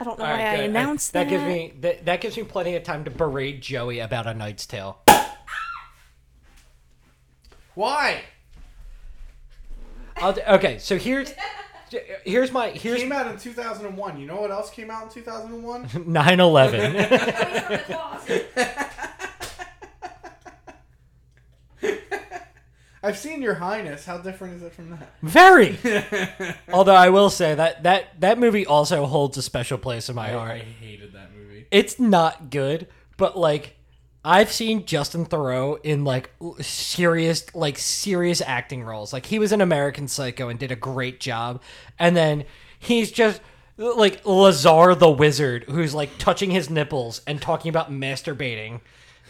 Speaker 3: I don't know
Speaker 2: All
Speaker 3: why
Speaker 2: right,
Speaker 3: I
Speaker 2: good.
Speaker 3: announced
Speaker 2: that
Speaker 3: that.
Speaker 2: gives me that, that gives me plenty of time to berate Joey about a Knight's Tale.
Speaker 1: Why?
Speaker 2: I'll, okay, so here's here's my
Speaker 1: It
Speaker 2: here's
Speaker 1: came out in 2001. You know what else came out in 2001?
Speaker 2: 9/11.
Speaker 1: I've seen Your Highness. How different is it from that?
Speaker 2: Very. Although I will say that that that movie also holds a special place in my heart.
Speaker 1: hated that movie.
Speaker 2: It's not good, but like I've seen Justin Thoreau in like l- serious like serious acting roles. Like he was in American Psycho and did a great job. And then he's just like Lazar the Wizard who's like touching his nipples and talking about masturbating.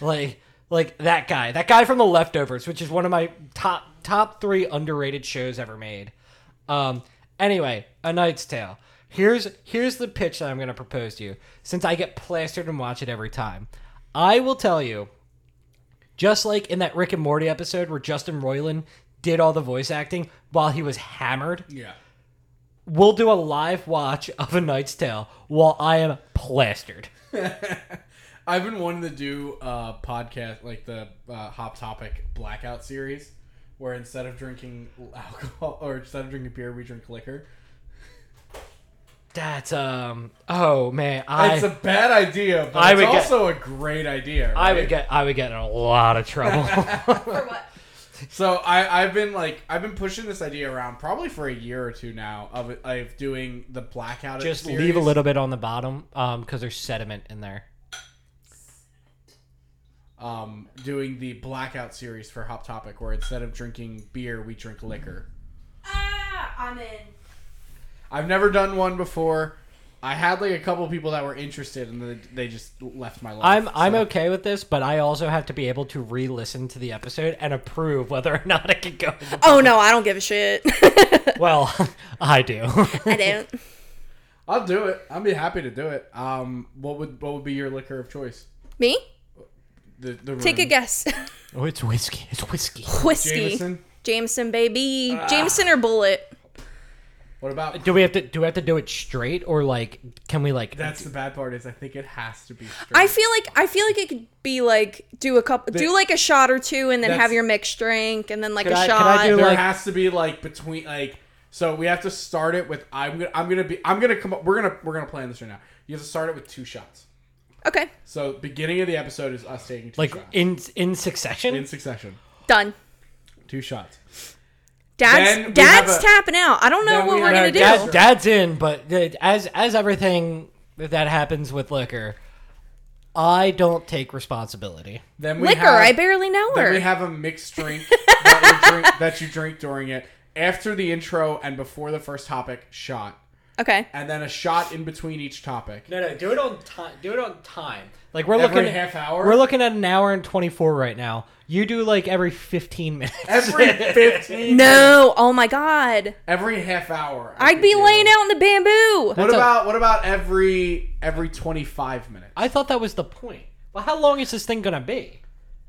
Speaker 2: Like like that guy. That guy from The Leftovers, which is one of my top top 3 underrated shows ever made. Um. Anyway, A Knight's Tale. Here's here's the pitch that I'm going to propose to you. Since I get plastered and watch it every time, I will tell you. Just like in that Rick and Morty episode where Justin Roiland did all the voice acting while he was hammered,
Speaker 1: Yeah.
Speaker 2: we'll do a live watch of A Knight's Tale while I am plastered.
Speaker 1: I've been wanting to do a podcast like the uh, Hop Topic Blackout series, where instead of drinking alcohol or instead of drinking beer, we drink liquor.
Speaker 2: That's um. Oh man, I
Speaker 1: it's a bad idea, but
Speaker 2: I
Speaker 1: it's
Speaker 2: would get-
Speaker 1: also a great idea.
Speaker 2: I
Speaker 1: right?
Speaker 2: would get I would get in a lot of trouble.
Speaker 3: For what?
Speaker 1: So I, I've been like I've been pushing this idea around probably for a year or two now of of doing the blackout.
Speaker 2: Just
Speaker 1: series.
Speaker 2: leave a little bit on the bottom um because there's sediment in there.
Speaker 1: Um, doing the blackout series for Hop Topic, where instead of drinking beer, we drink liquor.
Speaker 3: Ah, I'm in.
Speaker 1: I've never done one before. I had like a couple people that were interested, and then they just left my life.
Speaker 2: I'm I'm
Speaker 1: so-
Speaker 2: okay with this, but I also have to be able to re-listen to the episode and approve whether or not it can go. in the-
Speaker 3: Oh no, I don't give a shit.
Speaker 2: Well, I do.
Speaker 3: I don't.
Speaker 1: I'll do it. I'll be happy to do it. Um, what would what would be your liquor of choice?
Speaker 3: Me?
Speaker 1: The, the
Speaker 2: Mm.
Speaker 3: Take a
Speaker 1: room.
Speaker 3: guess.
Speaker 2: oh, it's whiskey. It's whiskey.
Speaker 3: Whiskey.
Speaker 1: Jameson.
Speaker 3: Jameson, baby.
Speaker 2: Ah.
Speaker 3: Jameson or Bullet?
Speaker 1: What about?
Speaker 2: Do we have to do we have to do it straight or like can we like
Speaker 1: That's the bad part is I think it has to be. Straight.
Speaker 3: I feel like I feel like it could be like do a couple, do like a shot or two, and then
Speaker 1: That's-
Speaker 3: have your mixed drink, and then like a
Speaker 2: Could I- could
Speaker 3: shot.
Speaker 2: I do
Speaker 1: there
Speaker 2: like-
Speaker 1: has to be like between like so we have to start it with I'm gonna I'm gonna be I'm gonna come up we're gonna we're gonna plan this right now. You have to start it with two shots.
Speaker 3: okay,
Speaker 1: So beginning of the episode is us taking two
Speaker 2: like
Speaker 1: shots
Speaker 2: in in succession?
Speaker 1: in succession.
Speaker 3: done.
Speaker 1: Two shots. Then
Speaker 3: Dad's
Speaker 1: we
Speaker 3: dad's
Speaker 1: have a-
Speaker 3: tapping out. I don't know
Speaker 1: Then
Speaker 3: what
Speaker 1: we
Speaker 3: we are
Speaker 1: have
Speaker 3: gonna
Speaker 1: a
Speaker 2: No, dad,
Speaker 3: do.
Speaker 2: dad's in, but th- as as everything that happens with liquor, I don't take responsibility.
Speaker 1: Then we
Speaker 3: Liquor,
Speaker 1: have,
Speaker 3: I barely know
Speaker 1: Then
Speaker 3: her.
Speaker 1: we have a mixed drink that, you drink that you drink during it. After the intro and before the first topic, shot.
Speaker 3: okay.
Speaker 1: And then a shot in between each topic.
Speaker 2: No, no, do it on time. Do it on time. Like we're
Speaker 1: Every
Speaker 2: looking at,
Speaker 1: half hour?
Speaker 2: We're looking at an hour and twenty four right now. You do like every fifteen minutes.
Speaker 1: Every 15.
Speaker 3: No, oh my god.
Speaker 1: Every half hour. I
Speaker 3: I'd
Speaker 1: could
Speaker 3: be
Speaker 1: do.
Speaker 3: laying out in the bamboo.
Speaker 1: What
Speaker 2: That's a-
Speaker 1: about what about every every 25 minutes?
Speaker 2: I thought that was the point. Well, how long is this thing gonna be?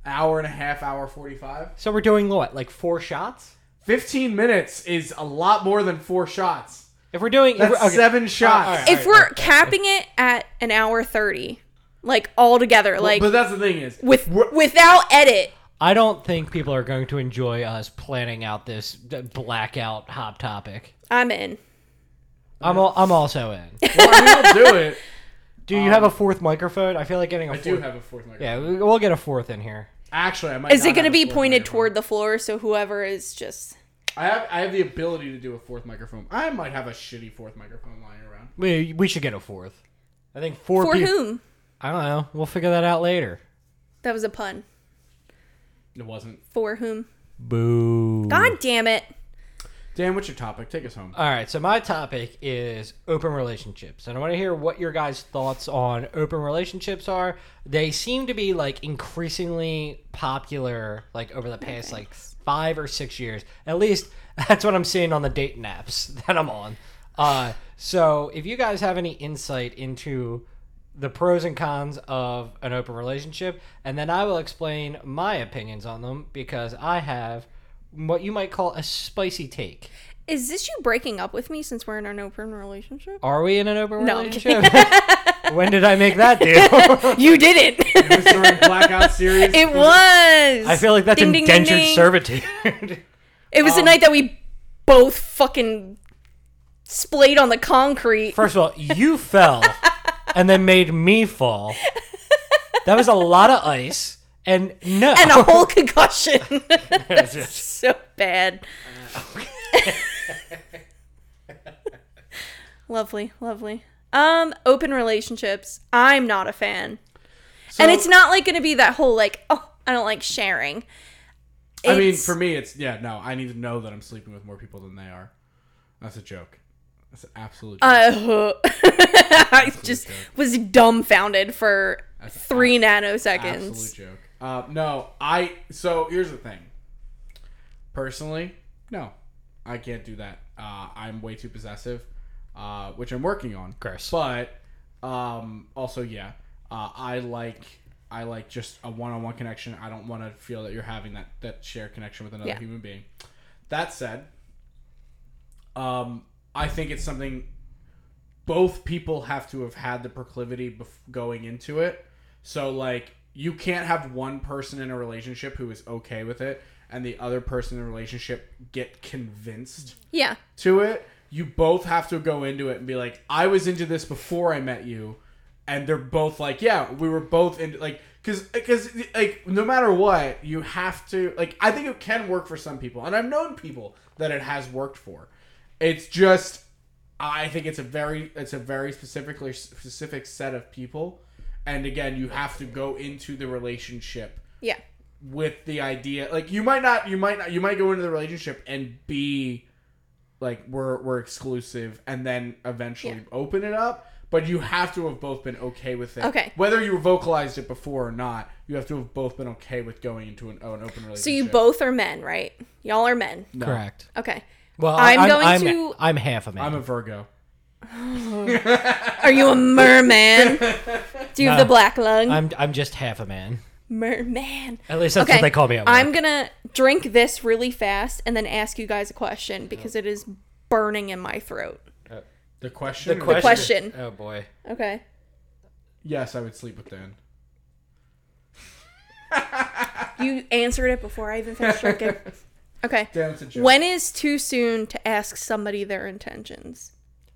Speaker 1: Hour and a half, hour 45?
Speaker 2: So we're doing what, like four shots?
Speaker 1: 15 minutes is a lot more than four shots.
Speaker 2: If we're doing, if
Speaker 1: That's
Speaker 2: we're- okay.
Speaker 1: seven shots.
Speaker 2: all right.
Speaker 3: If we're capping it at an hour thirty, like all together, like
Speaker 1: but that's the thing is,
Speaker 3: with without edit.
Speaker 2: I don't think people are going to enjoy us planning out this d- blackout hot topic.
Speaker 3: I'm in.
Speaker 2: I'm al- I'm also in.
Speaker 1: well, I mean, we'll do it.
Speaker 2: Do you have a fourth microphone? I feel like getting a
Speaker 1: I
Speaker 2: fourth.
Speaker 1: do have a fourth microphone.
Speaker 2: yeah, we- we'll get a fourth in here.
Speaker 1: Actually, I might.
Speaker 3: Is
Speaker 1: not
Speaker 3: it going to
Speaker 1: have a
Speaker 3: be
Speaker 1: fourth
Speaker 3: pointed
Speaker 1: microphone.
Speaker 3: toward the floor so whoever is just
Speaker 1: I have I have the ability to do a fourth microphone. I might have a shitty fourth microphone lying around.
Speaker 2: We we should get a fourth. I think four.
Speaker 3: for
Speaker 2: peop-
Speaker 3: whom?
Speaker 2: I don't know. We'll figure that out later.
Speaker 3: That was a pun.
Speaker 1: It wasn't.
Speaker 3: For whom?
Speaker 2: Boo.
Speaker 3: God damn it.
Speaker 1: Dan, what's your topic? Take us home.
Speaker 2: All right, so my topic is open relationships, and I want to hear what your guys' thoughts on open relationships are. They seem to be like increasingly popular, like over the past like five or six years, at least. That's what I'm seeing on the dating apps that I'm on. Uh, so, if you guys have any insight into the pros and cons of an open relationship, and then I will explain my opinions on them because I have what you might call a spicy take.
Speaker 3: Is this you breaking up with me since we're in an open relationship?
Speaker 2: Are we in an open
Speaker 3: No, I'm
Speaker 2: relationship? when did I make that deal?
Speaker 3: you didn't.
Speaker 1: It was during Blackout series.
Speaker 3: it was.
Speaker 2: I feel like that's
Speaker 3: Ding, ding, ding,
Speaker 2: indentured
Speaker 3: ding.
Speaker 2: servitude.
Speaker 3: It was the night that we both fucking splayed on the concrete.
Speaker 2: First of all, you fell and then made me fall. That was a lot of ice. And no.
Speaker 3: and a whole concussion. That's so bad. lovely, lovely. Um, open relationships. I'm not a fan, and it's not like going to be that whole like, oh, I don't like sharing.
Speaker 1: I mean,
Speaker 3: It's-
Speaker 1: for me, it's yeah. No, I need to know that I'm sleeping with more people than they are. That's a joke. That's an absolute. Joke.
Speaker 3: uh, I just was dumbfounded for three
Speaker 1: absolute
Speaker 3: nanoseconds.
Speaker 1: joke. Uh, no, I. So here's the thing. Personally, no, I can't do that. Uh, I'm way too possessive, uh, which I'm working on.
Speaker 2: Gross.
Speaker 1: But um, also, yeah, uh, I like I like just a one-on-one connection. I don't want to feel that you're having that that shared connection with another
Speaker 3: Yeah.
Speaker 1: human being. That said, um, I think it's something both people have to have had the proclivity bef- going into it. So like you can't have one person in a relationship who is okay with it and the other person in a relationship get convinced
Speaker 3: Yeah,
Speaker 1: to it. You both have to go into it and be like, I was into this before I met you, and they're both like, yeah, we were both into like, because because like no matter what, you have to like. I think it can work for some people, and I've known people that it has worked for. It's just, I think it's a very it's a very specifically specific set of people, and again, you have to go into the relationship
Speaker 3: yeah.
Speaker 1: with the idea like you might not you might not you might go into the relationship and be like we're we're exclusive and then eventually
Speaker 3: Yeah.
Speaker 1: open it up but you have to have both been okay with it
Speaker 3: Okay.
Speaker 1: whether you vocalized it before or not you have to have both been okay with going into an, an open relationship
Speaker 3: So you both are men, right? Y'all are men.
Speaker 1: No.
Speaker 2: Correct.
Speaker 3: Okay.
Speaker 2: Well,
Speaker 3: I'm
Speaker 2: I'm
Speaker 3: going
Speaker 2: I'm,
Speaker 3: to-
Speaker 2: I'm half a man.
Speaker 1: i'm a virgo
Speaker 3: Are you a merman? Do you have
Speaker 2: No.
Speaker 3: the black lung?
Speaker 2: I'm, I'm just half a man.
Speaker 3: merman.
Speaker 2: At least that's what they call me. At work.
Speaker 3: I'm gonna drink this really fast and then ask you guys a question because it is burning in my throat.
Speaker 1: the question or-
Speaker 3: question.
Speaker 2: Oh boy.
Speaker 3: Okay.
Speaker 1: yes i would sleep with dan
Speaker 3: You answered it before I even finished drinking. Okay.
Speaker 1: dan it's a joke
Speaker 3: When is too soon to ask somebody their intentions?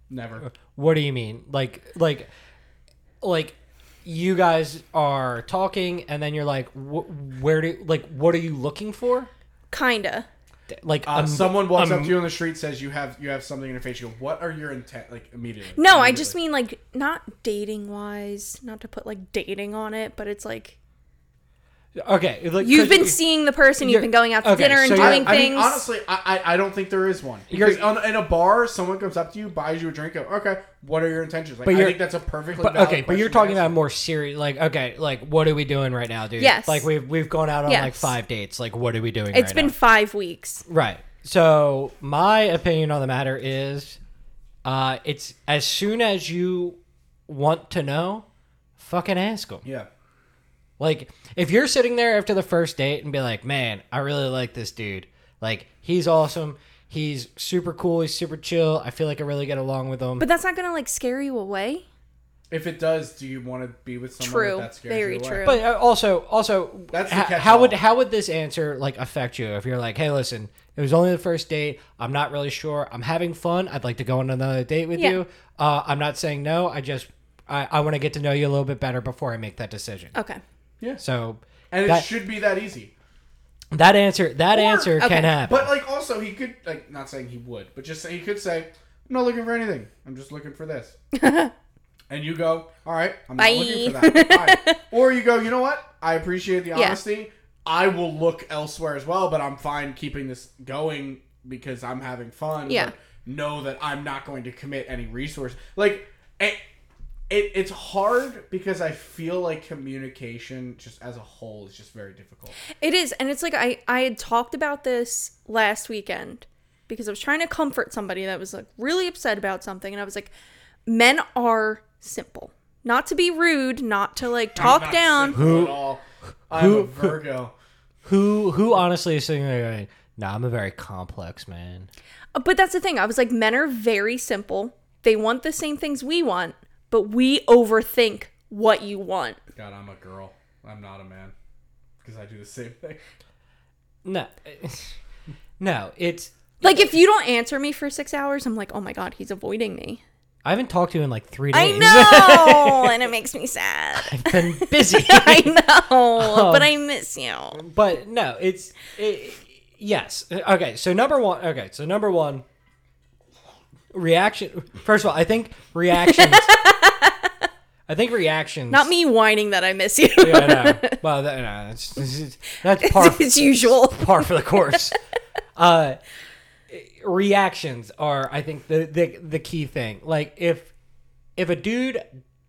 Speaker 1: never Uh,
Speaker 2: What do you mean? Like like like you guys are talking and then you're like wh- where do like what are you looking for?
Speaker 3: Kinda.
Speaker 2: Like
Speaker 1: Uh,
Speaker 2: um,
Speaker 1: someone walks
Speaker 2: um,
Speaker 1: up to you on the street, says you have you have something in your face. You go, "What are your intent?" Like immediately.
Speaker 3: No, I just
Speaker 1: Immediately.
Speaker 3: mean like not dating wise, not to put like dating on it, but it's like
Speaker 2: Okay, like,
Speaker 3: you've
Speaker 2: could-
Speaker 3: been seeing the person, you've
Speaker 2: you're-
Speaker 3: been going out to
Speaker 2: okay,
Speaker 3: dinner and
Speaker 2: so you're-
Speaker 3: doing
Speaker 1: I
Speaker 3: things.
Speaker 1: mean, honestly, I, I I don't think there is one.
Speaker 2: You're-
Speaker 1: Because on, in a bar, someone comes up to you, buys you a drink. Go, okay, what are your intentions? Like,
Speaker 2: But
Speaker 1: I
Speaker 2: you're-
Speaker 1: think that's a perfectly.
Speaker 2: But,
Speaker 1: valid
Speaker 2: okay, but
Speaker 1: question
Speaker 2: you're
Speaker 1: to
Speaker 2: talking about
Speaker 1: ask.
Speaker 2: more serious. Like, okay, like what are we doing right now, dude?
Speaker 3: Yes.
Speaker 2: Like we've we've gone out on like
Speaker 3: Yes.
Speaker 2: five dates. Like what are we doing?
Speaker 3: it's
Speaker 2: right
Speaker 3: been
Speaker 2: now?
Speaker 3: five weeks.
Speaker 2: right. So my opinion on the matter is, uh, it's as soon as you want to know, fucking ask them.
Speaker 1: Yeah.
Speaker 2: Like, if you're sitting there after the first date and be like, man, I really like this dude. Like, he's awesome. He's super cool. He's super chill. I feel like I really get along with him.
Speaker 3: But that's not gonna like scare you away.
Speaker 1: If it does, do you want to be with someone
Speaker 3: True.
Speaker 1: that, that scares
Speaker 3: Very
Speaker 1: you away?
Speaker 3: true.
Speaker 2: but uh, also, also,
Speaker 1: That's the
Speaker 2: h-
Speaker 1: catch-all.
Speaker 2: how would how would this answer like affect you if you're like, hey, listen, it was only the first date. I'm not really sure. I'm having fun. I'd like to go on another date with
Speaker 3: Yeah.
Speaker 2: you. Uh, I'm not saying no. I just I, I want to get to know you a little bit better before I make that decision.
Speaker 3: Okay.
Speaker 2: So
Speaker 1: And it
Speaker 2: That-
Speaker 1: should be that easy.
Speaker 2: that answer that
Speaker 1: Or-
Speaker 2: answer
Speaker 3: okay,
Speaker 2: can happen.
Speaker 1: But like, also he could like not saying he would, but just say, he could say, "I'm not looking for anything. I'm just looking for this." and you go, "All right, I'm
Speaker 3: Bye."
Speaker 1: not looking for that." Bye. Or you go, "You know what? I appreciate the
Speaker 3: Yeah.
Speaker 1: honesty. I will look elsewhere as well, but I'm fine keeping this going because I'm having fun.
Speaker 3: Yeah.
Speaker 1: But know that I'm not going to commit any resource. Like, it, it, it's hard because I feel like communication, just as a whole, is just very difficult.
Speaker 3: It is, and it's like I I had talked about this last weekend because I was trying to comfort somebody that was like really upset about something, and I was like, men are simple. Not to be rude, not to like
Speaker 1: I'm
Speaker 3: talk
Speaker 1: not
Speaker 3: down.
Speaker 1: simple
Speaker 2: Who-
Speaker 1: at all. I'm
Speaker 2: who-
Speaker 1: a Virgo.
Speaker 2: Who who honestly is sitting there going, "Nah, I'm a very complex man."
Speaker 3: But that's the thing. I was like, men are very simple. They want the same things we want, but we overthink what you want.
Speaker 1: God, I'm a girl. I'm not a man because I do the same thing.
Speaker 2: No, no, it's
Speaker 3: Like if you don't answer me for six hours, I'm like, oh my god, he's avoiding me.
Speaker 2: I haven't talked to you in like three
Speaker 3: I
Speaker 2: days.
Speaker 3: know, and it makes me sad.
Speaker 2: I've been busy,
Speaker 3: I know, but I miss you.
Speaker 2: but no, it's it, yes. Okay, so number one. Okay, so number one. Reaction. First of all, I think reactions. I think reactions.
Speaker 3: Not me whining that I miss you.
Speaker 2: Yeah, I know. Well, that, no, that's, that's par.
Speaker 3: It's usual.
Speaker 2: par for the course. uh, reactions are, I think, the, the the key thing. Like if if a dude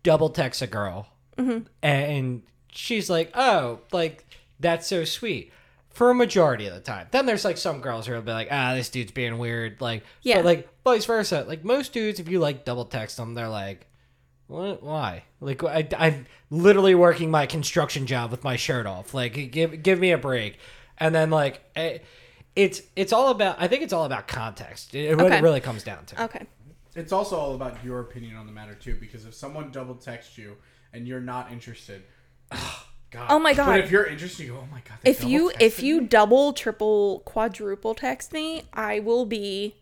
Speaker 2: double texts a girl
Speaker 3: Mm-hmm.
Speaker 2: and she's like, "Oh, like that's so sweet," for a majority of the time. Then there's like some girls who'll be like, "Ah, this dude's being weird." Like,
Speaker 3: Yeah.
Speaker 2: but like vice versa. Like most dudes, if you like double text them, they're like. What? Why? Like I, I'm literally working my construction job with my shirt off. Like give give me a break. And then like eh, it's it's all about. I think it's all about context. It, What
Speaker 3: Okay.
Speaker 2: it really comes down to.
Speaker 3: Okay.
Speaker 1: It's also all about your opinion on the matter too, because if someone double texts you and you're not interested, God.
Speaker 3: Oh my God.
Speaker 1: But if you're interested, you go, oh my God. They
Speaker 3: If you if you double, triple, quadruple text me, I will be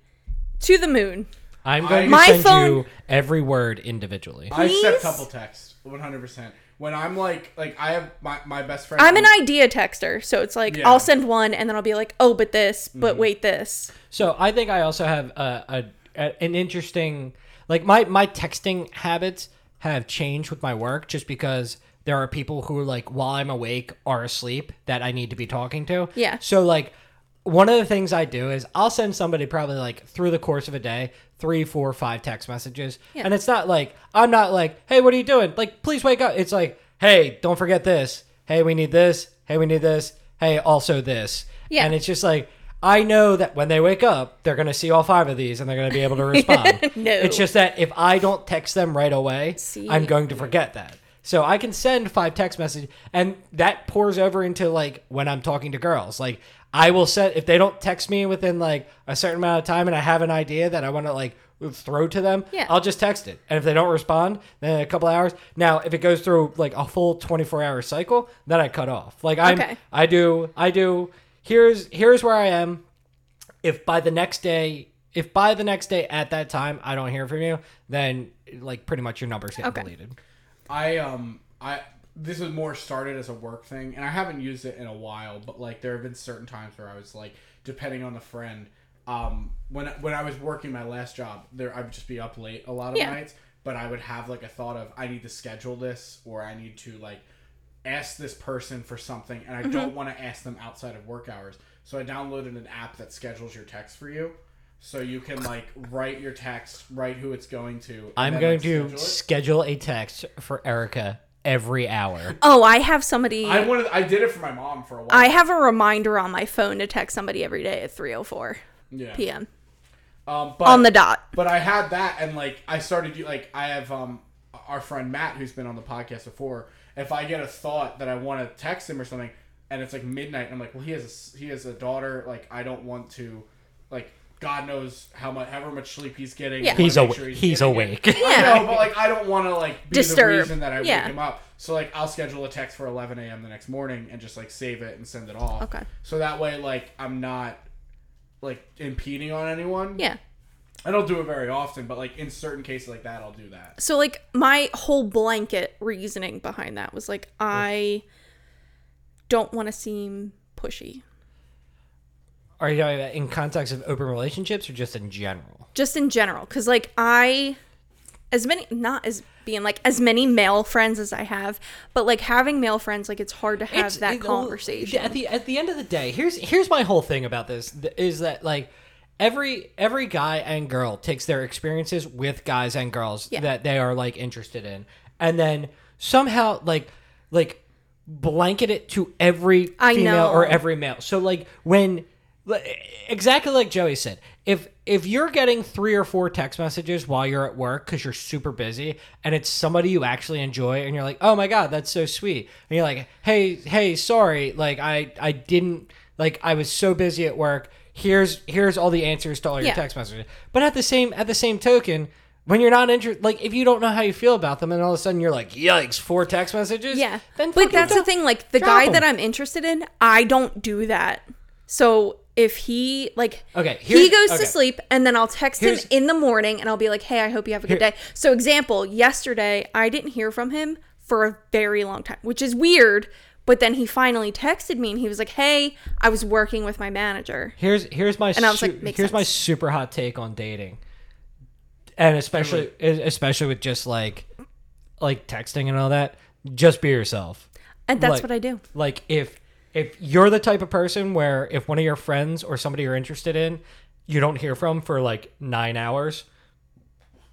Speaker 3: to the moon.
Speaker 2: I'm going to
Speaker 1: My
Speaker 2: send
Speaker 3: phone-
Speaker 2: you every word individually.
Speaker 1: I
Speaker 3: Please?
Speaker 1: set double text 100. percent When I'm like like I have my my best friend.
Speaker 3: I'm an idea texter, so it's like
Speaker 1: Yeah.
Speaker 3: I'll send one and then I'll be like, "Oh, but this, but wait, this."
Speaker 2: So I think I also have a, a, a an interesting like my my texting habits have changed with my work just because there are people who are like while I'm awake are asleep that I need to be talking to.
Speaker 3: Yeah.
Speaker 2: So like one of the things I do is I'll send somebody probably like through the course of a day three, four, five text messages,
Speaker 3: Yeah.
Speaker 2: and it's not like I'm not like hey what are you doing like please wake up. It's like hey don't forget this hey we need this hey we need this hey also this
Speaker 3: Yeah.
Speaker 2: and it's just like I know that when they wake up, they're gonna see all five of these and they're gonna be able to respond.
Speaker 3: No.
Speaker 2: It's just that if I don't text them right away,
Speaker 3: See.
Speaker 2: I'm going to forget that. So I can send five text messages and that pours over into like when I'm talking to girls. Like I will send if they don't text me within like a certain amount of time and I have an idea that I wanna like throw to them,
Speaker 3: Yeah.
Speaker 2: I'll just text it. And if they don't respond, then in a couple hours. Now if it goes through like a full twenty four hour cycle, then I cut off. Like I'm
Speaker 3: Okay.
Speaker 2: I do I do here's here's where I am if by the next day if by the next day at that time I don't hear from you, then like pretty much your numbers get
Speaker 3: Okay.
Speaker 2: deleted.
Speaker 1: I um I this was more started as a work thing, and I haven't used it in a while. But like, there have been certain times where I was like, depending on the friend, um, when when I was working my last job, there I would just be up late a lot of
Speaker 3: Yeah.
Speaker 1: nights. But I would have like a thought of I need to schedule this, or I need to like ask this person for something, and I don't want to ask them outside of work hours. So I downloaded an app that schedules your text for you. So you can like write your text, write who it's going to. and
Speaker 2: I'm
Speaker 1: then,
Speaker 2: going
Speaker 1: like,
Speaker 2: to
Speaker 1: schedule it.
Speaker 2: schedule a text for Erica every hour.
Speaker 3: Oh, I have somebody.
Speaker 1: I
Speaker 3: I,
Speaker 1: wanted. I did it for my mom for a while.
Speaker 3: have a reminder on my phone to text somebody every day at 3:04
Speaker 1: yeah.
Speaker 3: p.m.
Speaker 1: Um, but,
Speaker 3: on the dot.
Speaker 1: but I had that, and like I started. do- Like I have um our friend Matt, who's been on the podcast before. If I get a thought that I want to text him or something, and it's like midnight, and I'm like, well, he has a, s- he has a daughter. Like I don't want to, like God knows how much, however much sleep he's getting. I
Speaker 3: Yeah.
Speaker 1: wanna
Speaker 2: He's
Speaker 1: make
Speaker 2: awake.
Speaker 1: sure
Speaker 2: He's,
Speaker 1: getting it.
Speaker 2: awake.
Speaker 1: I
Speaker 3: Yeah.
Speaker 1: know, but like I don't want to like be the
Speaker 3: Disturb.
Speaker 1: reason that I
Speaker 3: Yeah.
Speaker 1: wake him up. So like I'll schedule a text for 11 a.m. the next morning and just like save it and send it off.
Speaker 3: Okay.
Speaker 1: So that way like I'm not like impeding on anyone.
Speaker 3: Yeah.
Speaker 1: I don't do it very often, but like in certain cases like that, I'll do that.
Speaker 3: So like my whole blanket reasoning behind that was like I don't want to seem pushy.
Speaker 2: Are you talking about in context of open relationships or just in general?
Speaker 3: just in general because like i as many not as being like as many male friends as i have but like having male friends like it's hard to have
Speaker 2: It's-
Speaker 3: that
Speaker 2: it-
Speaker 3: conversation
Speaker 2: At the at the end of the day, here's here's my whole thing about this th- is that like every every guy and girl takes their experiences with guys and girls
Speaker 3: Yeah.
Speaker 2: that they are like interested in, and then somehow like like blanket it to every
Speaker 3: I
Speaker 2: female
Speaker 3: know.
Speaker 2: or every male. So like when li- exactly like Joey said, if if you're getting three or four text messages while you're at work because you're super busy and it's somebody you actually enjoy and you're like, oh my god, that's so sweet, and you're like, hey hey, sorry, like I I didn't like I was so busy at work. Here's here's all the answers to all your
Speaker 3: Yeah.
Speaker 2: text messages. But at the same at the same token. When you're not interested, like if you don't know how you feel about them, and all of a sudden you're like, "Yikes!" Four text messages.
Speaker 3: yeah
Speaker 2: Then
Speaker 3: but
Speaker 2: fucking
Speaker 3: that's the
Speaker 2: don't.
Speaker 3: thing like the
Speaker 2: drop
Speaker 3: guy
Speaker 2: 'em.
Speaker 3: that i'm interested in i don't do that so if he like
Speaker 2: Okay,
Speaker 3: he
Speaker 2: here's-
Speaker 3: goes
Speaker 2: okay.
Speaker 3: to sleep and then i'll text
Speaker 2: Here's-
Speaker 3: him in the morning and i'll be like hey i hope you have a good
Speaker 2: Here-
Speaker 3: day so example yesterday i didn't hear from him for a very long time which is weird but then he finally texted me and he was like hey i was working with my manager
Speaker 2: Here's here's my
Speaker 3: And I was
Speaker 2: su-
Speaker 3: like, makes
Speaker 2: here's my
Speaker 3: sense.
Speaker 2: super hot take on dating, and especially e, especially with just like like texting and all that. Just be yourself.
Speaker 3: and that's
Speaker 2: Like-
Speaker 3: what i do
Speaker 2: Like if if you're the type of person where if one of your friends or somebody you're interested in, you don't hear from for like nine hours.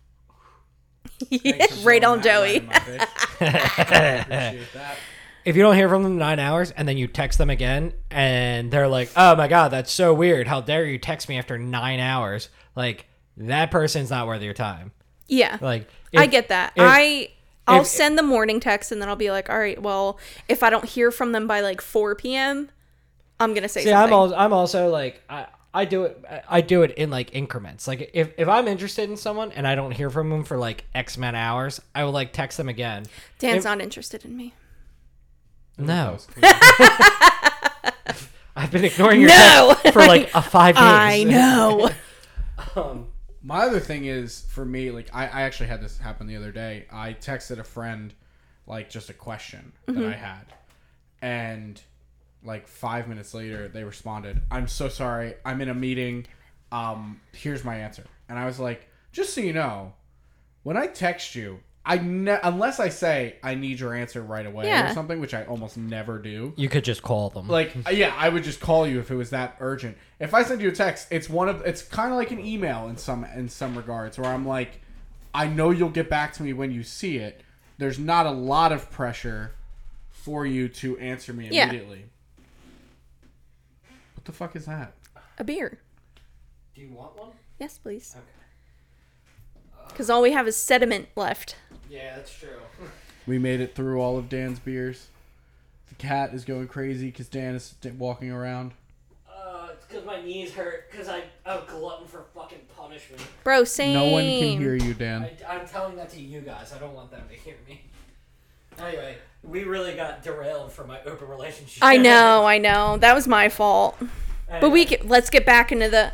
Speaker 3: right on joey
Speaker 1: Appreciate that.
Speaker 2: If you don't hear from them in nine hours and then you text them again and they're like, "Oh my god, that's so weird! How dare you text me after nine hours?" Like that person's not worth your time.
Speaker 3: yeah
Speaker 2: Like
Speaker 3: I
Speaker 2: if-
Speaker 3: get that.
Speaker 2: if-
Speaker 3: I I'll
Speaker 2: if-
Speaker 3: send the morning text and then I'll be like, all right, well, if I don't hear from them by like 4 p.m., I'm gonna say
Speaker 2: See,
Speaker 3: something.
Speaker 2: I'm also, I'm also like I, I do it I- I do it in like increments. Like if, if I'm interested in someone and I don't hear from them for like X amount of hours, I will like text them again.
Speaker 3: Dan's not interested in me.
Speaker 2: No, I've been ignoring your
Speaker 3: No!
Speaker 2: text for like a five days.
Speaker 3: I know.
Speaker 1: My other thing is for me, like I, I actually had this happen the other day. I texted a friend, like just a question that I had, and like five minutes later they responded, "I'm so sorry, I'm in a meeting. Um, here's my answer." And I was like, "Just so you know, when I text you, I ne- unless I say I need your answer right away or
Speaker 3: Yeah.
Speaker 1: something, which I almost never do."
Speaker 2: You could just call them.
Speaker 1: Like uh, yeah, I would just call you if it was that urgent. If I send you a text, it's one of it's kind of like an email in some in some regards where I'm like, I know you'll get back to me when you see it. There's not a lot of pressure for you to answer me
Speaker 3: Yeah.
Speaker 1: immediately. What the fuck is that?
Speaker 3: A beer.
Speaker 2: do you want one?
Speaker 3: Yes, please.
Speaker 2: Okay.
Speaker 3: Because all we have is sediment left.
Speaker 2: Yeah, that's true.
Speaker 1: We made it through all of Dan's beers. The cat is going crazy because Dan is d- walking around.
Speaker 2: Uh, it's because my knees hurt because I'm a glutton for fucking punishment.
Speaker 3: Bro, same.
Speaker 1: No one can hear you, Dan.
Speaker 2: I'm telling that to you guys. I don't want them to hear me. Anyway, we really got derailed from my open relationship.
Speaker 3: I know, I know. That was my fault. But we can, let's get back into the.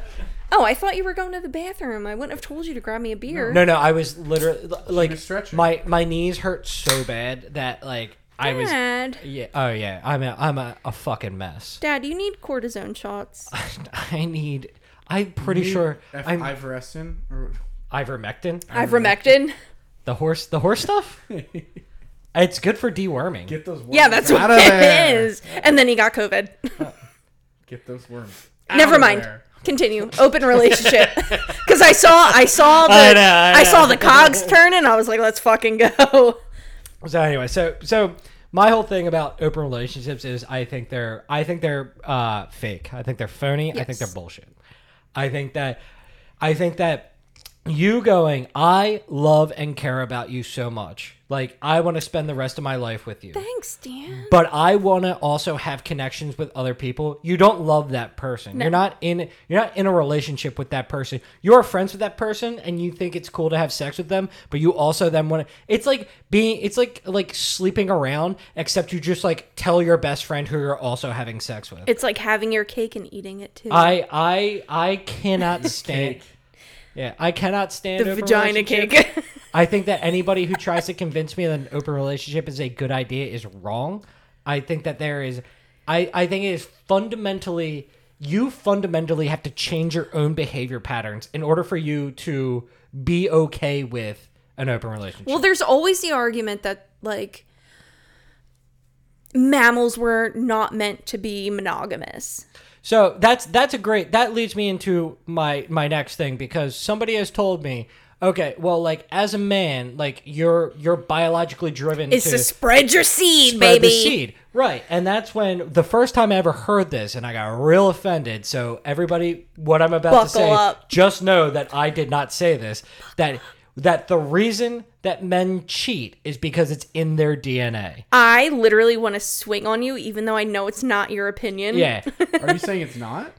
Speaker 3: Oh, I thought you were going to the bathroom. I wouldn't have told you to grab me a beer.
Speaker 2: No, no, I was literally
Speaker 1: was
Speaker 2: like
Speaker 1: stretching.
Speaker 2: my my knees hurt so bad that like I was
Speaker 3: Dad,
Speaker 2: yeah. Oh yeah. I'm a, I'm a, a fucking mess.
Speaker 3: Dad, you need cortisone shots.
Speaker 2: I need. I'm pretty sure.
Speaker 1: F-
Speaker 2: I'm
Speaker 1: Ivermectin or
Speaker 2: ivermectin.
Speaker 3: Ivermectin.
Speaker 2: The horse. The horse stuff. it's good for deworming.
Speaker 1: get those worms
Speaker 3: Yeah, that's what
Speaker 1: out
Speaker 3: it
Speaker 1: of
Speaker 3: is.
Speaker 1: there.
Speaker 3: And then he got COVID.
Speaker 1: Get those worms.
Speaker 3: Never
Speaker 1: out of
Speaker 3: mind.
Speaker 1: there.
Speaker 3: Continue. Open relationship. Because I saw, I saw the,
Speaker 2: I
Speaker 3: I,
Speaker 2: know, I know.
Speaker 3: saw the cogs turn, and I was like, let's fucking go.
Speaker 2: So anyway, so so my whole thing about open relationships is I think they're I think they're uh, fake. I think they're phony. I think
Speaker 3: Yes.
Speaker 2: they're bullshit. I think that I think that you going I love and care about you so much. Like I want to spend the rest of my life with you.
Speaker 3: Thanks, Dan.
Speaker 2: But I want to also have connections with other people. You don't love that person. You're not in you're not in a relationship with that person. You're friends with that person and you think it's cool to have sex with them, but you also then want to It's like being it's like like sleeping around except you just like tell your best friend who you're also having sex with.
Speaker 3: It's like having your cake and eating it too.
Speaker 2: I I I cannot stand Yeah, I cannot stand
Speaker 3: the
Speaker 2: open
Speaker 3: vagina
Speaker 2: relationships.
Speaker 3: cake.
Speaker 2: I think that anybody who tries to convince me that an open relationship is a good idea is wrong. I think that there is, I, I think it is fundamentally, you fundamentally have to change your own behavior patterns in order for you to be okay with an open relationship.
Speaker 3: well, there's always the argument that like mammals were not meant to be monogamous.
Speaker 2: So that's that's a great that leads me into my my next thing because somebody has told me, okay, well like as a man, like you're you're biologically driven
Speaker 3: It's
Speaker 2: to
Speaker 3: to spread your seed,
Speaker 2: spread
Speaker 3: baby.
Speaker 2: the seed. Right. And that's when the first time I ever heard this and I got real offended. So everybody what I'm about
Speaker 3: Buckle
Speaker 2: to say
Speaker 3: up.
Speaker 2: just know that I did not say this that that the reason that men cheat is because it's in their DNA.
Speaker 3: I literally want to swing on you, even though I know it's not your opinion.
Speaker 2: Yeah.
Speaker 1: Are you saying it's not?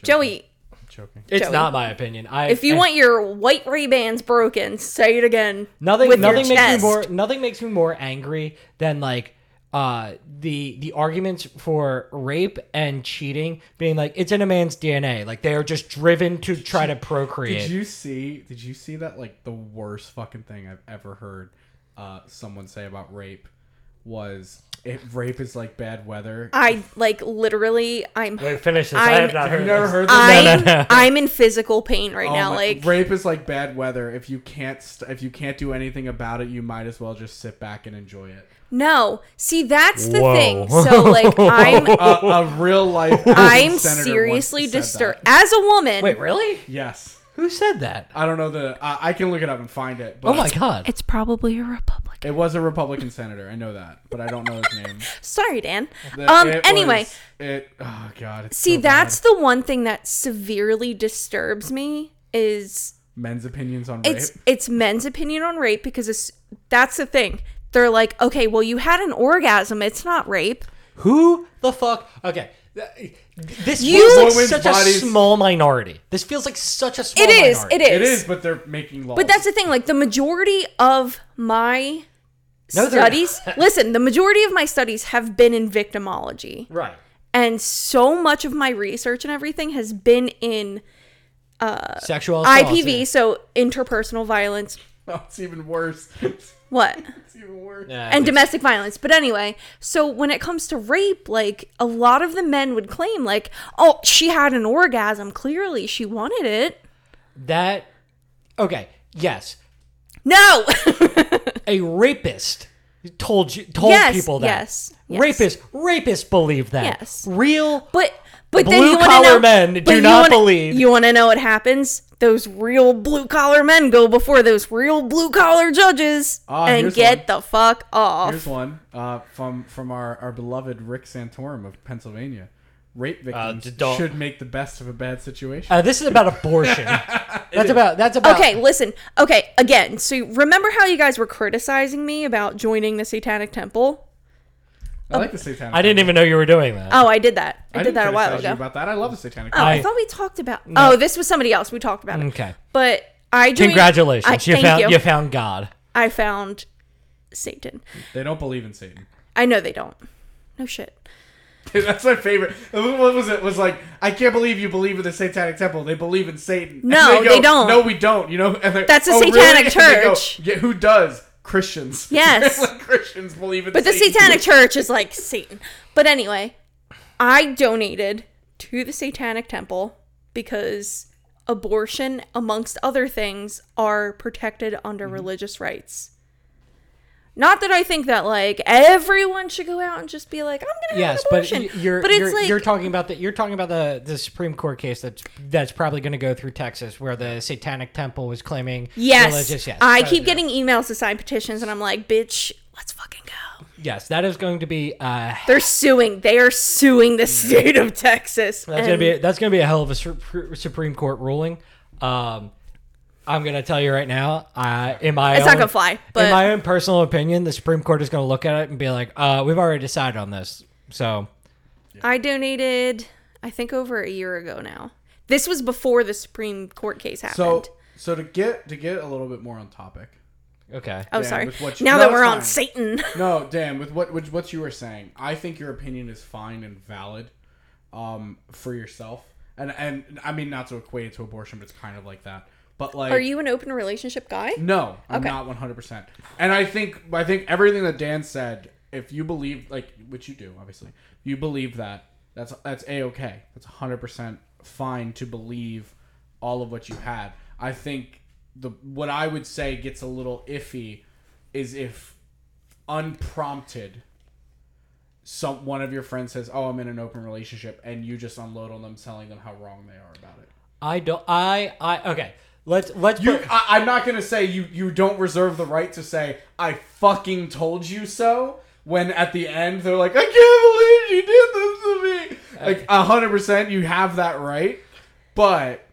Speaker 3: Joey,
Speaker 1: Joking.
Speaker 2: It's
Speaker 3: Joey.
Speaker 2: not my opinion. I
Speaker 3: if you
Speaker 2: I-
Speaker 3: want your white Ray Bans broken, say it again.
Speaker 2: Nothing
Speaker 3: with your
Speaker 2: nothing makes
Speaker 3: chest.
Speaker 2: me more nothing makes me more angry than like uh the the arguments for rape and cheating being like it's in a man's DNA. Like they are just driven to try to procreate.
Speaker 1: Did you see? Did you see that? Like the worst fucking thing I've ever heard uh, someone say about rape was it, rape is like bad weather.
Speaker 3: I like literally. I'm
Speaker 2: Wait, finish this.
Speaker 3: I'm-
Speaker 2: I have not
Speaker 1: Have
Speaker 2: heard
Speaker 1: you never
Speaker 2: this.
Speaker 1: heard that?
Speaker 3: I'm
Speaker 2: no.
Speaker 3: I'm in physical pain right
Speaker 1: Oh
Speaker 3: now.
Speaker 1: my-
Speaker 3: Like
Speaker 1: rape is like bad weather. If you can't st- if you can't do anything about it, you might as well just sit back and enjoy it.
Speaker 3: no, see that's the
Speaker 2: Whoa.
Speaker 3: thing. So like I'm
Speaker 1: A, a real life.
Speaker 3: I'm
Speaker 1: senator once
Speaker 3: seriously
Speaker 1: said that.
Speaker 3: disturbed as a woman.
Speaker 2: Wait, really?
Speaker 1: Yes,
Speaker 2: Who said that?
Speaker 1: I don't know the. I, I can look it up and find it. But
Speaker 2: Oh my god.
Speaker 3: it's probably a Republican.
Speaker 1: It was a Republican senator. I know that, but I don't know his name.
Speaker 3: Sorry, Dan.
Speaker 1: The-
Speaker 3: um.
Speaker 1: it
Speaker 3: Anyway,
Speaker 1: was- it. Oh god. It's
Speaker 3: see
Speaker 1: so bad.
Speaker 3: that's the one thing that severely disturbs me is
Speaker 1: men's opinions on rape.
Speaker 3: it's it's men's opinion on rape because it's that's the thing. They're like, okay, well, you had an orgasm. It's not rape.
Speaker 2: Who the fuck? Okay. Th- This
Speaker 3: You-
Speaker 2: feels like
Speaker 1: Women's
Speaker 2: such
Speaker 1: bodies-
Speaker 2: a small minority. This feels like such a small
Speaker 3: It is.
Speaker 2: minority.
Speaker 3: It is.
Speaker 1: It is, but they're making laws.
Speaker 3: But that's the thing. Like the majority of my
Speaker 2: No, they're
Speaker 3: studies, listen, the majority of my studies have been in victimology,
Speaker 2: Right.
Speaker 3: and so much of my research and everything has been in Uh,
Speaker 2: Sexual assault.
Speaker 3: IPV, so interpersonal violence.
Speaker 1: Oh, it's even worse. It's
Speaker 3: What?
Speaker 1: even worse.
Speaker 2: Yeah.
Speaker 3: and domestic violence. But anyway, so when it comes to rape, like a lot of the men would claim, like, oh, she had an orgasm. Clearly, she wanted it.
Speaker 2: that Okay. Yes.
Speaker 3: No.
Speaker 2: A rapist told you told
Speaker 3: Yes,
Speaker 2: people that.
Speaker 3: yes, yes.
Speaker 2: Rapist rapists believe that.
Speaker 3: Yes.
Speaker 2: Real
Speaker 3: But but then you want to
Speaker 2: Blue-collar
Speaker 3: know
Speaker 2: men do
Speaker 3: but you
Speaker 2: not
Speaker 3: wanna-
Speaker 2: believe.
Speaker 3: You want to know what happens? Those real blue collar men go before those real blue collar judges
Speaker 1: Ah,
Speaker 3: and
Speaker 1: here's
Speaker 3: get the fuck off.
Speaker 1: Here's one uh, from from our, our beloved Rick Santorum of Pennsylvania. Rape victims
Speaker 2: Uh, d- don't-
Speaker 1: should make the best of a bad situation.
Speaker 2: uh, this is about abortion. that's about that's about
Speaker 3: Okay, listen. Okay, again. So you- remember how you guys were criticizing me about joining the Satanic Temple?
Speaker 1: I like the satanic.
Speaker 2: I didn't even know you were doing that.
Speaker 3: Oh, I did that. I,
Speaker 1: I
Speaker 3: did
Speaker 1: didn't
Speaker 3: that a while
Speaker 1: criticize you
Speaker 3: ago.
Speaker 1: about that. I love the satanic.
Speaker 3: oh, I,
Speaker 2: I-
Speaker 3: thought we talked about. Oh, this was somebody else. We talked about it.
Speaker 2: Okay.
Speaker 3: But Um, I joined,
Speaker 2: Congratulations.
Speaker 3: I,
Speaker 2: you
Speaker 3: thank
Speaker 2: found
Speaker 3: you.
Speaker 2: you found God.
Speaker 3: I found Satan.
Speaker 1: They don't believe in Satan.
Speaker 3: I know they don't. No shit.
Speaker 1: That's my favorite. What was it? Was like, I can't believe you believe in the Satanic Temple. They believe in Satan. And
Speaker 3: No, they don't.
Speaker 1: No, we don't. You know, and they're,
Speaker 3: That's a
Speaker 1: "Oh,
Speaker 3: Satanic
Speaker 1: And they go,
Speaker 3: church."
Speaker 1: yeah, who does? Christians.
Speaker 3: Yes.
Speaker 1: Like, Christians believe in
Speaker 3: But the
Speaker 1: Satan.
Speaker 3: Satanic Church is like Satan. But anyway, I donated to the Satanic Temple because abortion, amongst other things, are protected under
Speaker 2: Mm-hmm.
Speaker 3: religious rights. Not that I think that like everyone should go out and just be like, I'm gonna
Speaker 2: Yes,
Speaker 3: have an
Speaker 2: but
Speaker 3: abortion.
Speaker 2: y- you're
Speaker 3: but it's
Speaker 2: you're,
Speaker 3: like
Speaker 2: you're talking about the you're talking about the the Supreme Court case that's that's probably going to go through Texas, where the Satanic Temple was claiming
Speaker 3: yes,
Speaker 2: religious. Yes,
Speaker 3: I
Speaker 2: so-
Speaker 3: keep getting emails to sign petitions, and I'm like, bitch, let's fucking go.
Speaker 2: yes. That is going to be uh,
Speaker 3: They're suing. They are suing the state of Texas.
Speaker 2: that's going to
Speaker 3: Um,
Speaker 2: be that's going to be a hell of a Sup- Supreme Court ruling. Um, I'm going to tell you right now. Uh, in my
Speaker 3: It's not
Speaker 2: own-
Speaker 3: gonna fly, but-
Speaker 2: in my own personal opinion, the Supreme Court is going to look at it and be like, uh, "We've already decided on this." So
Speaker 3: I donated, I think, over a year ago now. This was before the Supreme Court case
Speaker 1: So
Speaker 3: happened.
Speaker 1: so to get to get a little bit more on topic.
Speaker 2: okay,
Speaker 3: oh,
Speaker 1: Dan,
Speaker 3: sorry.
Speaker 1: with what you-
Speaker 3: Now
Speaker 1: No,
Speaker 3: that
Speaker 1: it's
Speaker 3: we're on
Speaker 1: fine.
Speaker 3: Satan,
Speaker 1: No, Dan, with what with what you were saying, I think your opinion is fine and valid um, for yourself. And and I mean not to equate it to abortion, but it's kind of like that. But like
Speaker 3: are you an open relationship guy?
Speaker 1: No, I'm
Speaker 3: Okay.
Speaker 1: not 100%. And I think I think everything that Dan said, if you believe like which you do obviously, you believe that that's that's A-okay. That's 100% fine to believe all of what you had. I think the what I would say gets a little iffy is if unprompted some one of your friends says, "Oh, I'm in an open relationship," and you just unload on them telling them how wrong they are about it.
Speaker 2: I don't. I I okay. Let's let's
Speaker 1: You,
Speaker 2: put-
Speaker 1: I, I'm not gonna say you you don't reserve the right to say I fucking told you so. When at the end they're like, I can't believe you did this to me. Like a hundred percent, you have that right. But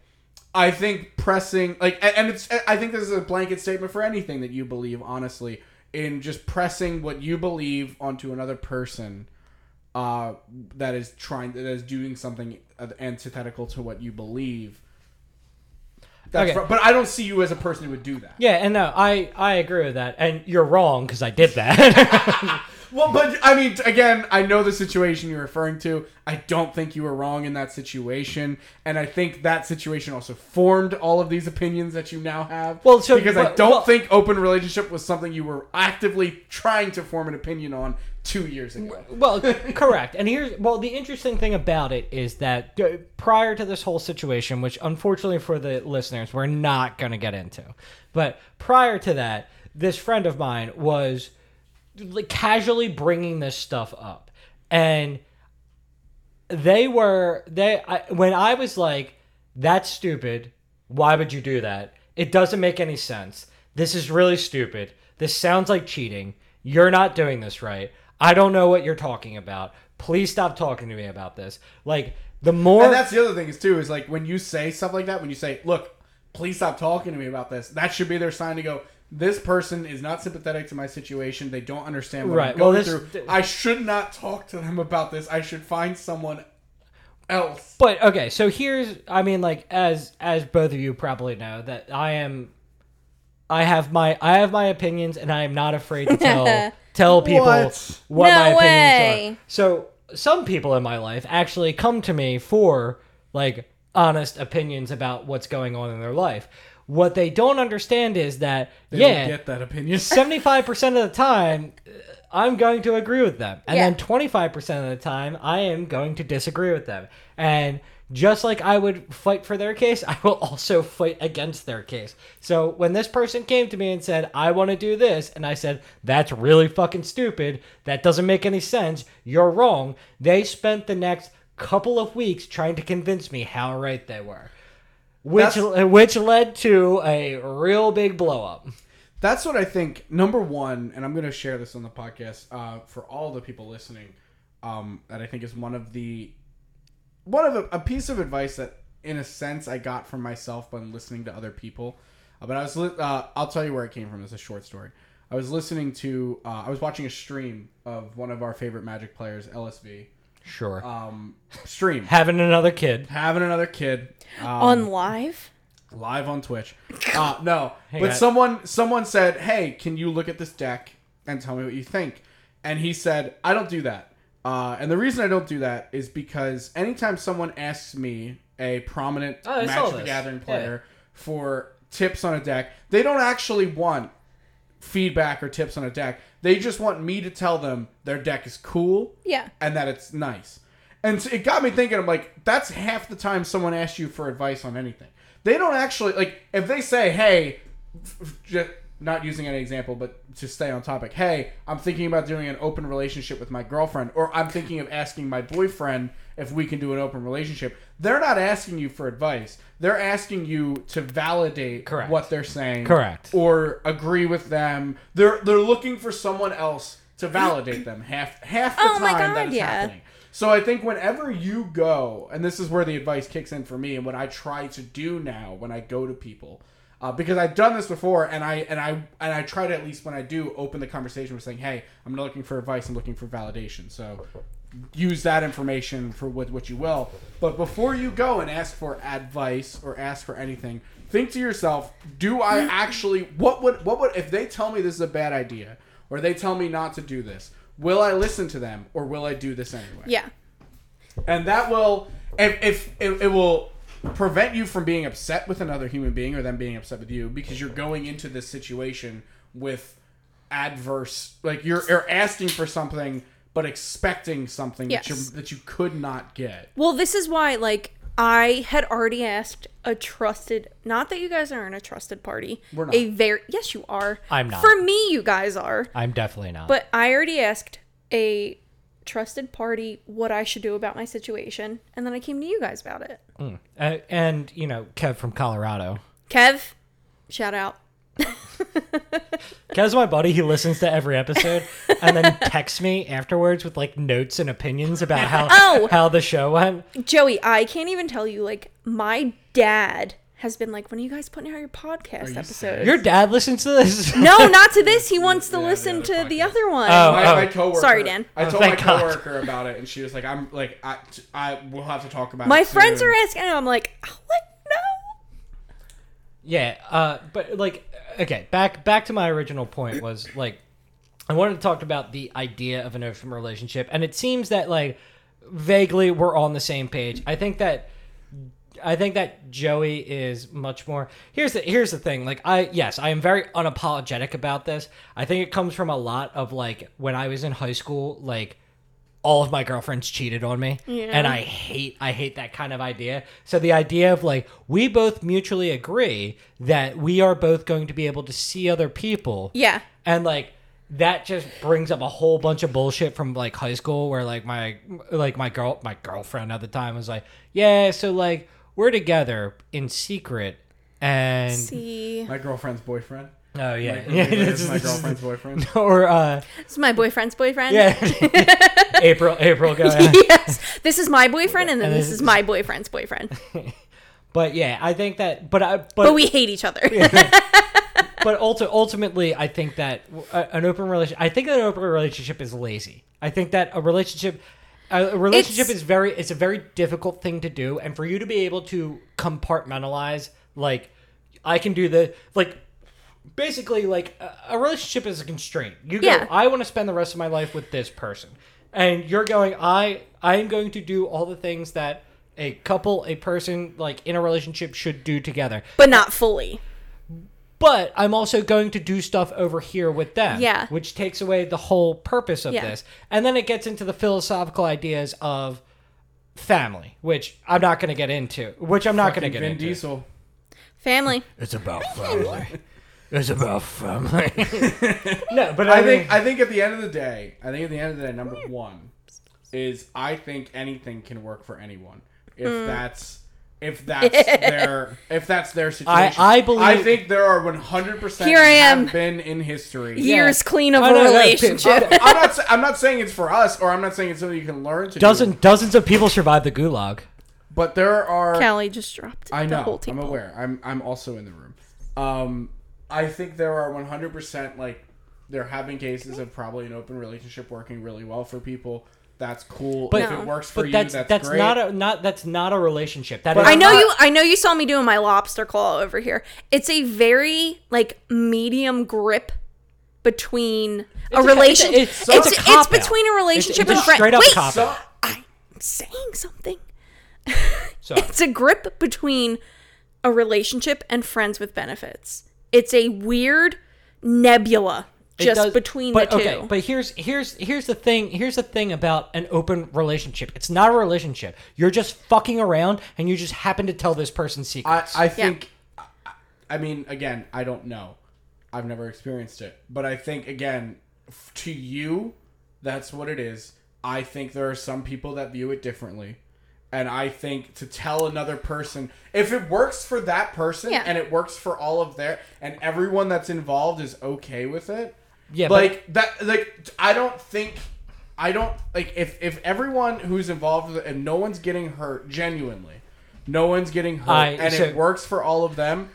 Speaker 1: I think pressing like, a- and it's I think this is a blanket statement for anything that you believe. Honestly, in just pressing what you believe onto another person uh, that is trying that is doing something antithetical to what you believe. That's
Speaker 2: Okay.
Speaker 1: fr- but I don't see you as a person who would do that.
Speaker 2: Yeah, and no, I I agree with that, and you're wrong because I did that.
Speaker 1: Well, but I mean, again, I know the situation you're referring to. I don't think you were wrong in that situation, and I think that situation also formed all of these opinions that you now have.
Speaker 2: Well, so-
Speaker 1: because I
Speaker 2: well-
Speaker 1: don't
Speaker 2: well-
Speaker 1: think open relationship was something you were actively trying to form an opinion on two years ago.
Speaker 2: well, c- correct. And here's well, the interesting thing about it is that uh, prior to this whole situation, which unfortunately for the listeners, we're not going to get into, but prior to that, this friend of mine was like casually bringing this stuff up, and they were they I, when I was like, "That's stupid. Why would you do that? It doesn't make any sense. This is really stupid. This sounds like cheating. You're not doing this right. I don't know what you're talking about. Please stop talking to me about this." Like the more
Speaker 1: And that's the other thing is too is like when you say stuff like that, when you say, "Look, please stop talking to me about this," that should be their sign to go. This person is not sympathetic to my situation. They don't understand what
Speaker 2: Right,
Speaker 1: I'm
Speaker 2: well,
Speaker 1: going
Speaker 2: this-
Speaker 1: through. I should not talk to them about this. I should find someone else.
Speaker 2: But okay, so here's I mean like as as both of you probably know that I am I have my I have my opinions and I am not afraid to tell tell people
Speaker 1: What?
Speaker 2: what,
Speaker 3: No
Speaker 2: my
Speaker 3: way.
Speaker 2: opinions are. So some people in my life actually come to me for like honest opinions about what's going on in their life. What they don't understand is that
Speaker 1: They
Speaker 2: yeah,
Speaker 1: don't get that opinion.
Speaker 2: Seventy-five percent of the time, uh, I'm going to agree with them, and
Speaker 3: Yeah.
Speaker 2: then twenty-five percent of the time, I am going to disagree with them. And just like I would fight for their case, I will also fight against their case. So when this person came to me and said, "I want to do this," and I said, "That's really fucking stupid. That doesn't make any sense. You're wrong," they spent the next couple of weeks trying to convince me how right they were. Which,
Speaker 1: That's-
Speaker 2: which led to a real big blow up.
Speaker 1: That's what I think. Number one, and I'm going to share this on the podcast uh, for all the people listening. Um, that I think is one of the one of a, a piece of advice that, in a sense, I got from myself when listening to other people. Uh, but I was, li- uh, I'll tell you where it came from. It's a short story. I was listening to, uh, I was watching a stream of one of our favorite Magic players, LSV.
Speaker 2: Sure.
Speaker 1: Um, stream
Speaker 2: having another kid.
Speaker 1: having another kid. Um,
Speaker 3: on live.
Speaker 1: live on Twitch. Uh, no, but
Speaker 2: on.
Speaker 1: someone someone said, "Hey, can you look at this deck and tell me what you think?" And he said, "I don't do that." Uh, and the reason I don't do that is because anytime someone asks me, a prominent
Speaker 2: Oh, I saw
Speaker 1: Magic the
Speaker 2: this.
Speaker 1: Gathering
Speaker 2: Yeah.
Speaker 1: player, for tips on a deck, they don't actually want feedback or tips on a deck. They just want me to tell them their deck is cool
Speaker 3: Yeah.
Speaker 1: and that it's nice. And so it got me thinking, I'm like, that's half the time someone asks you for advice on anything. They don't actually, like, if they say, hey, f- f- ju- not using any example, but to stay on topic, hey, I'm thinking about doing an open relationship with my girlfriend, or I'm thinking of asking my boyfriend if we can do an open relationship. They're not asking you for advice. They're asking you to validate
Speaker 2: Correct.
Speaker 1: what they're saying.
Speaker 2: Correct.
Speaker 1: Or agree with them. They're they're looking for someone else to validate them. Half half the
Speaker 3: Oh
Speaker 1: time
Speaker 3: my
Speaker 1: that
Speaker 3: God,
Speaker 1: it's
Speaker 3: yeah.
Speaker 1: happening. So I think whenever you go, and this is where the advice kicks in for me, and what I try to do now when I go to people, uh, because I've done this before, and I and I and I try to at least when I do open the conversation with saying, "Hey, I'm not looking for advice. I'm looking for validation." So use that information for what what you will. But before you go and ask for advice or ask for anything, think to yourself, do I actually what would what would if they tell me this is a bad idea or they tell me not to do this, will I listen to them or will I do this anyway?
Speaker 3: Yeah.
Speaker 1: and that will if, if it, it will prevent you from being upset with another human being or them being upset with you because you're going into this situation with adverse like you're, you're asking for something but expecting something that,
Speaker 3: Yes.
Speaker 1: you that you could not get
Speaker 3: Well, this is why, like, I had already asked a trusted. Not that you guys aren't a trusted party.
Speaker 1: We're not.
Speaker 3: A very yes, you are.
Speaker 2: I'm not.
Speaker 3: For me, you guys are.
Speaker 2: I'm definitely not.
Speaker 3: But I already asked a trusted party what I should do about my situation, and then I came to you guys about it.
Speaker 2: Uh, and you know, Kev from Colorado.
Speaker 3: Kev, shout out.
Speaker 2: Kev's my buddy. He listens to every episode and then texts me afterwards with like notes and opinions about how
Speaker 3: Oh!
Speaker 2: how the show went.
Speaker 3: Joey, I can't even tell you, like, my dad has been like, when are you guys putting out your podcast
Speaker 1: you
Speaker 3: episode?
Speaker 2: Your dad listens to this.
Speaker 3: no, not to this. He wants to
Speaker 1: Yeah, the
Speaker 3: listen
Speaker 1: other
Speaker 3: to the
Speaker 1: podcast.
Speaker 3: other one.
Speaker 2: Oh.
Speaker 1: my, my coworker
Speaker 3: Sorry, Dan.
Speaker 1: i
Speaker 2: Oh,
Speaker 1: told my
Speaker 2: thank God.
Speaker 1: coworker about it and she was like i'm like i, I will have to talk about
Speaker 3: My
Speaker 1: it
Speaker 3: friends
Speaker 1: soon.
Speaker 3: are asking, and I'm like, I'll let you know.
Speaker 2: Yeah, uh, but like, okay, back back to my original point was like, I wanted to talk about the idea of an open relationship, and it seems that like vaguely we're on the same page. I think that I think that Joey is much more. Here's the here's the thing. Like I yes, I am very unapologetic about this. I think it comes from a lot of like when I was in high school, like all of my girlfriends cheated on me and I hate I hate that kind of idea. So the idea of like we both mutually agree that we are both going to be able to see other people
Speaker 3: Yeah.
Speaker 2: and like that just brings up a whole bunch of bullshit from like high school where like my like my girl my girlfriend at the time was like yeah so like we're together in secret and
Speaker 3: See,
Speaker 1: my girlfriend's boyfriend
Speaker 2: oh yeah,
Speaker 1: Like,
Speaker 2: yeah
Speaker 1: this is
Speaker 2: this is-
Speaker 1: my girlfriend's boyfriend
Speaker 2: or uh
Speaker 3: this is my boyfriend's boyfriend.
Speaker 2: yeah april april go ahead.
Speaker 3: yes. This is my boyfriend, and then this is my boyfriend's boyfriend.
Speaker 2: but yeah i think that but i but,
Speaker 3: But we hate each other.
Speaker 2: but ulti- ultimately, I think that a- an open relationship. I think that an open relationship is lazy. I think that a relationship, a a relationship
Speaker 3: It's-
Speaker 2: is very. It's a very difficult thing to do, and for you to be able to compartmentalize, like I can do the like. Basically, like a, a relationship is a constraint. You go.
Speaker 3: Yeah.
Speaker 2: I want to spend the rest of my life with this person, and you're going. I I am going to do all the things that a couple, a person like in a relationship should do together
Speaker 3: but not fully.
Speaker 2: but I'm also going to do stuff over here with them.
Speaker 3: Yeah.
Speaker 2: Which takes away the whole purpose of
Speaker 3: Yeah.
Speaker 2: this. And then it gets into the philosophical ideas of family, which I'm not going to get into, which I'm not going to
Speaker 1: Fucking
Speaker 2: get
Speaker 1: Vin
Speaker 2: into.
Speaker 1: Diesel.
Speaker 3: Family.
Speaker 2: It's about family. it's about family. no, but
Speaker 1: I think I think at the end of the day, I think at the end of the day, number one is I think anything can work for anyone if
Speaker 3: Mm.
Speaker 1: that's if that's their if that's their situation.
Speaker 2: I believe-
Speaker 1: I think there are one hundred percent
Speaker 3: Here I am.
Speaker 1: been in history.
Speaker 3: Years clean of
Speaker 2: Oh,
Speaker 3: a
Speaker 2: no, no,
Speaker 3: relationship.
Speaker 2: people-
Speaker 1: I'm not. sa- I'm not saying it's for us, or I'm not saying it's something you can learn to.
Speaker 2: dozens,
Speaker 1: do,
Speaker 2: dozens of people survive the gulag.
Speaker 1: but there are.
Speaker 3: Callie just dropped
Speaker 1: I know.
Speaker 3: the whole team.
Speaker 1: I'm aware. I'm I'm also in the room. Um, I think there are 100 percent like there have been cases of probably an open relationship working really well for people. That's cool.
Speaker 2: But-
Speaker 1: if it
Speaker 3: No.
Speaker 1: works for
Speaker 2: But
Speaker 1: you,
Speaker 2: that's
Speaker 1: that's,
Speaker 2: that's,
Speaker 1: great.
Speaker 2: not a not that's not a relationship. That is
Speaker 1: But
Speaker 3: I
Speaker 1: I'm
Speaker 3: know
Speaker 1: not-
Speaker 3: you I know you saw me doing my lobster claw over here. It's a very like medium grip between a
Speaker 2: a-
Speaker 3: relationship.
Speaker 2: it's
Speaker 3: It's,
Speaker 2: a- it's a- it's a
Speaker 3: it's,
Speaker 2: cop-out.
Speaker 3: between a relationship
Speaker 2: it's a
Speaker 3: and friend.
Speaker 2: straight up
Speaker 3: Wait,
Speaker 2: cop-out.
Speaker 1: So-
Speaker 3: I'm saying something.
Speaker 2: Sorry.
Speaker 3: It's a grip between a relationship and friends with benefits. It's a weird nebula
Speaker 2: It
Speaker 3: just
Speaker 2: does-
Speaker 3: between
Speaker 2: but,
Speaker 3: the two.
Speaker 2: Okay, but here's here's here's the thing. Here's the thing about an open relationship. It's not a relationship. You're just fucking around, and you just happen to tell this person
Speaker 1: I,
Speaker 2: secrets.
Speaker 1: I think, I- I mean, again, I don't know. I've never experienced it. But I think, again, f- to you, that's what it is. I think there are some people that view it differently. And I think to tell another person, if it works for that person
Speaker 3: Yeah.
Speaker 1: and it works for all of their, and everyone that's involved is okay with it,
Speaker 2: yeah, but-
Speaker 1: like that like i don't think i don't like if if everyone who's involved with it and no one's getting hurt genuinely no one's getting hurt
Speaker 2: I-
Speaker 1: and
Speaker 2: so- Uh,
Speaker 1: it works for all of them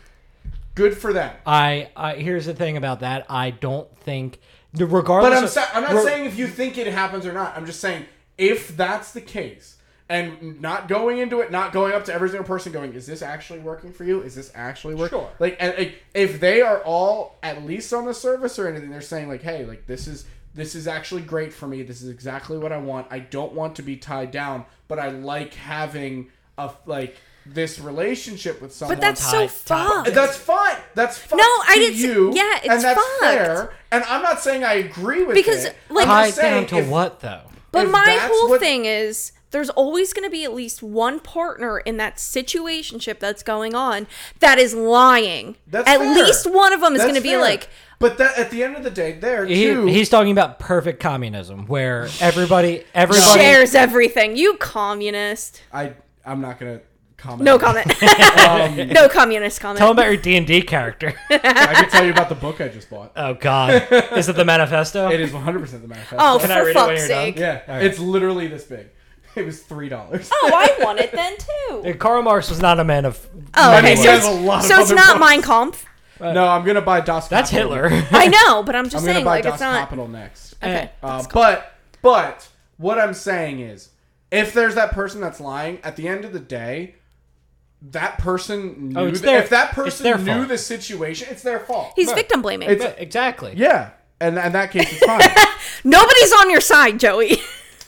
Speaker 1: good for them
Speaker 2: I, I here's the thing about that. I don't think the regardless.
Speaker 1: but i'm
Speaker 2: of-
Speaker 1: sa- i'm not
Speaker 2: re-
Speaker 1: saying if you think it happens or not i'm just saying if that's the case and not going into it, not going up to every single person, going, "Is this actually working for you? Is this actually working?"
Speaker 2: Sure.
Speaker 1: Like, and, like, if they are all at least on the surface or anything, they're saying like, "Hey, like this is this is actually great for me. This is exactly what I want. I don't want to be tied down, but I like having a like this relationship with someone."
Speaker 3: But that's so
Speaker 2: Tied- tied.
Speaker 3: fucked.
Speaker 1: That's fine. That's fine.
Speaker 3: No, I
Speaker 1: to
Speaker 3: didn't say-
Speaker 1: You,
Speaker 3: yeah, it's
Speaker 1: and that's
Speaker 3: fucked.
Speaker 1: fair. And I'm not saying I agree with
Speaker 3: Because,
Speaker 1: it.
Speaker 3: like-
Speaker 1: I'm
Speaker 2: tied
Speaker 1: just saying
Speaker 2: down to
Speaker 1: if-
Speaker 2: what though?
Speaker 3: But
Speaker 1: if
Speaker 3: my
Speaker 1: that's
Speaker 3: whole
Speaker 1: what-
Speaker 3: thing is there's always going to be at least one partner in that situationship that's going on that is lying.
Speaker 1: That's
Speaker 3: at
Speaker 1: fair.
Speaker 3: least one of them is
Speaker 1: That's
Speaker 3: going to be
Speaker 1: fair.
Speaker 3: like,
Speaker 1: But that at the end of the day, there
Speaker 2: He,
Speaker 1: too.
Speaker 2: he's talking about perfect communism, where everybody everybody
Speaker 3: shares everything. You communist.
Speaker 1: I I'm not gonna comment.
Speaker 3: No comment. no communist comment.
Speaker 2: Uh, Tell him about your D and D character.
Speaker 1: Um, I can tell you about the book I just bought.
Speaker 2: oh God, is it the manifesto?
Speaker 1: It is 100 percent the manifesto.
Speaker 3: oh,
Speaker 2: Can I read
Speaker 3: for
Speaker 2: it when
Speaker 3: fuck's
Speaker 2: you're done?
Speaker 3: sake.
Speaker 1: yeah, it's literally this big. It was three dollars.
Speaker 3: Oh, I want it then too.
Speaker 2: Karl Marx was not a man of.
Speaker 3: Oh,
Speaker 2: many
Speaker 1: you
Speaker 3: okay. So
Speaker 2: words.
Speaker 1: have
Speaker 3: it's,
Speaker 1: a lot of
Speaker 3: so it's
Speaker 1: other
Speaker 3: not
Speaker 1: books.
Speaker 3: Mein Kampf.
Speaker 1: No, I'm gonna buy Das.
Speaker 2: that's
Speaker 1: Kapital.
Speaker 2: Hitler.
Speaker 3: I know, but I'm just
Speaker 1: I'm gonna
Speaker 3: saying,
Speaker 1: buy
Speaker 3: like,
Speaker 1: Das
Speaker 3: it's not.
Speaker 1: Kapital next.
Speaker 3: Okay.
Speaker 1: Uh, but but what I'm saying is, if there's that person that's lying, at the end of the day, that person knew.
Speaker 2: Oh, it's
Speaker 1: that-
Speaker 2: their-
Speaker 1: if that
Speaker 2: it's
Speaker 1: person
Speaker 2: their
Speaker 1: knew
Speaker 2: fault.
Speaker 1: the situation, it's their fault.
Speaker 3: He's victim blaming.
Speaker 1: It's-
Speaker 2: exactly.
Speaker 1: yeah, and in that case, it's fine.
Speaker 3: Nobody's on your side, Joey.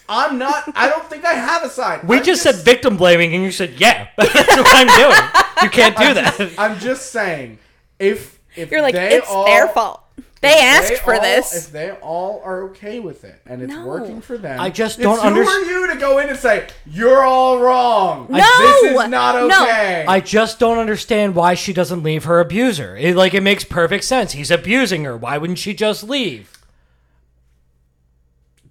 Speaker 1: I'm not. I don't think I have a side.
Speaker 2: We
Speaker 1: I'm
Speaker 2: just, said victim blaming, and you said, "Yeah, that's what I'm doing." You can't do that.
Speaker 1: I'm just saying, if if
Speaker 3: You're like,
Speaker 1: they
Speaker 3: it's
Speaker 1: all-
Speaker 3: their fault. They
Speaker 1: they
Speaker 3: asked for
Speaker 1: all-
Speaker 3: this.
Speaker 1: If they all are okay with it and it's
Speaker 3: No.
Speaker 1: working for them,
Speaker 2: I just
Speaker 1: it's
Speaker 2: don't
Speaker 1: who
Speaker 2: underst-
Speaker 1: are you to go in and say you're all wrong?
Speaker 3: No!
Speaker 1: this is not
Speaker 3: No.
Speaker 1: okay.
Speaker 2: I just don't understand why she doesn't leave her abuser. It, like, it makes perfect sense. He's abusing her. Why wouldn't she just leave?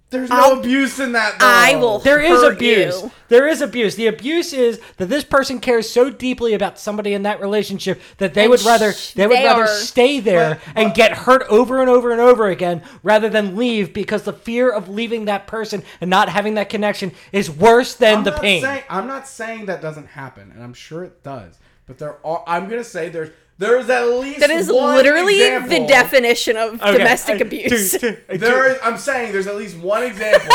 Speaker 1: There's no
Speaker 3: I'll-
Speaker 1: abuse in that. Though.
Speaker 3: I will-
Speaker 2: There is
Speaker 3: Hurt
Speaker 2: abuse.
Speaker 3: you.
Speaker 2: There is abuse. The abuse is that this person cares so deeply about somebody in that relationship that they
Speaker 3: And
Speaker 2: would rather
Speaker 3: sh-
Speaker 2: they would
Speaker 3: they
Speaker 2: rather
Speaker 3: are-
Speaker 2: stay there
Speaker 1: But-
Speaker 2: and get hurt over and over and over again rather than leave because the fear of leaving that person and not having that connection is worse than
Speaker 1: I'm
Speaker 2: the
Speaker 1: not
Speaker 2: pain.
Speaker 1: Saying, I'm not saying that doesn't happen, and I'm sure it does. But there are. I'm gonna say there's there's at least
Speaker 3: That is
Speaker 1: one
Speaker 3: literally the
Speaker 1: example-
Speaker 3: definition of
Speaker 2: Okay,
Speaker 3: domestic
Speaker 2: I-
Speaker 3: abuse.
Speaker 2: dude, dude, I-
Speaker 1: There is, I'm saying there's at least one example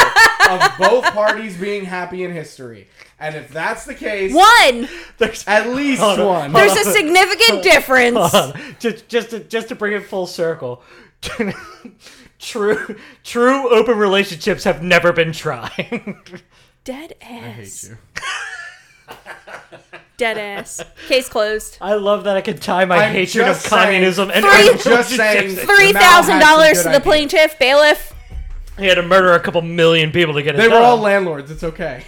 Speaker 1: of both parties being happy in history. And if that's the case,
Speaker 3: One,
Speaker 2: there's-
Speaker 1: at least
Speaker 2: Hold on,
Speaker 1: one.
Speaker 3: there's a significant difference.
Speaker 2: Hold on. just just to, just to bring it full circle. true true open relationships have never been tried.
Speaker 3: Dead ass.
Speaker 1: I hate you.
Speaker 3: Dead ass. Case closed.
Speaker 2: I love that I can tie my
Speaker 1: I'm
Speaker 2: hatred of
Speaker 1: just saying-
Speaker 2: communism and open
Speaker 3: Three-
Speaker 1: I'm just saying-
Speaker 2: relationships.
Speaker 3: Three
Speaker 1: Mal
Speaker 3: thousand
Speaker 1: had
Speaker 3: dollars
Speaker 1: some
Speaker 3: to
Speaker 1: good
Speaker 3: the
Speaker 1: ideas.
Speaker 3: plaintiff bailiff.
Speaker 2: He had to murder a couple million people to get it
Speaker 1: They were
Speaker 2: done.
Speaker 1: all landlords. It's okay.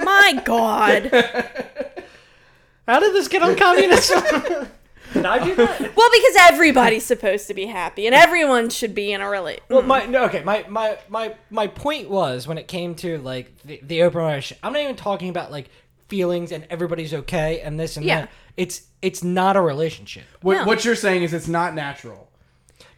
Speaker 3: My God.
Speaker 2: How did this get on communism? Did I do that?
Speaker 3: well, because everybody's supposed to be happy, and everyone should be in a relate.
Speaker 2: Well, my no, okay. My my my my point was when it came to like the, the open relationship. I'm not even talking about like feelings and everybody's okay and this and
Speaker 3: Yeah.
Speaker 2: that. It's it's not a relationship.
Speaker 1: what,
Speaker 3: No.
Speaker 1: what you're saying is it's not natural.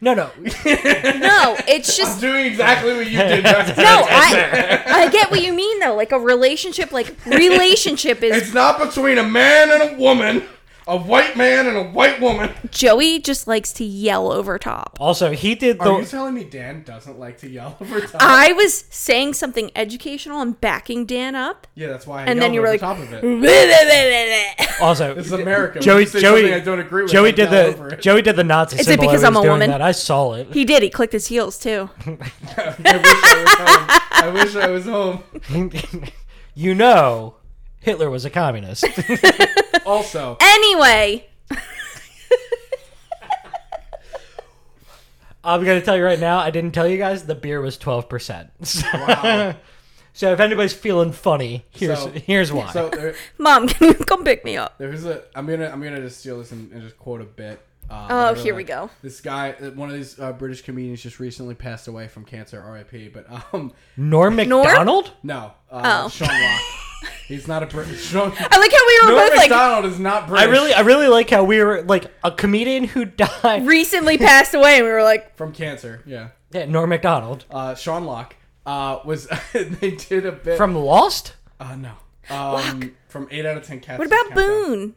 Speaker 2: No, no.
Speaker 3: No, it's just
Speaker 1: Doing exactly what you did. Justin.
Speaker 3: no. I I get what you mean though. Like a relationship, like relationship is
Speaker 1: It's not between a man and a woman, a white man and a white woman.
Speaker 3: Joey just likes to yell over top.
Speaker 2: Also, he did the.
Speaker 1: Are you telling me Dan doesn't like to yell over top?
Speaker 3: I was saying something educational and backing Dan up.
Speaker 1: yeah, that's why I
Speaker 3: And
Speaker 1: yelled
Speaker 3: then you were
Speaker 1: over
Speaker 3: like,
Speaker 1: top of it.
Speaker 3: Is
Speaker 2: also,
Speaker 1: This is America. When
Speaker 2: Joey
Speaker 1: you say
Speaker 2: Joey
Speaker 1: something I don't agree with.
Speaker 2: Joey
Speaker 1: I
Speaker 2: did
Speaker 1: yell over
Speaker 2: the
Speaker 1: it.
Speaker 2: Joey did the Nazi
Speaker 3: Is it
Speaker 2: symbol.
Speaker 3: because
Speaker 2: I was
Speaker 3: I'm a
Speaker 2: doing
Speaker 3: woman?
Speaker 2: That. I saw it.
Speaker 3: He did. He clicked his heels too.
Speaker 1: I wish I was home. I wish I was home.
Speaker 2: you know, Hitler was a communist.
Speaker 1: Also,
Speaker 3: Anyway,
Speaker 2: I'm gonna tell you right now. I didn't tell you guys. The beer was twelve percent.
Speaker 1: Wow.
Speaker 2: so if anybody's feeling funny, here's
Speaker 1: So-
Speaker 2: here's why.
Speaker 1: So there,
Speaker 3: Mom, can you come pick me up?
Speaker 1: there's a. I'm gonna I'm gonna just steal this and, and just quote a bit. Um,
Speaker 3: Oh,
Speaker 1: I really
Speaker 3: here we
Speaker 1: like-
Speaker 3: go.
Speaker 1: This guy, one of these uh, British comedians, just recently passed away from cancer, RIP. But um,
Speaker 2: Norm
Speaker 3: Norm?
Speaker 2: McDonald.
Speaker 1: no, uh,
Speaker 3: Oh.
Speaker 1: Sean Locke. He's not a British. Sean,
Speaker 3: I like how we were
Speaker 1: Norm
Speaker 3: both like
Speaker 1: McDonald is not British.
Speaker 2: I really I really like how we were like a comedian who died.
Speaker 3: recently passed away, and we were like,
Speaker 1: from cancer. Yeah,
Speaker 2: Yeah, Norm McDonald
Speaker 1: uh, Sean Locke uh, was. they did a bit
Speaker 2: from Lost.
Speaker 1: Uh, no. Um, from eight out of ten cats.
Speaker 3: "What about
Speaker 1: Countdown.
Speaker 3: Boone?"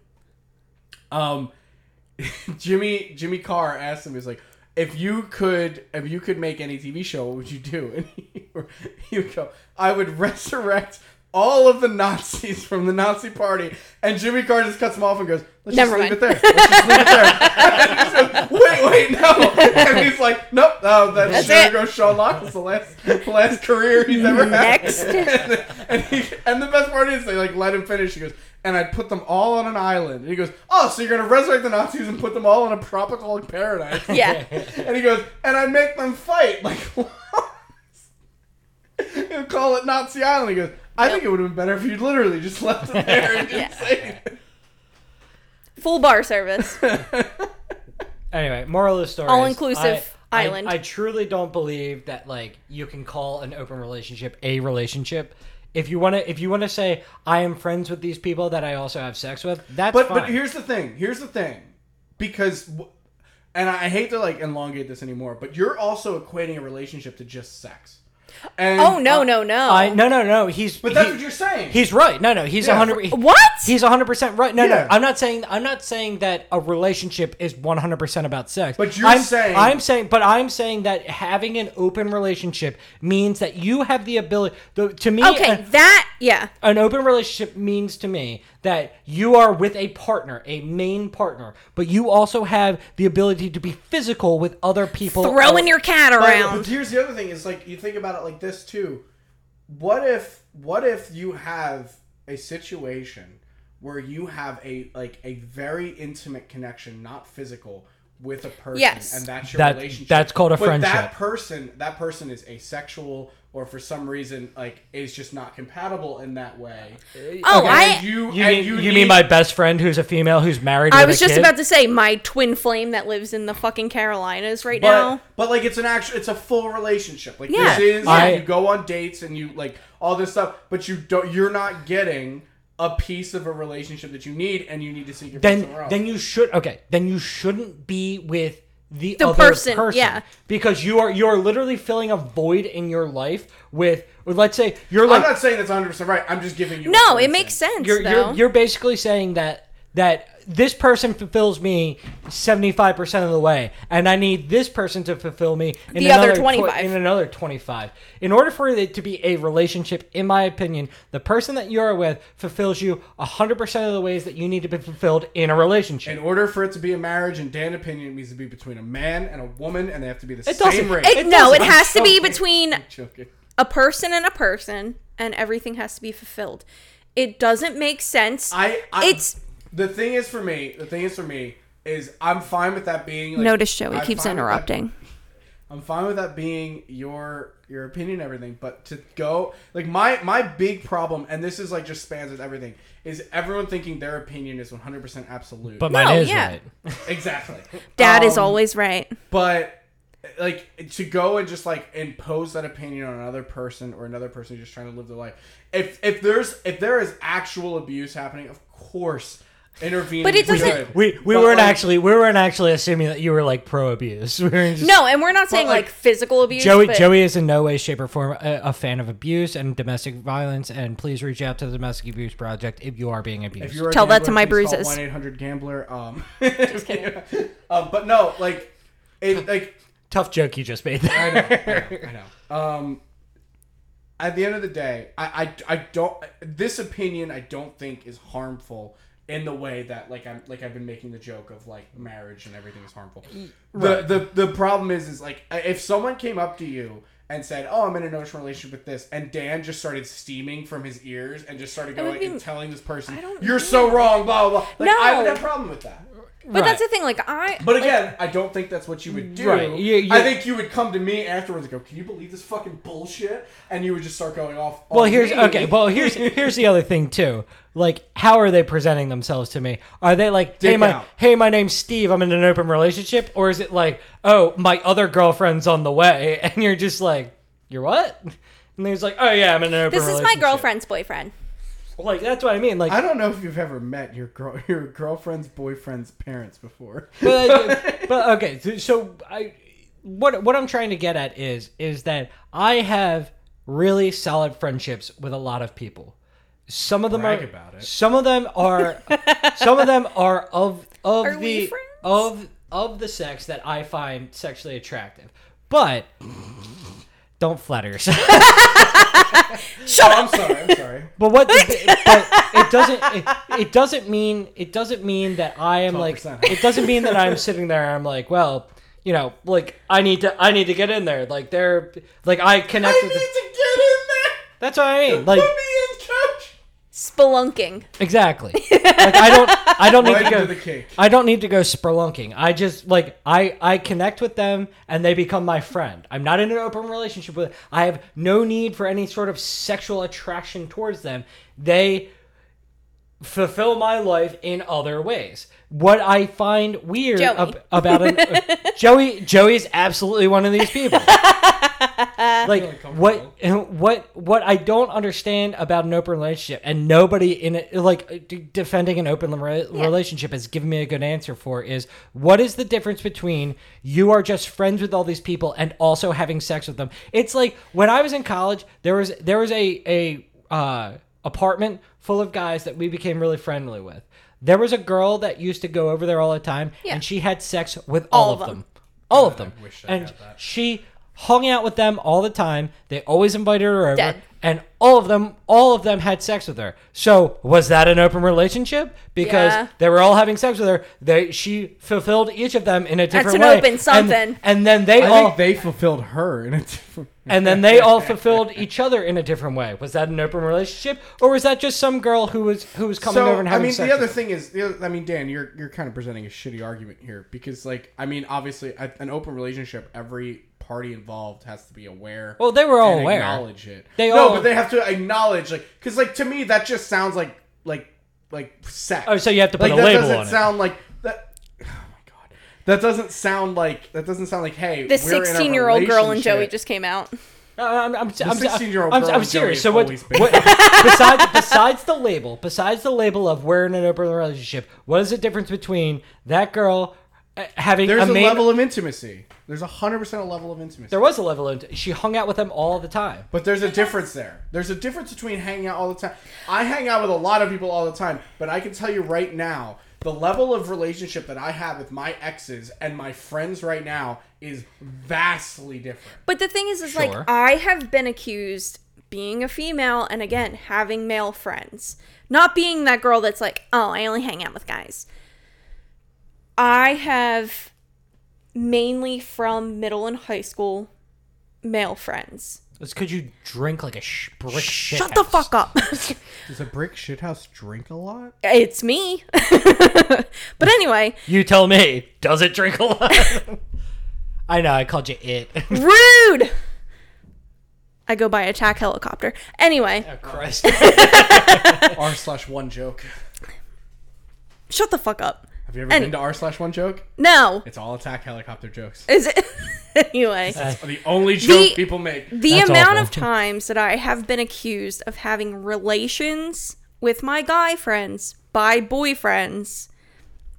Speaker 1: Um, Jimmy Jimmy Carr asked him. He's like, if you could, if you could make any TV show, what would you do? And he, he would go, I would resurrect all of the Nazis from the Nazi Party. And Jimmy Carr just cuts him off and goes, Let's
Speaker 3: Never
Speaker 1: just leave
Speaker 3: mind.
Speaker 1: it there. Let's just leave it there. wait, wait, no. And he's like, Nope. Oh, that's,
Speaker 3: That's
Speaker 1: that's
Speaker 3: it.
Speaker 1: Go Sean Locke was the last, the last career he's ever had.
Speaker 3: Next.
Speaker 1: and, and he, and the best part is they like let him finish. He goes, and I'd put them all on an island. And he goes, oh, so you're gonna resurrect the Nazis and put them all in a tropical paradise?
Speaker 3: Yeah,
Speaker 1: and he goes, and I make them fight like. He'll call it Nazi Island. He goes, I think it would have been better if you literally just left it there and didn't
Speaker 3: Yeah.
Speaker 1: say it.
Speaker 3: full bar service.
Speaker 2: Anyway, moral of the story: is
Speaker 3: All-inclusive
Speaker 2: I- I-
Speaker 3: island.
Speaker 2: I, truly don't believe that like you can call an open relationship a relationship. If you wanna, if you wanna say I am friends with these people that I also have sex with, that's
Speaker 1: But
Speaker 2: fine.
Speaker 1: but here's the thing. Here's the thing, because, w- and I hate to like elongate this anymore. But you're also equating a relationship to just sex. And,
Speaker 3: Oh no,
Speaker 1: uh,
Speaker 3: no, no!
Speaker 2: I no no no he's
Speaker 1: But that's
Speaker 2: he-
Speaker 1: what you're saying.
Speaker 2: he's right no no he's a
Speaker 1: Yeah.
Speaker 2: hundred
Speaker 3: What?
Speaker 2: he's a hundred percent right no
Speaker 1: Yeah.
Speaker 2: no I'm not saying I'm not saying that a relationship is one hundred percent about sex
Speaker 1: But you're
Speaker 2: I'm,
Speaker 1: saying-
Speaker 2: I'm saying but I'm saying that having an open relationship means that you have the ability the, to me
Speaker 3: okay,
Speaker 2: a-
Speaker 3: that yeah.
Speaker 2: an open relationship means to me that you are with a partner, a main partner, but you also have the ability to be physical with other people.
Speaker 3: Throwing your cat
Speaker 1: But- But
Speaker 3: around.
Speaker 1: here's the other thing: is like you think about it like this too. What if what if you have a situation where you have a like a very intimate connection, not physical, with a person,
Speaker 3: Yes.
Speaker 1: and that's your
Speaker 2: That-
Speaker 1: relationship.
Speaker 2: that's called a
Speaker 1: but
Speaker 2: friendship.
Speaker 1: That person, that person is asexual, or for some reason, like is just not compatible in that way.
Speaker 3: Oh,
Speaker 1: And
Speaker 3: I.
Speaker 1: you,
Speaker 2: You
Speaker 1: and
Speaker 2: mean, you,
Speaker 1: you
Speaker 2: mean
Speaker 1: need-
Speaker 2: my best friend who's a female who's married?
Speaker 3: I
Speaker 2: with
Speaker 3: was
Speaker 2: a
Speaker 3: just
Speaker 2: kid?
Speaker 3: about to say my twin flame that lives in the fucking Carolinas right
Speaker 1: But,
Speaker 3: now.
Speaker 1: but like it's an actual it's a full relationship. Like
Speaker 3: Yeah.
Speaker 1: this is
Speaker 2: I-
Speaker 1: you go on dates and you like all this stuff, but you don't you're not getting a piece of a relationship that you need and you need to seek your
Speaker 2: Then,
Speaker 1: somewhere else.
Speaker 2: then you should okay. Then you shouldn't be with the,
Speaker 3: The
Speaker 2: other
Speaker 3: person, yeah.
Speaker 2: because you are you are literally filling a void in your life with. with, Let's say you're
Speaker 1: I'm
Speaker 2: like
Speaker 1: not saying that's 100 percent right. I'm just giving you
Speaker 3: No,
Speaker 1: a
Speaker 3: it makes
Speaker 1: sense.
Speaker 3: sense
Speaker 2: you're,
Speaker 3: though.
Speaker 2: you're you're basically saying that that this person fulfills me 75% of the way and i need this person to fulfill me in
Speaker 3: The
Speaker 2: another
Speaker 3: other
Speaker 2: tw-
Speaker 3: 25.
Speaker 2: in another 25 in order for it to be a relationship in my opinion the person that you're with fulfills you 100% of the ways that you need to be fulfilled in a relationship
Speaker 1: In order for it to be a marriage, in Dan opinion, it needs to be between a man and a woman, and they have to be the
Speaker 2: It doesn't-
Speaker 1: same race.
Speaker 3: It-
Speaker 2: It
Speaker 3: no,
Speaker 2: doesn't-
Speaker 3: it has to be
Speaker 1: I'm
Speaker 3: between
Speaker 1: joking.
Speaker 3: a person and a person, and everything has to be fulfilled. It doesn't make sense.
Speaker 1: I, I
Speaker 3: It's-
Speaker 1: the thing is for me. The thing is for me is I'm fine with that being. Like,
Speaker 3: Notice Joey
Speaker 1: I'm
Speaker 3: keeps
Speaker 1: fine with that-
Speaker 3: interrupting.
Speaker 1: I'm fine with that being your your opinion and everything, but to go like my my big problem, and this is like just spans with everything, is everyone thinking their opinion is 100 percent absolute.
Speaker 2: but mine
Speaker 3: No,
Speaker 2: is
Speaker 3: yeah.
Speaker 2: right
Speaker 1: exactly,
Speaker 3: Dad is
Speaker 1: Um,
Speaker 3: always right.
Speaker 1: But like to go and just like impose that opinion on another person or another person who's just trying to live their life. If if there's if there is actual abuse happening, of course intervene.
Speaker 3: But it
Speaker 1: is
Speaker 3: doesn't-
Speaker 1: good.
Speaker 2: we, we
Speaker 1: But,
Speaker 2: weren't
Speaker 1: like,
Speaker 2: actually we weren't actually assuming that you were like pro abuse we were just
Speaker 3: No, and we're not saying like,
Speaker 1: like,
Speaker 3: physical abuse.
Speaker 2: Joey
Speaker 3: but
Speaker 2: Joey is in no way, shape, or form a, a fan of abuse and domestic violence. And please reach out to the Domestic Abuse Project if you are being abused.
Speaker 1: If you're a
Speaker 3: Tell that
Speaker 1: gambler,
Speaker 3: to my
Speaker 1: please
Speaker 3: bruises.
Speaker 1: One eight hundred gambler. Um, just kidding. um, but no, like, it, like
Speaker 2: Tough joke you just made.
Speaker 1: I
Speaker 2: There.
Speaker 1: know, I know, I know. Um, at the end of the day, I, I, I don't. This opinion, I don't think is harmful in the way that like I'm like I've been making the joke of like marriage and everything is harmful. The the the problem is is like if someone came up to you. And said, "Oh, I'm in an ocean relationship with this," and Dan just started steaming from his ears and just started
Speaker 3: would
Speaker 1: going
Speaker 3: be-
Speaker 1: and telling this person,
Speaker 3: I don't
Speaker 1: "You're so wrong," blah blah blah. Like, I would
Speaker 3: No.
Speaker 1: have a problem with that.
Speaker 3: But that's the
Speaker 2: Right.
Speaker 3: thing. Like I.
Speaker 1: But again, I don't think that's what you would do.
Speaker 2: Right, you- you-
Speaker 1: I think you would come to me afterwards and go, "Can you believe this fucking bullshit?" And you would just start going off.
Speaker 2: Well,
Speaker 1: on
Speaker 2: here's
Speaker 1: me.
Speaker 2: okay. Well, here's here's the other thing too. Like, how are they presenting themselves to me? Are they like, hey,
Speaker 1: Dick
Speaker 2: my
Speaker 1: out.
Speaker 2: hey, my name's Steve. I'm in an open relationship, or is it like, oh, my other girlfriend's on the way, and you're just like, you're what? And he's like, oh yeah, I'm in an open.
Speaker 3: this is my
Speaker 2: relationship."
Speaker 3: girlfriend's boyfriend.
Speaker 2: Like that's what I mean. Like,
Speaker 1: I don't know if you've ever met your girl, your girlfriend's boyfriend's parents before.
Speaker 2: but, but okay, so- so I what what I'm trying to get at is is that I have really solid friendships with a lot of people. Some of them
Speaker 1: Brag
Speaker 2: are
Speaker 1: about it.
Speaker 2: some of them are some of them are of of
Speaker 3: Are we
Speaker 2: the
Speaker 3: friends?
Speaker 2: of of the sex that I find sexually attractive. But don't flatter yourself.
Speaker 1: Shut up. I'm sorry. I'm sorry.
Speaker 2: But what? the- but it doesn't. It, it doesn't mean. It doesn't mean that I am like.
Speaker 1: 12%.
Speaker 2: It doesn't mean that I'm sitting there. and I'm like, well, you know, like I need to. I need to get in there. Like they're. Like I connect
Speaker 1: I
Speaker 2: with.
Speaker 1: need
Speaker 2: the-
Speaker 1: to
Speaker 2: that's what I mean.
Speaker 1: get in there.
Speaker 2: Like
Speaker 1: Put me
Speaker 3: Spelunking.
Speaker 2: exactly. Like I don't. I don't need
Speaker 1: in, coach. Right
Speaker 2: to go.
Speaker 1: into the cake.
Speaker 2: I don't need to go spelunking. I just like I I connect with them and they become my friend. I'm not in an open relationship with. I have no need for any sort of sexual attraction towards them. They fulfill my life in other ways. What I find weird
Speaker 3: Joey.
Speaker 2: ab- about an, Joey Joey's absolutely one of these people. like what what what I don't understand about an open relationship and nobody in it like uh, d- defending an open re- relationship has given me a good answer for is what is the difference between you are just friends with all these people and also having sex with them. It's like when I was in college there was there was a a uh, apartment full of guys that we became really friendly with. There was a girl that used to go over there all the time
Speaker 3: Yeah.
Speaker 2: and she had sex with all, of them. All of them.
Speaker 1: wish I
Speaker 2: and
Speaker 1: had that.
Speaker 2: she hung out with them all the time. They always invited her over,
Speaker 3: Dead.
Speaker 2: and all of them, all of them had sex with her. So was that an open relationship? Because
Speaker 3: Yeah.
Speaker 2: they were all having sex with her. They she fulfilled each of them in a different
Speaker 3: an
Speaker 2: way.
Speaker 3: open
Speaker 2: And-
Speaker 3: something.
Speaker 2: And, then they
Speaker 1: I
Speaker 2: all
Speaker 1: think they fulfilled her in a different.
Speaker 2: and then they all fulfilled each other in a different way. Was that an open relationship, or was that just some girl who was who was coming
Speaker 1: so,
Speaker 2: over and having
Speaker 1: I mean,
Speaker 2: sex?
Speaker 1: the other
Speaker 2: with
Speaker 1: thing is, the other, I mean, Dan, you're you're kind of presenting a shitty argument here because, like, I mean, obviously, a- an open relationship, every party involved has to be aware.
Speaker 2: Well, they were all
Speaker 1: and
Speaker 2: aware.
Speaker 1: Acknowledge it.
Speaker 2: They
Speaker 1: no,
Speaker 2: all-
Speaker 1: but they have to acknowledge, like, because, like, to me, that just sounds like like like sex.
Speaker 2: Oh, so you have to put
Speaker 1: like,
Speaker 2: a
Speaker 1: that
Speaker 2: label
Speaker 1: doesn't
Speaker 2: on it.
Speaker 1: sound like that. Oh my god, that doesn't sound like that doesn't sound like hey,
Speaker 3: This
Speaker 1: we're in a
Speaker 3: 16 year old girl and Joey
Speaker 1: relationship.
Speaker 3: just came out.
Speaker 2: No, Uh, I'm, I'm, I'm,
Speaker 1: 16-year-old
Speaker 2: I'm,
Speaker 1: girl
Speaker 2: I'm
Speaker 1: in
Speaker 2: serious. So
Speaker 1: Joey
Speaker 2: what?
Speaker 1: always been-
Speaker 2: what besides, besides the label, besides the label of we're in an open relationship, what is the difference between that girl uh, having
Speaker 1: There's a,
Speaker 2: main-
Speaker 1: level of intimacy. There's a hundred percent a level of intimacy.
Speaker 2: There was a level. Of, she hung out with them all the time.
Speaker 1: But there's a difference there. There's a difference between hanging out all the time. I hang out with a lot of people all the time, but I can tell you right now, the level of relationship that I have with my exes and my friends right now is vastly different.
Speaker 3: But the thing is, is
Speaker 2: Sure.
Speaker 3: like I have been accused being a female and again having male friends, not being that girl that's like, oh, I only hang out with guys. I have mainly from middle and high school male friends.
Speaker 2: It's because you drink like a sh- brick shit.
Speaker 3: Shut the fuck up.
Speaker 1: Does a brick shithouse drink a lot?
Speaker 3: it's me. but anyway,
Speaker 2: You tell me. Does it drink a lot? I know. I called you it. oh,
Speaker 3: rude. I go by attack helicopter. Anyway,
Speaker 2: Christ.
Speaker 1: R slash one joke.
Speaker 3: shut the fuck up.
Speaker 1: Have you ever
Speaker 3: And-
Speaker 1: been to R slash one joke?
Speaker 3: No.
Speaker 1: It's all attack helicopter jokes.
Speaker 3: Is it anyway?
Speaker 1: It's the only joke people make.
Speaker 3: The
Speaker 2: That's
Speaker 3: amount
Speaker 2: awful.
Speaker 3: of times that I have been accused of having relations with my guy friends by boyfriends,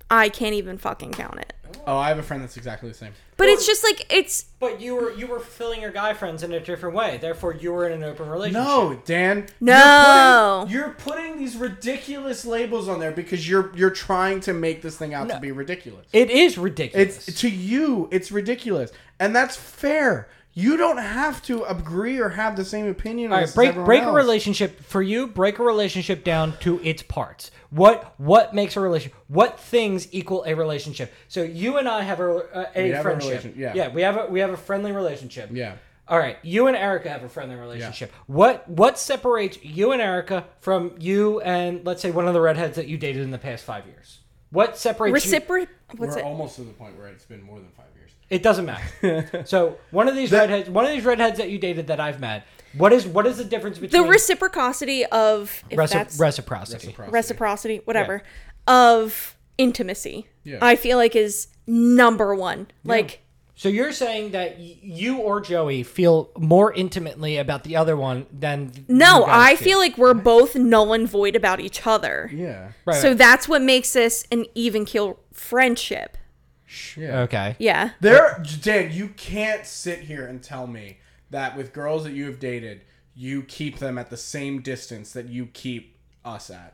Speaker 3: I can't even fucking count it.
Speaker 1: Oh, I have a friend that's exactly the same.
Speaker 3: But it's just like it's
Speaker 2: but you were you were filling your guy friends in a different way. Therefore, you were in an open relationship.
Speaker 1: No, Oh, Dan.
Speaker 3: No.
Speaker 1: You're putting, you're putting these ridiculous labels on there because you're you're trying to make this thing out to be ridiculous.
Speaker 2: it is ridiculous.
Speaker 1: It's to you, it's ridiculous, and that's fair. You don't have to agree or have the same opinion.
Speaker 2: All
Speaker 1: on
Speaker 2: right,
Speaker 1: this as
Speaker 2: break
Speaker 1: everyone
Speaker 2: break a
Speaker 1: else.
Speaker 2: relationship for you. Break a relationship down to its parts. What what makes a relationship? What things equal a relationship? So you and I have a a, a
Speaker 1: We have a
Speaker 2: friendship.
Speaker 1: relation- yeah.
Speaker 2: yeah, we have a we have a friendly relationship.
Speaker 1: Yeah.
Speaker 2: All right, you and Erica have a friendly relationship. What what separates you and Erica from you and let's say one of the redheads that you dated in the past five years? What separates you-
Speaker 3: Recipro- what's
Speaker 1: We're
Speaker 3: it?
Speaker 1: almost to the point where it's been more than five years.
Speaker 2: It doesn't matter. so one of these
Speaker 1: That-
Speaker 2: redheads, one of these redheads that you dated that I've met, what is what is the difference
Speaker 3: The
Speaker 2: between
Speaker 3: reciprocity of if
Speaker 2: reci-
Speaker 3: that's
Speaker 2: reciprocity?
Speaker 1: Reciprocity.
Speaker 3: reciprocity, whatever, of intimacy.
Speaker 1: Yeah.
Speaker 3: I feel like is number one. Like
Speaker 2: So you're saying that y- you or Joey feel more intimately about the other one than
Speaker 3: no,
Speaker 2: you guys
Speaker 3: I
Speaker 2: do.
Speaker 3: feel like we're both null and void about each other.
Speaker 1: Yeah.
Speaker 2: Right,
Speaker 3: So
Speaker 2: right.
Speaker 3: that's what makes this an even keel friendship.
Speaker 1: Yeah.
Speaker 2: okay.
Speaker 3: Yeah.
Speaker 1: There, Dan, you can't sit here and tell me that with girls that you have dated, you keep them at the same distance that you keep us at.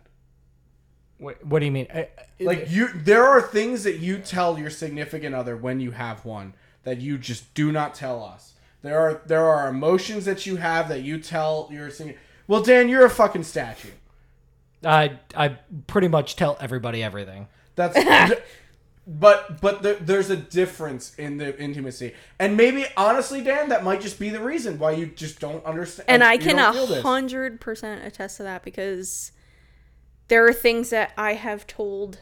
Speaker 2: What, what do you mean? I- I-
Speaker 1: Like you, there are things that you tell your significant other when you have one that you just do not tell us. There are there are emotions that you have that you tell your significant. Well, Dan, you're a fucking statue.
Speaker 2: I I pretty much tell everybody everything.
Speaker 1: That's but but there, there's a difference in the intimacy, and maybe honestly, Dan, that might just be the reason why you just don't understand.
Speaker 3: And I
Speaker 1: you
Speaker 3: can
Speaker 1: don't feel
Speaker 3: a
Speaker 1: this.
Speaker 3: hundred percent attest to that because there are things that I have told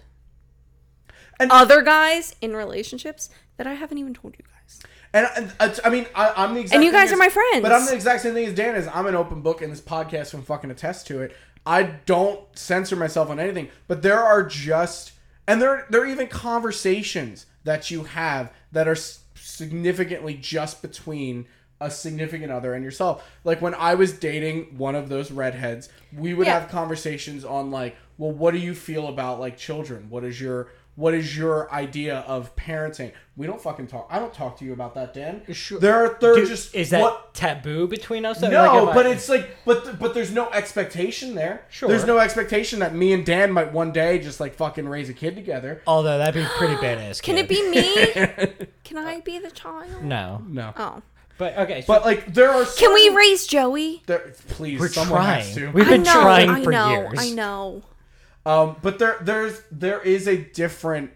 Speaker 1: And-
Speaker 3: other guys in relationships that I haven't even told you guys.
Speaker 1: And, and uh, I mean, I, I'm the exact.
Speaker 3: And you
Speaker 1: thing
Speaker 3: guys
Speaker 1: as-
Speaker 3: are my friends.
Speaker 1: But I'm the exact same thing as Dan is. I'm an open book, and this podcast can fucking attest to it. I don't censor myself on anything, but there are just, and there there are even conversations that you have that are s- significantly just between a significant other and yourself. Like when I was dating one of those redheads, we would
Speaker 3: Yeah.
Speaker 1: have conversations on like, well, what do you feel about like children? What is your what is your idea of parenting? We don't fucking talk. I don't talk to you about that, Dan.
Speaker 2: Sure.
Speaker 1: There are there are
Speaker 2: Dude,
Speaker 1: just
Speaker 2: is that
Speaker 1: what
Speaker 2: taboo between us? Like,
Speaker 1: no,
Speaker 2: if I-
Speaker 1: but it's like, but th- but there's no expectation there.
Speaker 2: Sure.
Speaker 1: There's no expectation that me and Dan might one day just like fucking raise a kid together.
Speaker 2: although that'd be pretty badass.
Speaker 3: Can
Speaker 2: kid.
Speaker 3: it be me? Can I be the child?
Speaker 2: No,
Speaker 1: No.
Speaker 3: Oh.
Speaker 2: but okay. So
Speaker 1: But like, there are.
Speaker 3: Can we
Speaker 1: certain-
Speaker 3: raise Joey?
Speaker 1: there, please,
Speaker 2: we're
Speaker 1: someone has to.
Speaker 2: trying. We've been
Speaker 3: I know,
Speaker 2: trying
Speaker 3: I
Speaker 2: for
Speaker 3: know,
Speaker 2: years.
Speaker 3: I know.
Speaker 1: Um, but there, there's, there is a different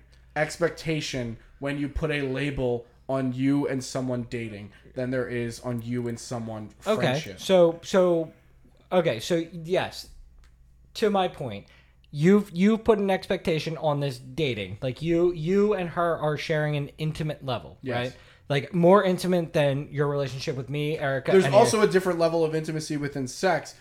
Speaker 1: expectation when you put a label on you and someone dating than there is on you and someone
Speaker 2: okay
Speaker 1: friendship.
Speaker 2: so so okay so yes to my point you've you've put an expectation on this dating like you you and her are sharing an intimate level
Speaker 1: Yes.
Speaker 2: right like more intimate than your relationship with me erica
Speaker 1: There's
Speaker 2: and
Speaker 1: also a different level of intimacy within sex.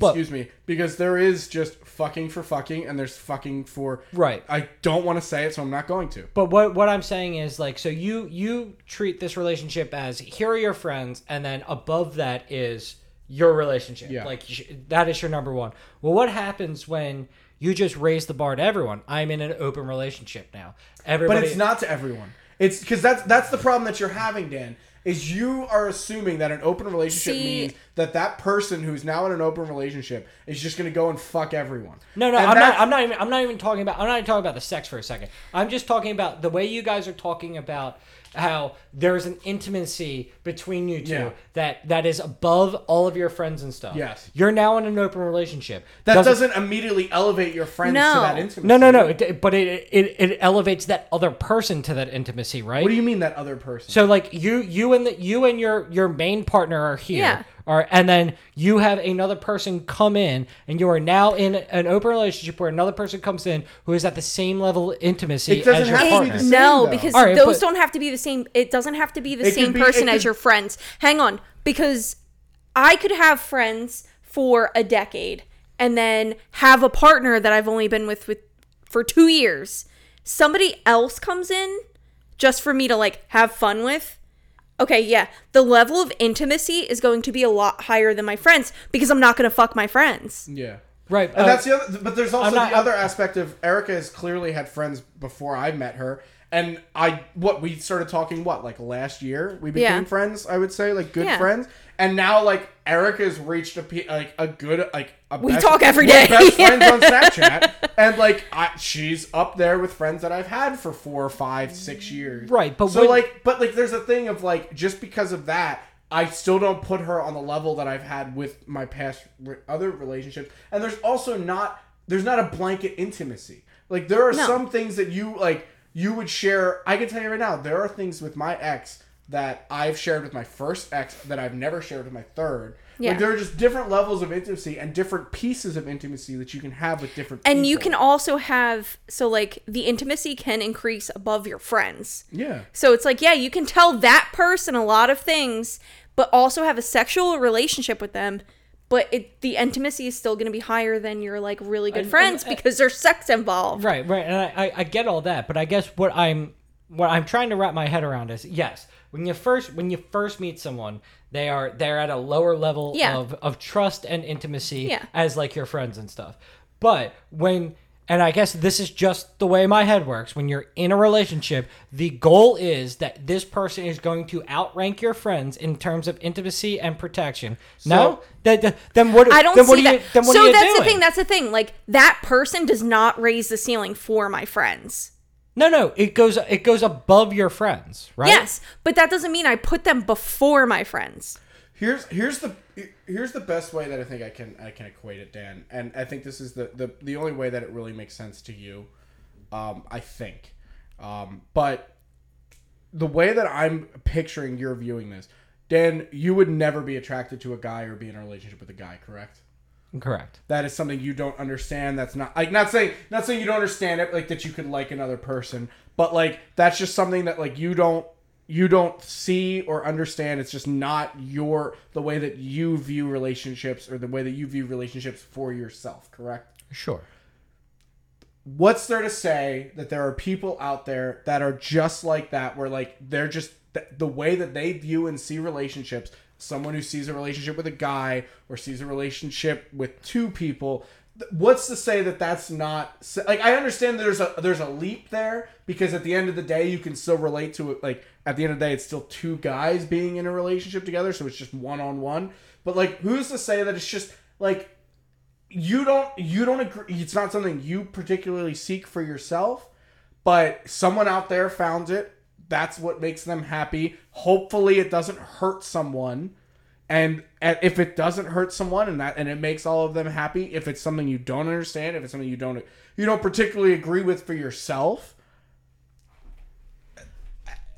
Speaker 2: But-
Speaker 1: Excuse me, because there is just fucking for fucking, and there's fucking for
Speaker 2: Right.
Speaker 1: I don't want to say it, so I'm not going to.
Speaker 2: but what what i'm saying is like so you you treat this relationship as here are your friends and then above that is your relationship
Speaker 1: Yeah.
Speaker 2: like you sh- that is your number one well what happens when you just raise the bar to everyone i'm in an open relationship now everybody
Speaker 1: But it's not to everyone. It's because that's that's the problem that you're having, Dan. Is you are assuming that an open relationship
Speaker 3: See-
Speaker 1: means that that person who's now in an open relationship is just going to go and fuck everyone.
Speaker 2: No, no,
Speaker 1: And
Speaker 2: I'm
Speaker 1: that's-
Speaker 2: not. I'm not even. I'm not even talking about. I'm not even talking about the sex for a second. I'm just talking about the way you guys are talking about how there's an intimacy between you two
Speaker 1: Yeah.
Speaker 2: that that is above all of your friends and stuff.
Speaker 1: Yes.
Speaker 2: you're now in an open relationship.
Speaker 1: That doesn't, immediately elevate your friends to
Speaker 3: No.
Speaker 1: that intimacy.
Speaker 2: No, no, no. It, but it, it it elevates that other person to that intimacy, right?
Speaker 1: What do you mean that other person?
Speaker 2: so like you you and the you and your your main partner are here.
Speaker 3: Yeah.
Speaker 2: Are, and then you have another person come in, and you are now in an open relationship where another person comes in who is at the same level of intimacy
Speaker 1: It doesn't
Speaker 2: as your
Speaker 1: have to be
Speaker 2: partner.
Speaker 1: the same,
Speaker 3: no,
Speaker 1: though.
Speaker 3: because
Speaker 2: All right,
Speaker 3: those
Speaker 2: but-
Speaker 3: don't have to be the same. It doesn't have to be the
Speaker 1: It could
Speaker 3: same
Speaker 1: be- it
Speaker 3: person as
Speaker 1: could-
Speaker 3: your friends. Hang on, because I could have friends for a decade and then have a partner that I've only been with with for two years. Somebody else comes in just for me to like have fun with. Okay, yeah, the level of intimacy is going to be a lot higher than my friends because I'm not going to fuck my friends.
Speaker 1: yeah.
Speaker 2: Right.
Speaker 1: And
Speaker 2: uh,
Speaker 1: that's the other, but there's also
Speaker 2: not-
Speaker 1: the other aspect of Erica has clearly had friends before I met her, and I what we started talking what like last year we became
Speaker 3: Yeah.
Speaker 1: friends I would say like good
Speaker 3: Yeah.
Speaker 1: friends, and now like Erica's reached a pe- like a good like a we
Speaker 3: talk every
Speaker 1: every
Speaker 3: day.
Speaker 1: day. best friends on Snapchat, and like I, she's up there with friends that I've had for four, five, six years.
Speaker 2: Right, but
Speaker 1: so
Speaker 2: when-
Speaker 1: like, but like, there's a thing of like just because of that. I still don't put her on the level that I've had with my past re- other relationships, and there's also not there's not a blanket intimacy. Like there are
Speaker 3: No.
Speaker 1: some things that you like you would share. I can tell you right now, there are things with my ex that I've shared with my first ex that I've never shared with my third.
Speaker 3: Yeah.
Speaker 1: Like there are just different levels of intimacy and different pieces of intimacy that you can have with different
Speaker 3: and you can
Speaker 1: people.
Speaker 3: also have so like the intimacy can increase above your friends.
Speaker 1: Yeah.
Speaker 3: So it's like, yeah, you can tell that person a lot of things, but also have a sexual relationship with them. But it, the intimacy is still going to be higher than your like really good
Speaker 2: And-
Speaker 3: friends
Speaker 2: and- uh,
Speaker 3: because there's sex involved.
Speaker 2: Right, right, and I, I, I get all that, but I guess what I'm what I'm trying to wrap my head around is yes, when you first when you first meet someone, they are they're at a lower level
Speaker 3: Yeah.
Speaker 2: of of trust and intimacy
Speaker 3: Yeah.
Speaker 2: as like your friends and stuff. But when and I guess this is just the way my head works. When you're in a relationship, the goal is that this person is going to outrank your friends in terms of intimacy and protection. no, that, that- then what?
Speaker 3: I don't
Speaker 2: then
Speaker 3: see
Speaker 2: what are
Speaker 3: that.
Speaker 2: you, then what
Speaker 3: so
Speaker 2: are you
Speaker 3: that's the
Speaker 2: doing?
Speaker 3: thing. That's the thing. Like that person does not raise the ceiling for my friends.
Speaker 2: no, no, it goes it goes above your friends, right?
Speaker 3: Yes, but that doesn't mean I put them before my friends.
Speaker 1: Here's here's the here's the best way that I think I can I can equate it, Dan, and I think this is the the, the only way that it really makes sense to you. Um, I think, um, but the way that I'm picturing you're viewing this, Dan, you would never be attracted to a guy or be in a relationship with a guy, correct?
Speaker 2: Correct.
Speaker 1: that is something you don't understand that's not like not saying not saying you don't understand it like that you could like another person but like that's just something that like you don't you don't see or understand it's just not your the way that you view relationships or the way that you view relationships for yourself correct
Speaker 2: Sure.
Speaker 1: what's there to say that there are people out there that are just like that where like they're just th- the way that they view and see relationships someone who sees a relationship with a guy or sees a relationship with two people th- what's to say that that's not s- like i understand there's a there's a leap there because at the end of the day you can still relate to it like at the end of the day it's still two guys being in a relationship together so it's just one on one but like who's to say that it's just like you don't you don't agree it's not something you particularly seek for yourself but someone out there found it that's what makes them happy hopefully it doesn't hurt someone and, and if it doesn't hurt someone and that and it makes all of them happy if it's something you don't understand if it's something you don't you don't particularly agree with for yourself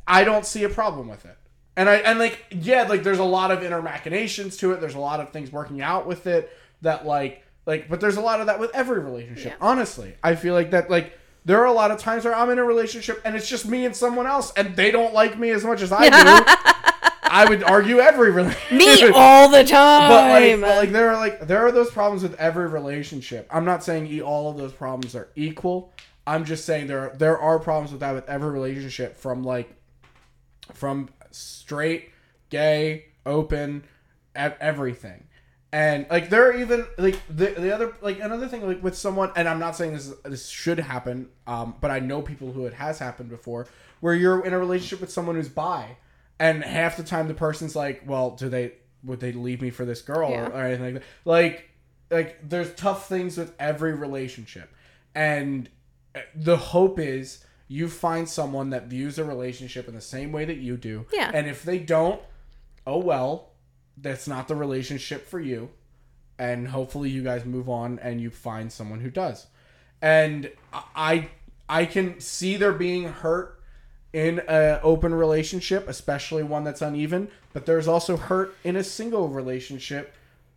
Speaker 1: I don't see a problem with it. And I and like yeah, like there's a lot of inner machinations to it. There's a lot of things working out with it that like like but there's a lot of that with every relationship.
Speaker 3: Yeah.
Speaker 1: Honestly, I feel like that like there are a lot of times where I'm in a relationship and it's just me and someone else and they don't like me as much as I do. I would argue every relationship.
Speaker 3: Me all the time.
Speaker 1: But like, but, like, there are like there are those problems with every relationship. I'm not saying e- all of those problems are equal. I'm just saying there are, there are problems with that with every relationship from like from straight, gay, open, ev- everything. And like there are even like the, the other like another thing like with someone and I'm not saying this is, this should happen um but I know people who it has happened before where you're in a relationship with someone who's bi and half the time the person's like well do they would they leave me for this girl
Speaker 3: Yeah.
Speaker 1: or, or anything like that like like there's tough things with every relationship and uh, the hope is you find someone that views a relationship in the same way that you do.
Speaker 3: Yeah.
Speaker 1: And if they don't, oh well, that's not the relationship for you. And hopefully you guys move on and you find someone who does. And I I can see there being hurt in a open relationship, especially one that's uneven, but there's also hurt in a single relationship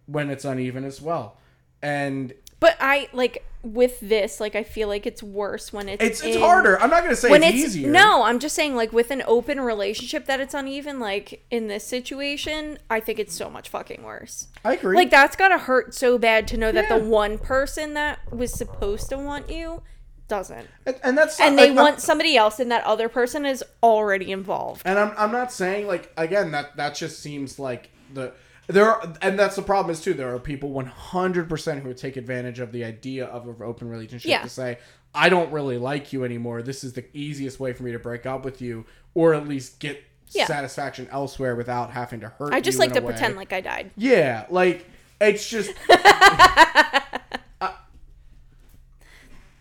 Speaker 1: when it's uneven as well. And
Speaker 3: But I like with this, like I feel like it's worse when it's
Speaker 1: it's it's
Speaker 3: in-
Speaker 1: harder. I'm not gonna say
Speaker 3: When
Speaker 1: it's,
Speaker 3: it's
Speaker 1: easier.
Speaker 3: no, I'm just saying like with an open relationship that it's uneven. Like in this situation, I think it's so much fucking worse.
Speaker 1: I agree.
Speaker 3: Like that's gotta hurt so bad to know that
Speaker 1: Yeah.
Speaker 3: the one person that was supposed to want you doesn't,
Speaker 1: And, and that's
Speaker 3: and
Speaker 1: not-
Speaker 3: they
Speaker 1: like,
Speaker 3: want
Speaker 1: Not,
Speaker 3: somebody else, and that other person is already involved.
Speaker 1: and I'm I'm not saying like again that that just seems like the there are, and that's the problem is too there are people 100% who would take advantage of the idea of an open relationship
Speaker 3: Yeah.
Speaker 1: to say I don't really like you anymore. This is the easiest way for me to break up with you or at least get
Speaker 3: Yeah.
Speaker 1: satisfaction elsewhere without having to hurt
Speaker 3: I just
Speaker 1: you
Speaker 3: like
Speaker 1: in
Speaker 3: to
Speaker 1: a way.
Speaker 3: pretend like I died.
Speaker 1: Yeah, like it's just. I,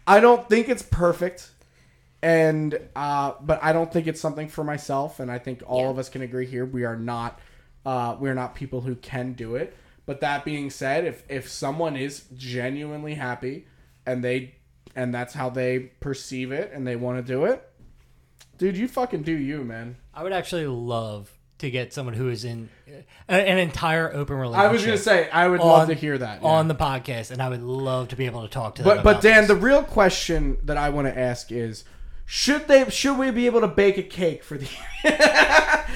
Speaker 1: I don't think it's perfect, and uh, but I don't think it's something for myself, and I think all
Speaker 3: Yeah.
Speaker 1: of us can agree here we are not, uh, we are not people who can do it. But that being said, if if someone is genuinely happy, and they, and that's how they perceive it, and they want to do it, dude, you fucking do you, man.
Speaker 2: I would actually love to get someone who is in uh, an entire open relationship
Speaker 1: I was gonna say I would
Speaker 2: on-
Speaker 1: love to hear that yeah.
Speaker 2: on the podcast, and I would love to be able to talk to them.
Speaker 1: But but
Speaker 2: about
Speaker 1: Dan,
Speaker 2: this.
Speaker 1: the real question that I want to ask is, should they should we be able to bake a cake for the?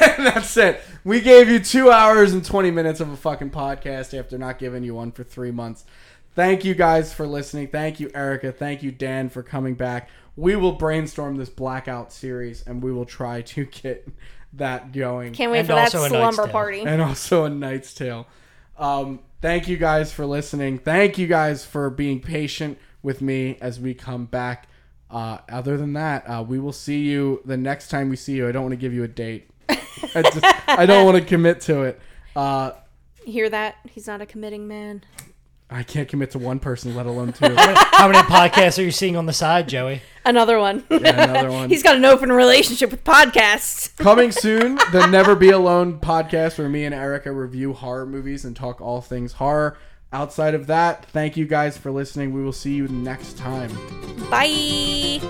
Speaker 1: And that's it. We gave you two hours and twenty minutes of a fucking podcast after not giving you one for three months. Thank you guys for listening. Thank you, Erica. Thank you, Dan, for coming back. We will brainstorm this blackout series and we will try to get that going
Speaker 3: Can't wait
Speaker 2: And
Speaker 3: for that
Speaker 2: also a Knight's
Speaker 3: slumber
Speaker 2: Tale.
Speaker 3: party.
Speaker 1: and also a Knight's Tale. Um, thank you guys for listening. Thank you guys for being patient with me as we come back. Uh, other than that, uh, we will see you the next time we see you. I don't want to give you a date. I, just, I don't want to commit to it. Uh,
Speaker 3: You hear that? He's not a committing man.
Speaker 1: I can't commit to one person, let alone two.
Speaker 2: how many podcasts are you seeing on the side, Joey?
Speaker 3: Another one.
Speaker 1: another one.
Speaker 3: He's got an open relationship with podcasts.
Speaker 1: Coming soon, the Never Be Alone podcast, where me and Erica review horror movies and talk all things horror. Outside of that, thank you guys for listening. We will see you next time.
Speaker 3: Bye.